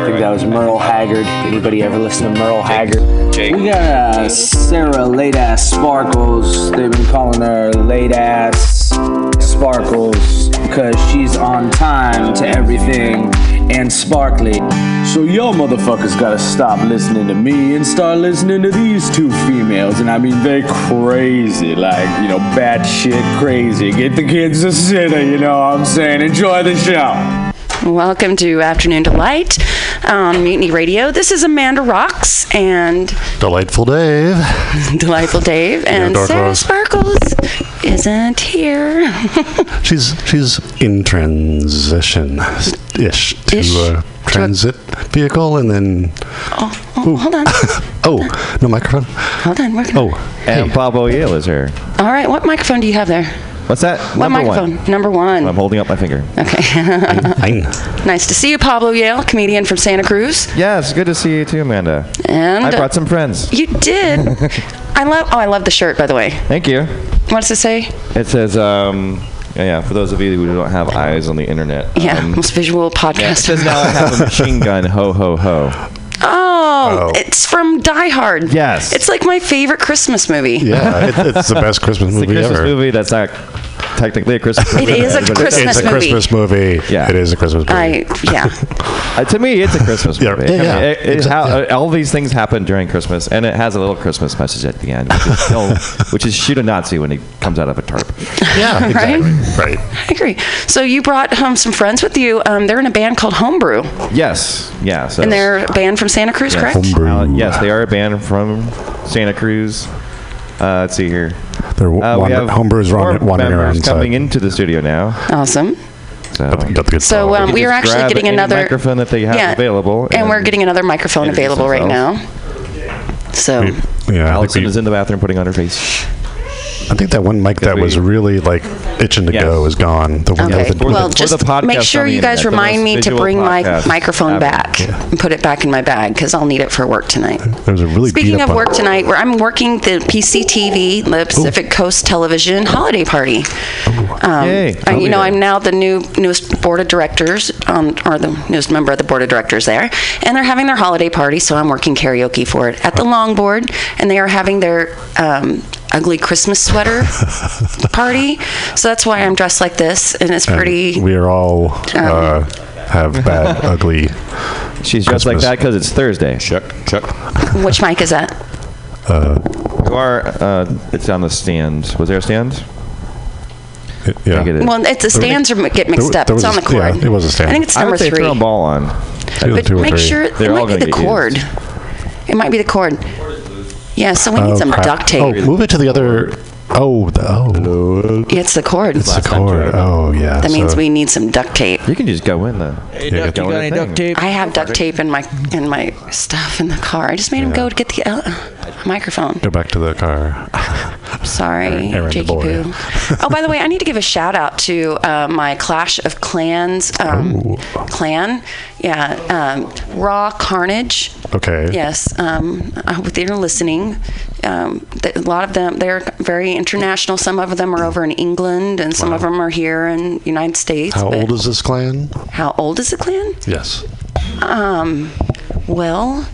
N: I think that was Merle Haggard. Anybody ever listen to Merle Haggard? We got uh, Sarah Late Ass Sparkles. They've been calling her Late Ass Sparkles because she's on time to everything and sparkly. So y'all motherfuckers gotta stop listening to me and start listening to these two females. And I mean, they crazy, like, you know, batshit crazy. Get the kids to sitter, you know what I'm saying? Enjoy the show.
P: Welcome to Afternoon Delight on Mutiny Radio. This is Amanda Rocks and
Q: Delightful Dave.
P: Delightful Dave and
Q: Dark
P: Sarah
Q: Rose.
P: Sparkles isn't here.
Q: She's she's in transition ish to a transit vehicle, and then
P: oh, oh, hold on.
Q: oh no microphone.
P: Hold on. Working.
Q: Oh,
D: And Pablo Yale is here.
P: All right. What microphone do you have there?
D: What's that?
P: what
D: Number
P: microphone? Number
D: One.
P: one.
D: I'm holding up my finger.
P: Okay. nice to see you, Pablo Yale, comedian from Santa Cruz.
D: Yes, good to see you too, Amanda.
P: And uh,
D: I brought some friends.
P: You did. I love. Oh, I love the shirt, by the way.
D: Thank you.
P: What does it say?
D: It says, um, yeah, yeah, for those of you who don't have eyes on the internet.
P: Yeah,
D: um,
P: most visual
D: yeah, it
P: podcast.
D: says now I have a machine gun, ho, ho, ho.
P: Oh, it's from Die Hard.
D: Yes.
P: It's like my favorite Christmas movie.
D: Christmas
Q: movie
D: the Christmas
Q: ever.
D: movie that's not technically a Christmas
P: It
D: movie.
P: is a
D: but it's-
P: Christmas
Q: It's a Christmas movie. Yeah, it is a Christmas movie.
P: I yeah.
D: Uh, to me, it's a Christmas movie.
Q: yeah,
D: I mean,
Q: yeah.
D: it- it's
Q: Exact-
D: how, uh, all these things happen during Christmas, and it has a little Christmas message at the end, which is, kill, which is shoot a Nazi when he comes out of a tarp.
P: Yeah, exactly.
D: Right.
P: I agree. So you brought um, some friends with you. Um, they're in a band called Homebrew,
D: Yes. Yeah. So
P: and they're a band from Santa Cruz,
D: yes.
P: correct?
D: Uh, yes, they are a band from Santa Cruz. Uh, let's see here.
Q: They're
D: Uh, we
Q: wander-
D: have
Q: homebrewers
D: more
Q: wandering- wandering
D: members
Q: around, so-
D: coming into the studio now.
P: Awesome.
D: So,
P: So um,
D: can
P: we are
D: just
P: actually
D: grab
P: getting
D: any
P: another
D: microphone that they have
P: Yeah.
D: available,
P: and, we're getting another microphone
D: introduce
P: available right now. So
D: Allison is in the bathroom putting on her face.
Q: I think that one mic that was really like itching to go is gone. The one
P: Okay.
Q: with the,
P: Well, just make sure you guys remind me to bring my microphone back and put it back in my bag because I'll need it for work tonight.
Q: There was a really
P: Speaking
Q: beat up
P: of
Q: one.
P: work tonight, where I'm working the PCTV, the Pacific Coast Television Holiday Party.
Q: Oh,
P: Um,
R: Yay.
P: I-
R: I'll be
P: you know,
R: there.
P: I'm now the new newest board of directors, um, or the newest member of the board of directors there, and they're having their holiday party, so I'm working karaoke for it at the Longboard, and they are having their um, ugly Christmas sweater party. So that's why I'm dressed like this, and it's
Q: And
P: pretty. um,
Q: We are all uh, have bad, ugly.
R: She's dressed like that because it's Thursday. Check, check.
P: Which mic is that?
R: Uh, you are. Uh, it's on the stand. Was there a stand? Yeah.
P: Well, it's the stands are, get mixed up. It's on the cord. I think it's number
R: They
P: three.
R: throw a ball on.
P: But make sure it
R: They're all
P: might
R: gonna
P: be the
R: get used.
P: cord. It might be the cord. Yeah, so we need
Q: Oh,
P: some
Q: crap.
P: duct tape.
Q: Oh, move it to the other. Oh, the, oh.
P: It's the cord.
Q: It's the cord. Oh, yeah.
P: That means
Q: so-
P: we need some duct tape.
R: You can just go in then.
Q: duck, you got any duct
P: I have duct tape in my in my stuff in the car. I just made him go to get the uh, microphone.
Q: Go back to the car.
P: Sorry,
Q: Aaron
P: Jakey
Q: DeBoer.
P: Poo. oh, by the way, I need to give a shout out to uh, my Clash of Clans um, clan. Yeah, um, Raw Carnage.
Q: Okay.
P: Yes, um, I hope they're listening. Um, th- a lot of them, they're very international. Some of them are over in England, and some of them are here in United States.
Q: How
P: but
Q: old is this clan?
P: how old is the clan?
Q: Yes.
P: Um, well,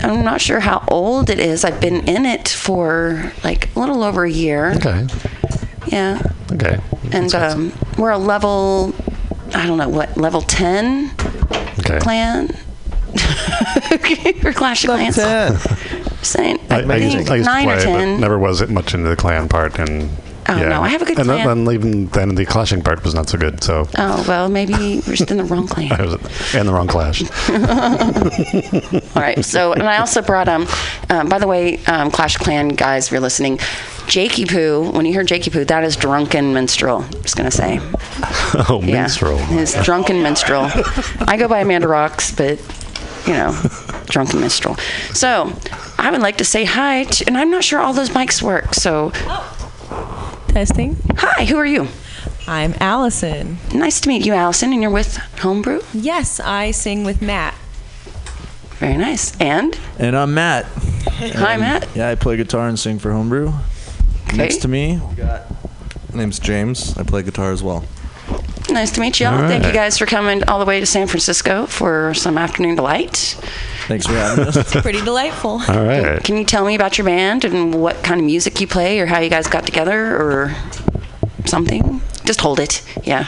P: I'm not sure how old it is. I've been in it for like a little over a year.
Q: Okay.
P: Yeah,
Q: Okay.
P: and um, we're a level, I don't know what level ten
Q: Okay.
P: clan. We're Clash of Clans. Saying,
Q: I,
P: I,
Q: I, used,
P: think
Q: I used to
P: nine
Q: play,
P: or
Q: but
P: ten.
Q: never was it much into the clan part, and
P: Oh,
Q: yeah.
P: no, I have a good
Q: and
P: clan.
Q: then- then even then the clashing part was not so good. So
P: Oh well, maybe we're just in the wrong clan.
Q: I was in the wrong clash.
P: All right. So, and I also brought um, um by the way, um, Clash of Clan guys, if you're listening, Jakey Poo. When you hear Jakey Poo, that is drunken minstrel. Just gonna say,
Q: oh,
P: yeah,
Q: minstrel.
P: his drunken minstrel. I go by Amanda Rocks, but you know, drunken minstrel. So, I would like to say hi, to, and I'm not sure all those mics work. So,
S: Testing.
P: hi, who are you?
S: I'm Allison.
P: Nice to meet you, Allison. And you're with Homebrew.
S: Yes, I sing with Matt.
P: Very nice. And
T: And I'm Matt.
P: Hi,
T: And,
P: Matt.
T: Yeah, I play guitar and sing for Homebrew. Next to me, we got. My name's James. I play guitar as well.
P: Nice to meet you all.
T: All
P: Thank you
T: right.
P: guys for coming all the way to San Francisco for some afternoon delight.
T: Thanks for having us.
P: It's pretty delightful.
T: All right.
P: Can you tell me about your band and what kind of music you play or how you guys got together or something? Just hold it. Yeah.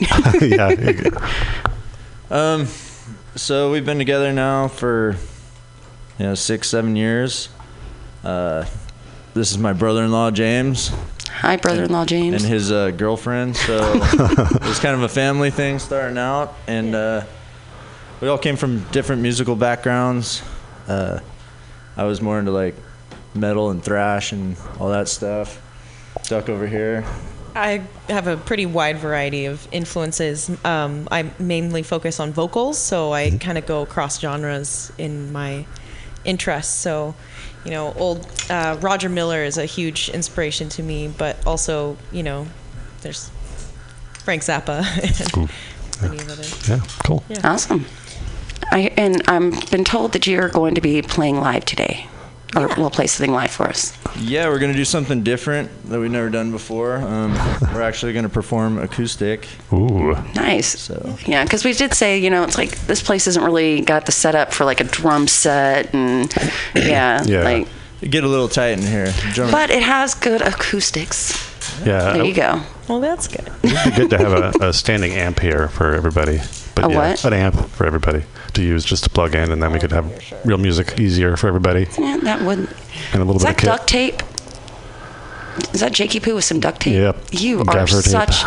Q: yeah.
T: Um, so we've been together now for, you know, six, seven years. Uh, this is my brother-in-law James.
P: Hi, brother-in-law James.
T: And his uh, girlfriend. So it's kind of a family thing starting out, and uh, we all came from different musical backgrounds. Uh, I was more into like metal and thrash and all that stuff. Duck over here.
S: I have a pretty wide variety of influences. Um, I mainly focus on vocals, so
Q: Mm-hmm.
S: I kind of go across genres in my interests. So, you know, old uh, Roger Miller is a huge inspiration to me, but also, you know, there's Frank Zappa. and plenty of others.
Q: Yeah. Cool.
S: Yeah.
P: Awesome. I, and I've been told that you're going to be playing live today or will play something live for us.
T: Yeah, we're gonna do something different that we've never done before. Um, we're actually gonna perform acoustic.
Q: Ooh.
P: Nice.
T: So
P: Yeah, because we did say, you know, it's like this place isn't really got the setup for like a drum set and yeah, like
T: get a little tight in here. Drum-
P: but it has good acoustics.
Q: Yeah.
P: There you go.
S: Well, that's good.
Q: It'd be good to have a, a standing amp here for everybody. But
P: A
Q: yeah,
P: what?
Q: An amp for everybody to use just to plug in, and then we could have real music easier for everybody.
P: Yeah, that would.
Q: And a little
P: Is
Q: bit
P: that
Q: of kit.
P: duct tape? Is that Jakey Poo with some duct tape?
Q: Yep.
P: You are
Q: MacGyver tape.
P: such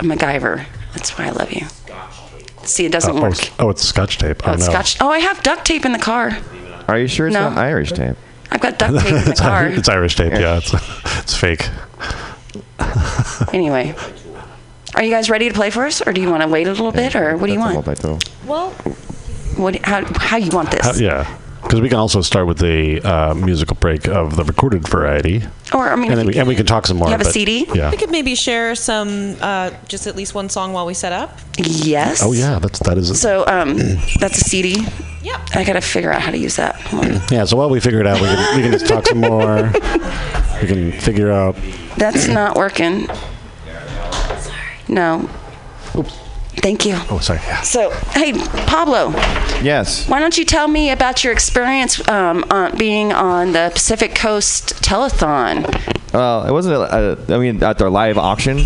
P: a MacGyver. That's why I love you. See, it doesn't
Q: oh,
P: work.
Q: it's- Oh, it's scotch tape.
P: Oh,
Q: Oh,
P: it's
Q: no.
P: Scotch. Oh, I have duct tape in the car.
R: Are you sure it's
P: No.
R: not Irish tape?
P: I've got duct tape in the
Q: it's, Ir-
P: car.
Q: it's Irish tape. Yeah, it's, it's fake.
P: Anyway, are you guys ready to play for us, or do you want to wait a little bit, or what do you want?
R: Well,
P: What? How? How you want this?
Q: How- yeah. Because we can also start with the uh, musical break of the recorded variety.
P: Or, I mean,
Q: and, then
P: if
Q: we,
P: you-
Q: and we can talk some more.
P: you have a
Q: but-
P: CD?
Q: Yeah.
S: We could maybe share some, uh, just at least one song while we set up.
P: Yes.
Q: Oh yeah, that's that is.
P: So um, that's a CD. Yeah. I gotta figure out how to use that. Hold on.
Q: yeah. So while we figure it out, we can, we can just talk some more. We can figure out.
P: That's not working. No. Thank you.
Q: Oh, sorry.
P: So, hey, Pablo,
D: Yes.
P: why don't you tell me about your experience um, on being on the Pacific Coast Telethon?
D: Uh, it wasn't. A, a, I mean, at their live auction. They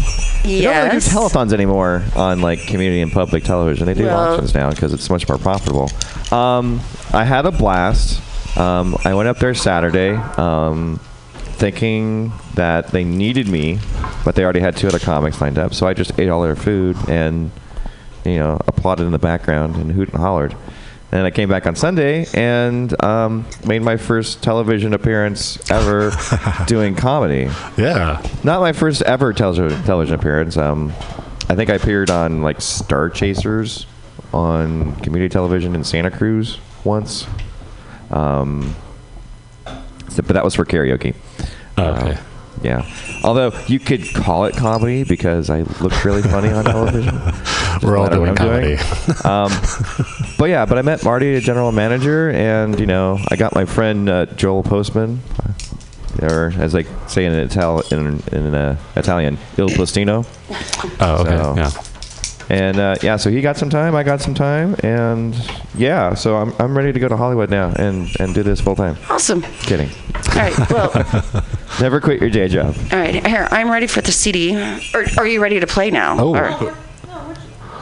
D: don't really do
P: Yes.
D: telethons anymore on like community and public television. They do
P: Well-
D: auctions now because it's much more profitable. Um, I had a blast. Um, I went up there Saturday, um, thinking that they needed me, but they already had two other comics lined up. So I just ate all their food and you know applauded in the background and hooted and hollered. And I came back on Sunday and um, made my first television appearance ever doing comedy.
Q: Yeah.
D: Not my first ever television, television appearance. Um, I think I appeared on like Star Chasers on community television in Santa Cruz once. Um, so- but that was for karaoke.
Q: Oh,
D: Okay. yeah. Although you could call it comedy because I looked really funny on television.
Q: We're all
D: I don't know
Q: doing
D: what I'm um, but yeah, but I met Marty, the general manager, and you know I got my friend uh, Joel Postman, or as they say in Ital- in, in uh, Italian, Il Plastino.
Q: Oh, okay. yeah.
D: And uh, yeah, so he got some time, I got some time, and yeah, so I'm, I'm ready to go to Hollywood now and, and do this full time.
P: Awesome.
D: Kidding.
P: All right, well,
D: Never quit your day job.
P: all right, here, I'm ready for the CD. Are, are you ready to play now?
D: Oh.
P: Or-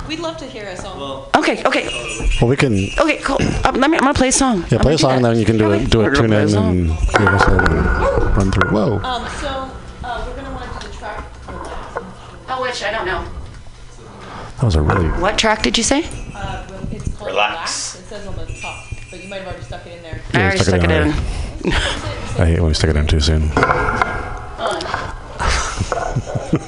S: We'd love to hear a song.
P: okay, okay,
Q: Well, we can.
P: okay, cool. Um, let me, I'm gonna play a song. I'm
Q: Yeah, play
P: gonna
Q: a
P: do
Q: song, and
P: that.
Q: then you can do a, do a
P: We're gonna
Q: tune
P: play a
Q: in
P: song.
Q: and rehearsal and run through. Whoa.
S: Um, so uh, we're gonna want to do the track.
P: Oh, which I don't know.
Q: That was a really.
P: What track did you say?
S: Uh, it's called Relax. It says on the top, but you might have already stuck it in there.
Q: Yeah, we already. I hate when we stick it in too soon.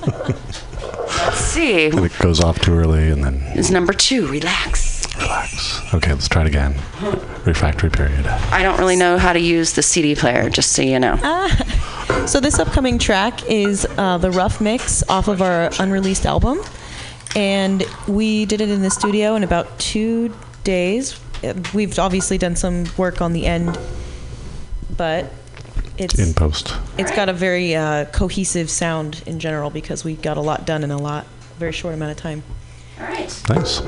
P: Let's see.
Q: And it goes off too early, and then
P: It's number two. Relax.
Q: relax. Okay, let's try it again. Refractory period.
P: I don't really know how to use the CD player, just so you know.
S: Ah. So this upcoming track is uh, the rough mix off of our unreleased album, and we did it in the studio in about two days. Uh, We've obviously done some work on the end, but it's
Q: In post.
S: It's got a very uh, cohesive sound in general because we got a lot done in a lot very short amount of time.
P: All right.
Q: Nice.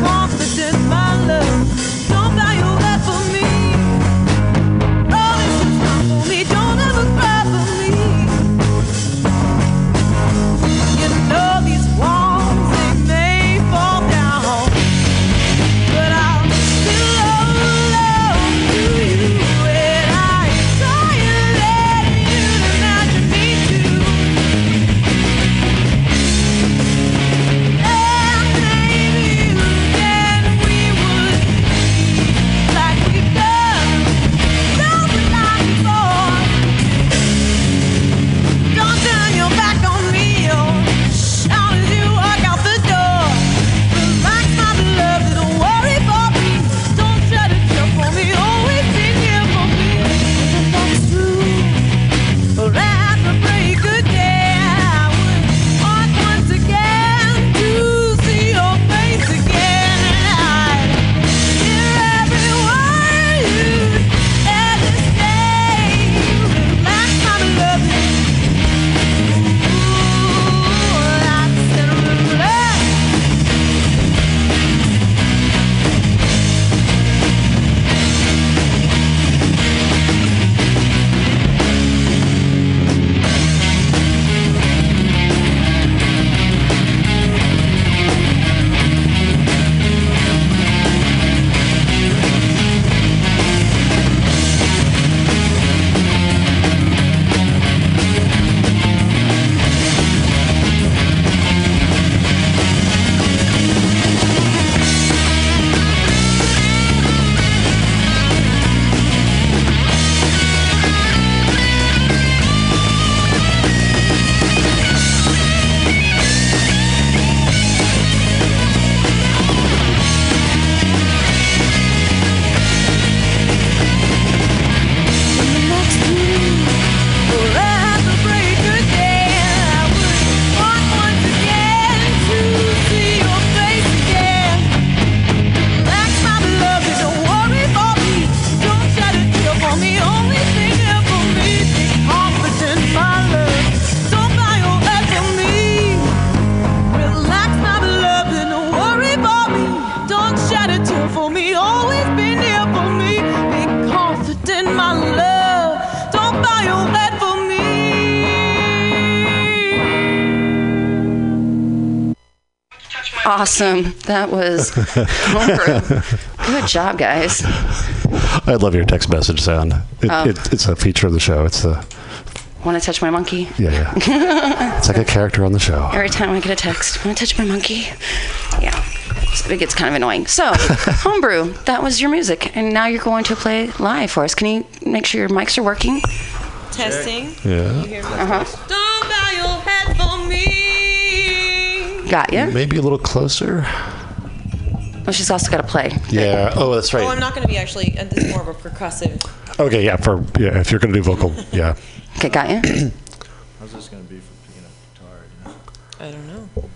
F: Oh, Don't ever cry for me.
P: awesome. That was homebrew. Good job, guys.
Q: I love your text message sound. It,
P: Oh.
Q: it, it's a feature of the show. It's the
P: Want to touch my monkey?
Q: yeah yeah. It's like a character on the show.
P: Every time I get a text, want to touch my monkey? Yeah. So it gets kind of annoying. So, homebrew, that was your music, and now you're going to play live for us. Can you make sure your mics are working?
S: Testing.
Q: Yeah.
S: You hear me?
P: Uh huh.
S: Don't bow your head for me.
P: Got you.
Q: Maybe a little closer.
P: Well, she's also got to play.
Q: Yeah. Oh, that's
S: Oh, I'm
Q: right.
S: not going to be actually. Uh, this is more of a percussive.
Q: Okay. Yeah. For yeah, if you're gonna do vocal, yeah.
P: Okay, got you.
T: How's this gonna be for picking up guitar?
S: I don't know.